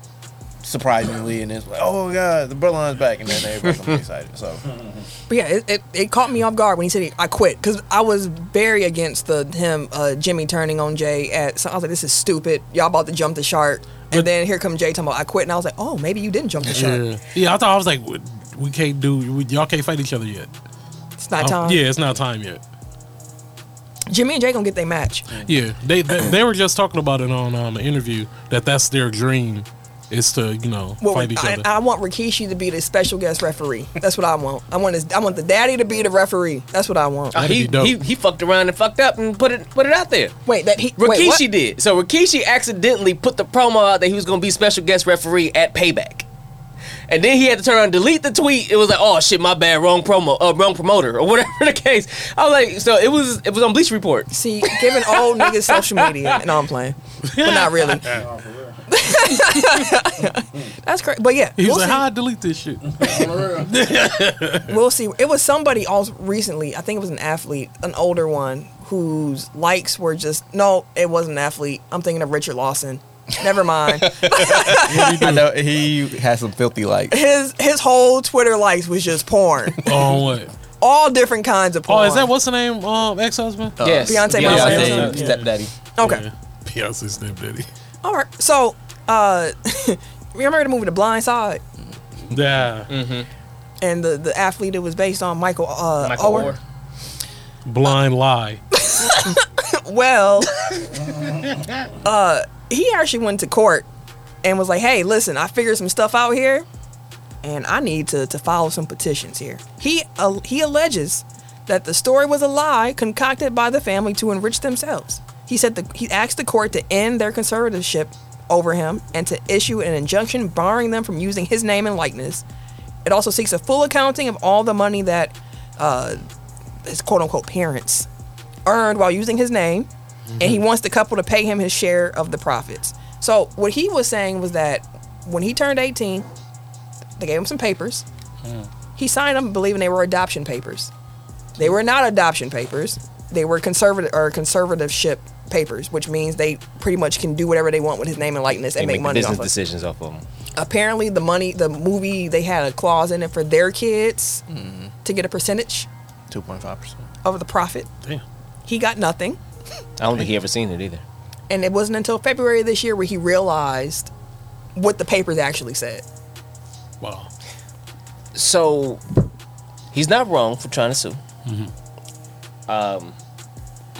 surprisingly, and it's like oh my god the Berline's back, and then everybody's gonna be excited. So But yeah, it, it, it caught me off guard when he said he, I quit because I was very against the him uh, Jimmy turning on Jay at. So I was like, this is stupid. Y'all about to jump the shark, and But- then here come Jay talking about I quit, and I was like, oh, maybe you didn't jump the shark. Yeah. yeah, I thought I was like, we- we can't do, we, y'all can't fight each other yet. It's Oh, not Um, time. Yeah, it's not time yet. Jimmy and Jay gonna get their match. Yeah, they, they they were just talking about it on um, an interview that that's their dream is to you know Well, fight each I, other. I want Rikishi to be the special guest referee. That's what I want. I want his, I want the daddy to be the referee. That's what I want. That'd he, be dope. he he fucked around and fucked up and put it put it out there. Wait, that he Rikishi wait, what? did. So Rikishi accidentally put the promo out that he was gonna be special guest referee at Payback. And then he had to turn around and delete the tweet. It was like, oh shit, my bad, wrong promo, uh, wrong promoter, or whatever the case. I was like, so it was it was on Bleach Report. See, giving old niggas social media, and no, I'm playing, but not really. That's great, but yeah, He we'll was like, see. "How I delete this shit?" We'll see. It was somebody also recently. I think it was an athlete, an older one, whose likes were just no. It wasn't an athlete. I'm thinking of Richard Lawson. Never mind. I know he has some filthy like. his his whole Twitter likes was just porn, on what? all different kinds of Oh, porn. is that what's the name? Um, ex husband. yes, Beyonce Yeah, Beyonce. I Beyonce. say stepdaddy. Okay. Beyonce stepdaddy. All right. So, uh, remember the movie The Blind Side Yeah, and the the athlete it was based on, Michael uh, Michael Ower? Orr. blind lie. Well, uh, he actually went to court and was like, "Hey, listen, I figured some stuff out here, and I need to to file some petitions here." He uh, he alleges that the story was a lie concocted by the family to enrich themselves. He said the, he asked the court to end their conservatorship over him and to issue an injunction barring them from using his name and likeness. It also seeks a full accounting of all the money that uh, his quote unquote parents earned while using his name, and Mm-hmm. he wants the couple to pay him his share of the profits. So what he was saying was that when he turned 18, they gave him some papers. Hmm. He signed them believing they were adoption papers. They were not adoption papers. They were conservative or conservativeship papers, which means they pretty much can do whatever they want with his name and likeness and They make, make money business off of it decisions off of them. apparently the money the movie they had a clause in it for their kids to get a percentage Two point five percent. of the profit Damn. he got nothing I don't think he ever seen it either. and it wasn't until february of this year where he realized what the papers actually said Wow. so he's not wrong for trying to sue. Mm-hmm.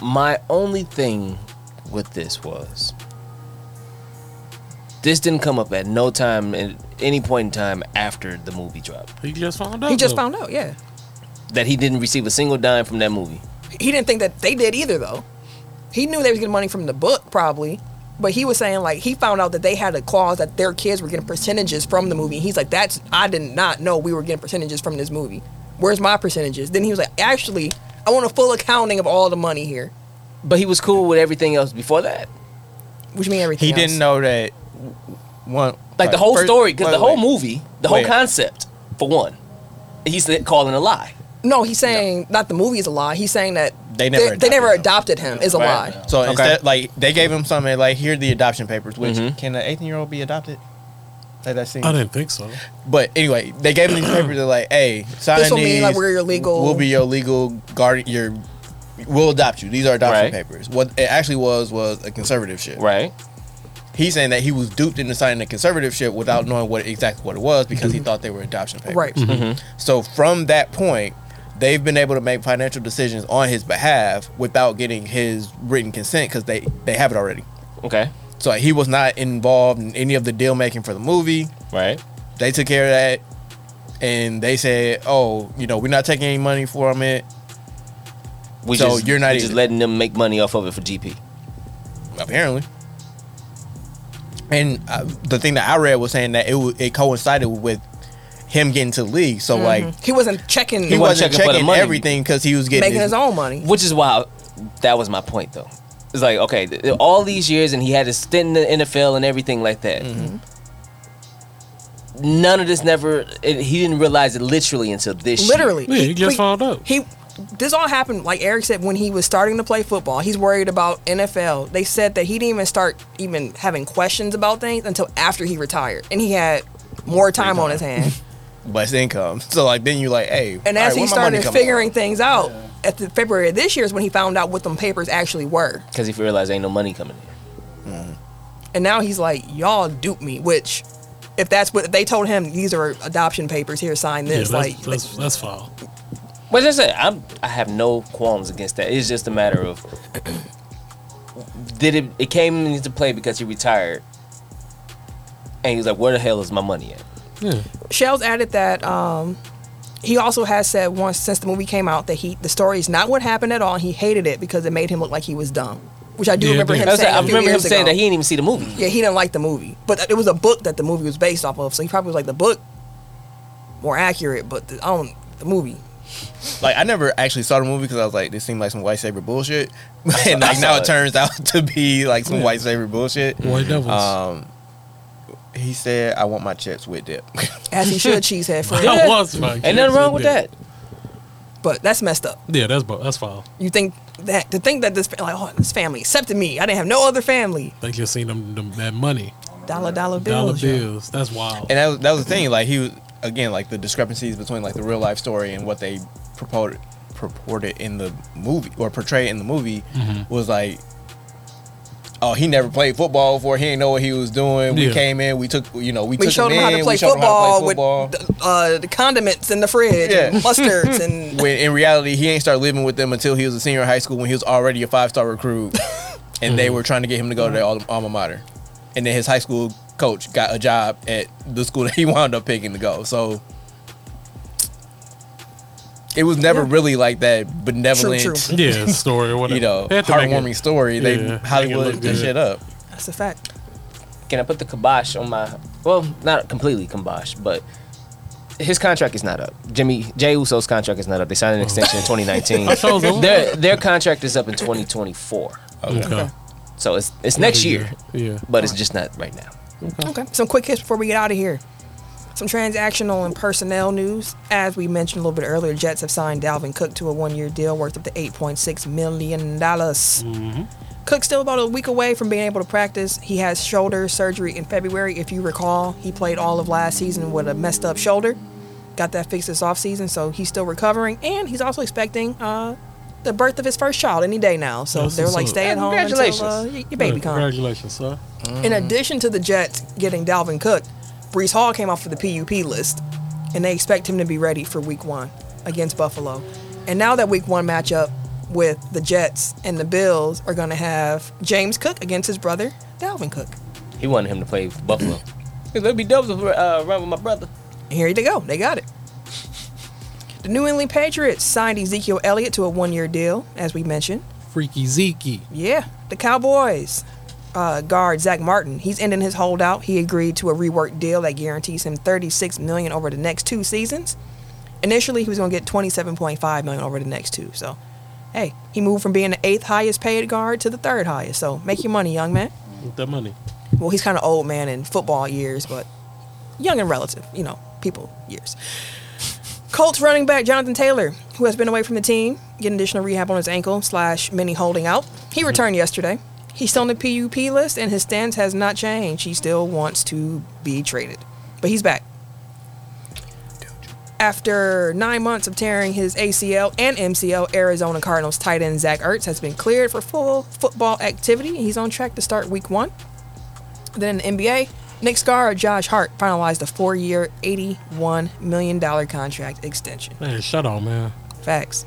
Um, my only thing with this was this didn't come up at no time at any point in time after the movie dropped He just found out. he just though. found out yeah that he didn't receive a single dime from that movie. he didn't think that they did either though he knew they was getting money from the book probably but he was saying like he found out that they had a clause that their kids were getting percentages from the movie he's like that's i did not know we were getting percentages from this movie where's my percentages then he was like actually i want a full accounting of all the money here But he was cool with everything else before that. which mean everything He else. didn't know that w- one Like the whole first- story, because wait, the whole wait. movie, the whole Wait. concept, for one, he's calling a lie. no he's saying not the movie is a lie he's saying that They never they, never adopted adopted him is a Right. lie So Okay. instead, like they gave him something like here are the adoption papers. Which Mm-hmm. can an eighteen year old be adopted? Like that seems. I didn't think so. But anyway, they gave him these papers. They're like, hey, sign This will these. mean, like, we're your legal- We'll be your legal guard. Your we'll adopt you. These are adoption Right. papers. What it actually was was a conservative shit. Right. He's saying that he was duped into signing a conservative shit without knowing what exactly what it was because he thought they were adoption papers. Mm-hmm. right So from that point, they've been able to make financial decisions on his behalf without getting his written consent because they they have it already. Okay. So he was not involved in any of the deal making for the movie. Right. They took care of that, and they said, "Oh, you know, we're not taking any money from it." We So just, you're not we just even- letting them make money off of it for GP. Apparently. And uh, the thing that I read was saying that it wa- it coincided with him getting to the league. So like he wasn't checking he, Mm-hmm. wasn't wasn't checking for checking, the money. everything because he was getting making his own money Which is why that was my point, though. It's like okay, th- Mm-hmm. th- all these years, and he had his stint in the NFL and everything like that. none of this never. It, he didn't realize it literally until this. year. Literally. Yeah, he just we- found out. He this all happened, like Eric said, when he was starting to play football. He's worried about NFL. They said that he didn't even start even having questions about things until after he retired. And he had more time on his hand. but it's income. So like then you like, hey, And all right, as he where my money started coming figuring from? things out, at the February of this year is when he found out what them papers actually were. because he realized ain't no money coming in. And now he's like, Y'all dupe me, which if that's what if they told him, these are adoption papers, here sign Yeah, this. that's, like that's, that's foul. But as I said, I'm I have no qualms against that. It's just a matter of did it it came into play because he retired, and he was like, "Where the hell is my money at?" Yeah. Shell's added that um, he also has said once since the movie came out that he the story is not what happened at all. He hated it because it made him look like he was dumb, which I do Yeah, it remember did. him I, was saying. like, I a few remember him years saying ago. that he didn't even see the movie. yeah he didn't like the movie, but it was a book that the movie was based off of, so he probably was like the book more accurate, but the, I don't the movie. Like I never actually saw the movie because I was like, this seemed like some white saber bullshit. and like saw now it. it turns out to be like some white saber bullshit. Mm. White Devils. Uh, Um, he said, "I want my chips with dip." As he should, cheesehead for that was my Ain't nothing wrong with that. But that's messed up. Yeah, that's bu- that's foul. You think that to think that this fa- like oh this family accepted me. I didn't have no other family. Think you've seen them, them that money, Dollar dollar dollar bills. y'all. bills. That's wild. and that was, that was the thing. Like he was again like the discrepancies between like the real life story and what they purported purported in the movie or portrayed in the movie was like. Oh, he never played football before. He didn't know what he was doing. Yeah. We came in. We took, you know, we, We took showed him, him in. how to play we showed football, him how to play football. with the, uh, the condiments in the fridge, and Yeah. mustards, and when in reality, he ain't start living with them until he was a senior in high school when he was already a five star recruit, and Mm-hmm. they were trying to get him to go to their al- alma mater, and then his high school coach got a job at the school that he wound up picking to go. So it was never Yeah. really like that benevolent, true. yeah, story or whatever. you know, They had to make it- heartwarming story. They yeah, make it Hollywood look this good. shit up. that's a fact. Can I put the kibosh on my? Well, not completely kibosh, but his contract is not up. Jimmy Jay Uso's contract is not up. They signed an extension in 2019. their their contract is up in 2024, Okay. so it's it's next year, Yeah. but it's just not right now. Okay, some quick hits before we get out of here. Some transactional and personnel news. As we mentioned a little bit earlier, Jets have signed Dalvin Cook to a one-year deal worth up to eight point six million dollars. Cook's still about a week away from being able to practice. He has shoulder surgery in February. If you recall, he played all of last season with a messed up shoulder. Got that fixed this offseason, so he's still recovering, and he's also expecting uh, the birth of his first child any day now. So That's they're what's like, up. stay at home until uh, Congratulations. y- your baby Yeah, comes. Congratulations, sir. In addition to the Jets getting Dalvin Cook, Brees Hall came off of the PUP list, and they expect him to be ready for Week One against Buffalo. And now that Week One matchup with the Jets and the Bills are going to have James Cook against his brother Dalvin Cook. He wanted him to play for Buffalo. It'd be dope to uh, run with my brother. And here they go. They got it. The New England Patriots signed Ezekiel Elliott to a one-year deal, as we mentioned. Freaky Zeke. Yeah, the Cowboys uh, guard Zach Martin. He's ending his holdout. He agreed to a reworked deal that guarantees him 36 million over the next two seasons. Initially, he was going to get 27.5 million over the next two. So, hey, he moved from being the eighth highest paid guard to the third highest. So, make your money, young man. With that money. Well, he's kind of old man in football years, but young and relative, you know, people years. Colts running back Jonathan Taylor, who has been away from the team, getting additional rehab on his ankle slash mini holding out. He returned yesterday. He's still on the PUP list, and his stance has not changed. He still wants to be traded, but he's back. After nine months of tearing his ACL and MCL, Arizona Cardinals tight end Zach Ertz has been cleared for full football activity. He's on track to start Week One. Then in the NBA, Nick Scar Josh Hart finalized a four-year, eighty-one million dollar contract extension. Man, shut up, man. Facts.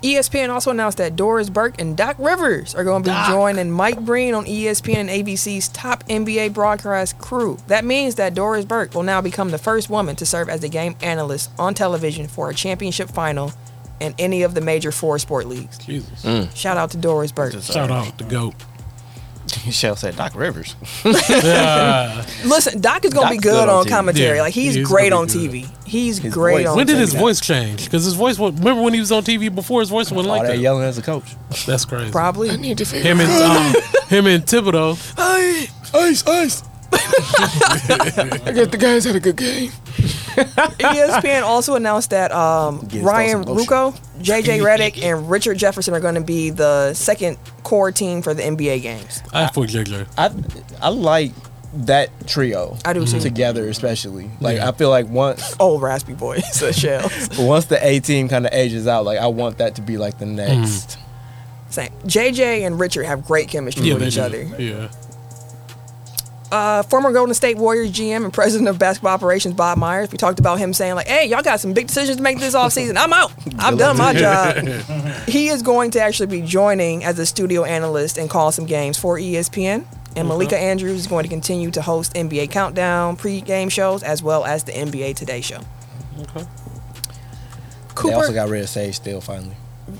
E ESPN also announced that Doris Burke and Doc Rivers are going to be joining Mike Breen on E ESPN and ABC's top NBA broadcast crew. That means that Doris Burke will now become the first woman to serve as a game analyst on television for a championship final in any of the major four sport leagues. Jesus. Mm. Shout out to Doris Burke. Shout out the goat. Shell said Doc Rivers. Listen, Doc is gonna be Doc's good, good on on TV. commentary. Yeah, like he's he's great gonna on be good. TV. He's great voice. on When did TV. his that. voice change? Because his voice was. Remember when he was on TV before? His voice wasn't All like Oh, that that. yelling as a coach. That's crazy. Probably. Him and um, him and Thibodeau. Ice, ice. I guess the guys had a good game. ESPN also announced that um, Get his Ryan thoughts on lotion. Rucco, JJ Redick, and Richard Jefferson are going to be the second core team for the NBA games. I have for JJ. I I like that trio. I do Mm-hmm. too. Together, especially like Yeah. I feel like once Old raspy boy, said Shell. once the A team kind of ages out, like I want that to be like the Mm. next. Same. JJ and Richard have great chemistry with they each do. other. Yeah. Uh, former Golden State Warriors GM and president of basketball operations, Bob Myers. We talked about him saying, like, hey, y'all got some big decisions to make this offseason. I'm out. I've done my job. he is going to actually be joining as a studio analyst and call some games for E ESPN. And Malika Andrews is going to continue to host NBA Countdown pre-game shows as well as the NBA Today show. Okay. They also Cooper, got rid of Sage still finally.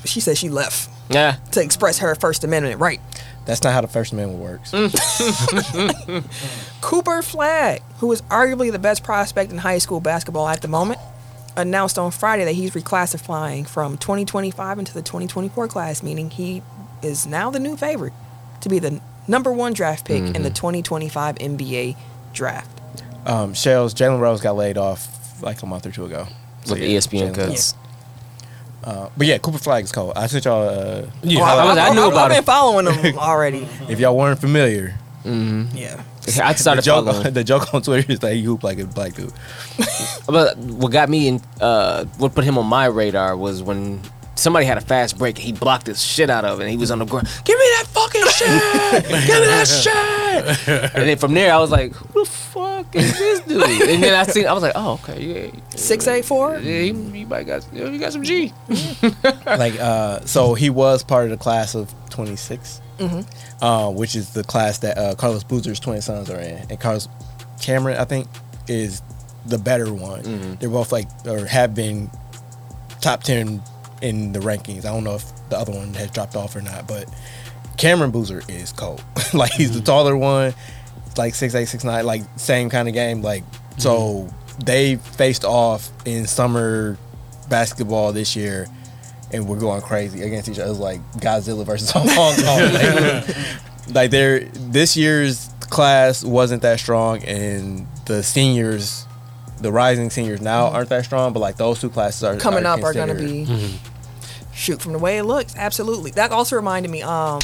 she said she left Nah. to express her First Amendment right. That's not how the First Amendment works. Cooper Flagg, who is arguably the best prospect in high school basketball at the moment, announced on Friday that he's reclassifying from 2025 into the 2024 class, meaning he is now the new favorite to be the number one draft pick in Mm-hmm. the 2025 NBA draft. Um, Shells Jalen Rose got laid off like a month or two ago. So, With yeah, the E ESPN Jalen cuts. Rose. Uh, but yeah, Cooper Flag is cold. I sent y'all. Uh, Yeah. Oh, I was- I knew I've- I've about him. been following him already. if y'all weren't familiar, yeah. I the started following. joke, the joke on Twitter is that he hoop like a black dude. But what got me in, uh, what put him on my radar was when somebody had a fast break. He blocked his shit out of it, and he was on the ground. Give me that fucking shit! Give me that shit! And then from there, I was like, "Who the fuck is this dude?" And then I seen, I was like, "Oh, okay, yeah, 684? yeah he, he might got, you got some G." like uh so he was part of the class of 26 uh, which is the class that uh, carlos boozer's twin sons are in and carlos cameron i think is the better one they're both like or have been top 10 in the rankings i don't know if the other one has dropped off or not but cameron boozer is cold like he's Mm-hmm. the taller one like six eight six nine, like same kind of game. Like so, Mm-hmm. they faced off in summer basketball this year, and we're going crazy against each other. It was like Godzilla versus Hong Kong. like, like there, this year's class wasn't that strong, and the seniors, the rising seniors now aren't that strong. But like those two classes are Mm-hmm. coming up are going to considered- be Mm-hmm. shoot from the way it looks. Absolutely. That also reminded me. Um,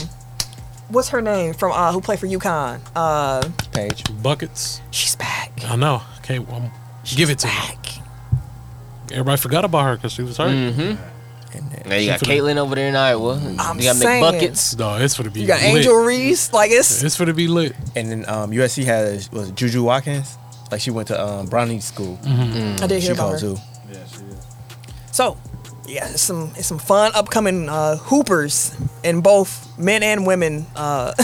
what's her name from uh, who played for UConn? Uh, Paige. Buckets. she's back. I know. Okay. Well, give it to me. Back. Everybody forgot about her because she was hurt. Mm. Now you got Caitlin over there in Iowa. I'm you got saying. McBuckets. No, it's for to be You got lit. Angel Reese. Like it's It's for to be lit. And then um, USC has was it Juju Watkins. Like she went to um, Brownie School. I did hear She about called her. too. So yeah, it's some it's some fun upcoming uh, hoopers in both men and women. Uh,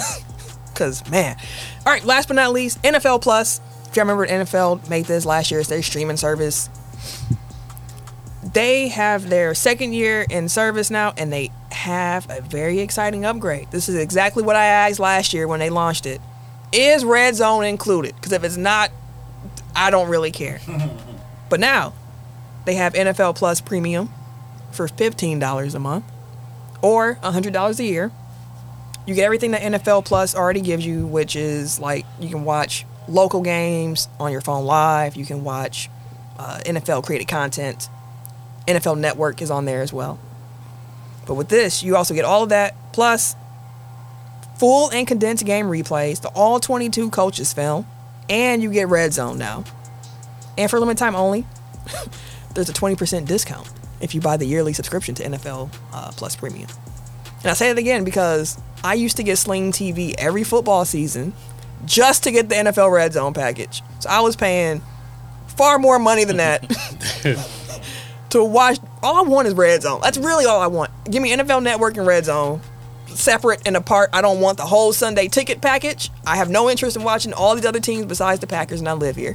Cause man, all right. Last but not least, NFL Plus. If you remember, NFL made this last year. It's their streaming service. They have their second year in service now, and they have a very exciting upgrade. This is exactly what I asked last year when they launched it. Is Red Zone included? Because if it's not, I don't really care. but now they have NFL Plus Premium for $15 a month or $100 a year. You get everything that NFL Plus already gives you, which is like you can watch local games on your phone live, you can watch uh, NFL created content. NFL Network is on there as well. But with this, you also get all of that plus full and condensed game replays, the all 22 coaches film, and you get Red Zone now. And for a limited time only, there's a 20% discount if you buy the yearly subscription to NFL uh, Plus Premium. And I say it again because I used to get Sling TV every football season just to get the NFL Red Zone package. So I was paying far more money than that to watch. All I want is Red Zone. That's really all I want. Give me NFL Network and Red Zone separate and apart. I don't want the whole Sunday ticket package. I have no interest in watching all these other teams besides the Packers, and I live here.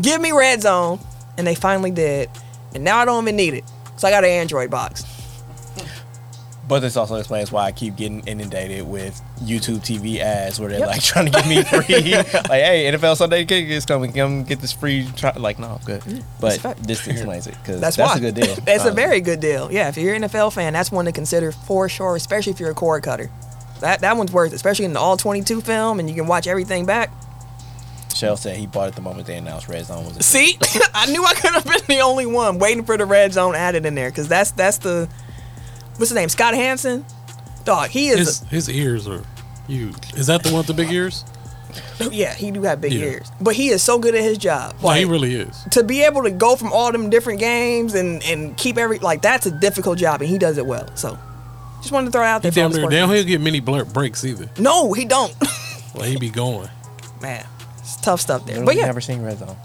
Give me Red Zone, and they finally did. And now I don't even need it. So I got an Android box. But this also explains why I keep getting inundated with YouTube TV ads where they're Yep. like trying to get me free. like, hey, NFL Sunday Kick is coming. Come get this free. Try. Like, no, I'm good. Mm, that's a But fact. this explains it because That's, that's, why. a good deal. Uh, Um, that's a honestly. very good deal. Yeah, if you're an NFL fan, that's one to consider for sure, especially if you're a cord cutter. That that one's worth it, especially in the all 22 film and you can watch everything back. Shell said he bought it the moment they announced Red Zone was. See, I knew I could have been the only one waiting for the red zone added in there because that's that's the what's his name Scott Hansen. Dog, he His is. his ears are huge. Is that the one with the big ears? a- yeah, he do have big Yeah. ears, but he is so good at his job. No, he Like, really is. to be able to go from all them different games and and keep every like that's a difficult job, and he does it well. So, just wanted to throw it out there. for all Damn the near, sports damn, fans. he'll get many blur breaks either. No, he don't. Like he be going. Man, it's tough stuff there. Literally But yeah, never seen Red Zone.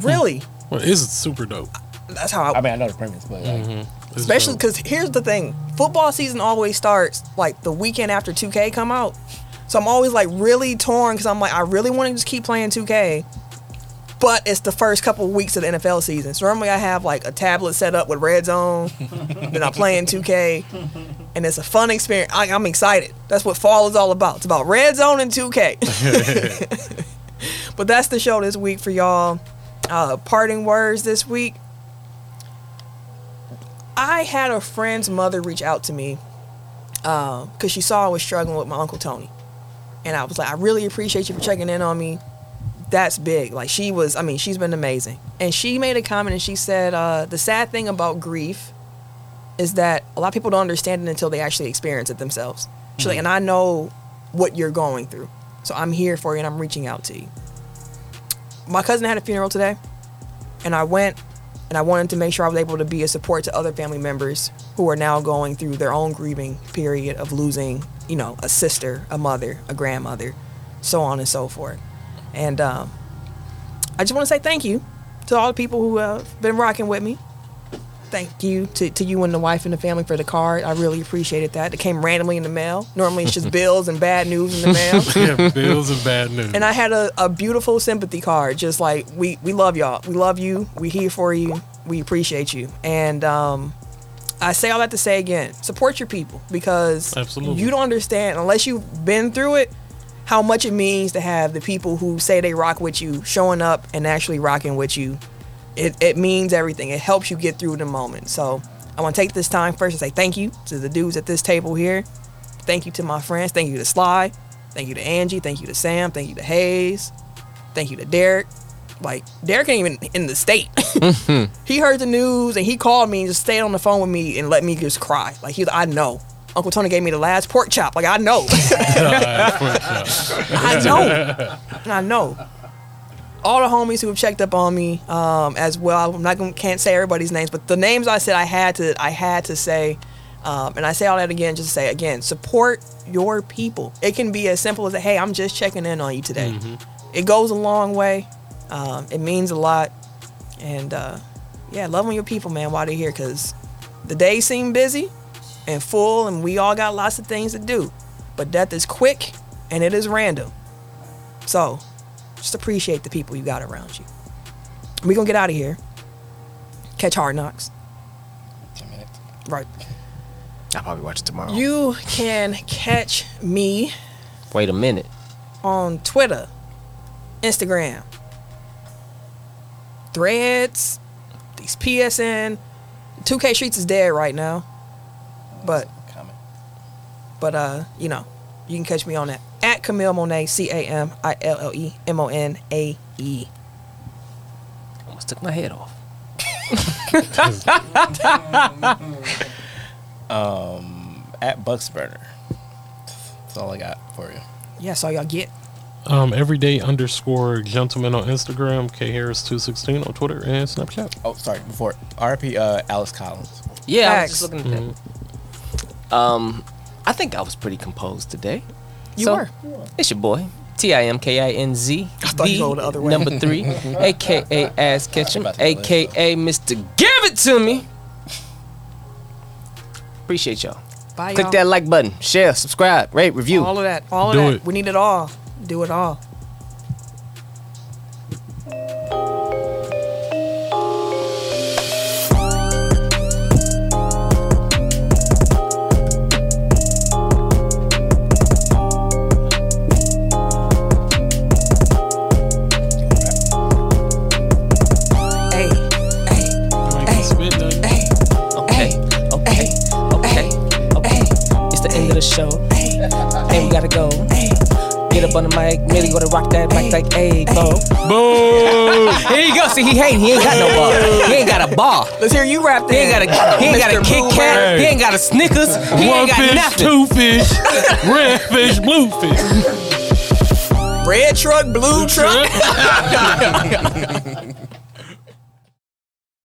really, Well, it's super dope. that's how. I, I mean, I know the premise, but like, It's especially dope. because here's the thing football season always starts like the weekend after 2k come out so i'm always like really torn because i'm like i really want to just keep playing 2k but it's the first couple weeks of the nfl season so normally i have like a tablet set up with red zone then i'm playing 2k and it's a fun experience I, i'm excited that's what fall is all about it's about red zone and 2k but that's the show this week for y'all uh, parting words this week I had a friend's mother reach out to me because she saw I was struggling with my uncle Tony, and I was like, I really appreciate you for checking in on me. That's big. Like she was, I mean, she's been amazing. And she made a comment and she said, uh, the sad thing about grief is that a lot of people don't understand it until they actually experience it themselves. She's like, and I know what you're going through, so I'm here for you and I'm reaching out to you. My cousin had a funeral today, and I went and I wanted to make sure I was able to be a support to other family members who are now going through their own grieving period of losing, you know, a sister, a mother, a grandmother, so on and so forth. And um, I just want to say thank you to all the people who uh, have been rocking with me. Thank you to, to you and the wife and the family for the card. I really appreciated that. It came randomly in the mail. Normally it's just bills and bad news in the mail. yeah, bills and bad news. And I had a, a beautiful sympathy card, just like we we love y'all, we love you, we here for you, we appreciate you. And um, I say all that to say again, support your people because Absolutely. you don't understand unless you've been through it how much it means to have the people who say they rock with you showing up and actually rocking with you. It it means everything. It helps you get through the moment. So I want to take this time first and say thank you to the dudes at this table here. Thank you to my friends. Thank you to Sly. Thank you to Angie. Thank you to Sam. Thank you to Hayes. Thank you to Derek. Like Derek ain't even in the state. he heard the news and he called me and just stayed on the phone with me and let me just cry. Like he, was- I know. Uncle Tony gave me the last pork chop. Like I know. I know. I know. All the homies who have checked up on me um, as well. I'm not gonna can't say everybody's names, but the names I said I had to I had to say, um, and I say all that again just to say again, support your people. It can be as simple as hey, I'm just checking in on you today. It goes a long way. Um, it means a lot, and uh, yeah, love on your people, man, while they're here, because the days seem busy and full, and we all got lots of things to do. But death is quick and it is random. So just appreciate the people you got around you. We're going to get out of here. Catch hard knocks. Right. I'll probably watch it tomorrow. You can catch me Wait a minute. on Twitter, Instagram, Threads, these PSN. 2K Streets is dead right now. But comment. But uh, you know, you can catch me on that at Camille Monet, C A M I L L E M O N A E. Almost took my head off. At Bucksburner. That's all I got for you. Yeah, so y'all get. um, everyday underscore gentleman on Instagram, K Harris two sixteen on Twitter and Snapchat. Oh, sorry. Before RP, uh, Alice Collins. Yeah, I Facts. was just looking at that. Um, I think I was pretty composed today. You So, were. It's your boy. T I M K I N Z. I thought you go the other way. Number three, aka Ass Ketchum, about to go there, aka Mr. Give It To Me. Appreciate y'all. Bye, Click y'all. that like button, share, subscribe, rate, review. All of that. All of Do that. it. We need it all. Do it all. Hey, hey, hey, Okay, okay, okay, okay. It's the end of the show. Hey, we gotta go. hey, Get up on the mic, Millie gonna rock that mic like a boom. Boom. Here you go. See, he hating. He ain't got no bar. He ain't got a bar. Let's hear you rap He ain't got then. a. He ain't got a Kit Kat. He ain't got a Snickers. He One ain't got fish, nothing. two fish, red fish, blue fish. Red truck, blue truck.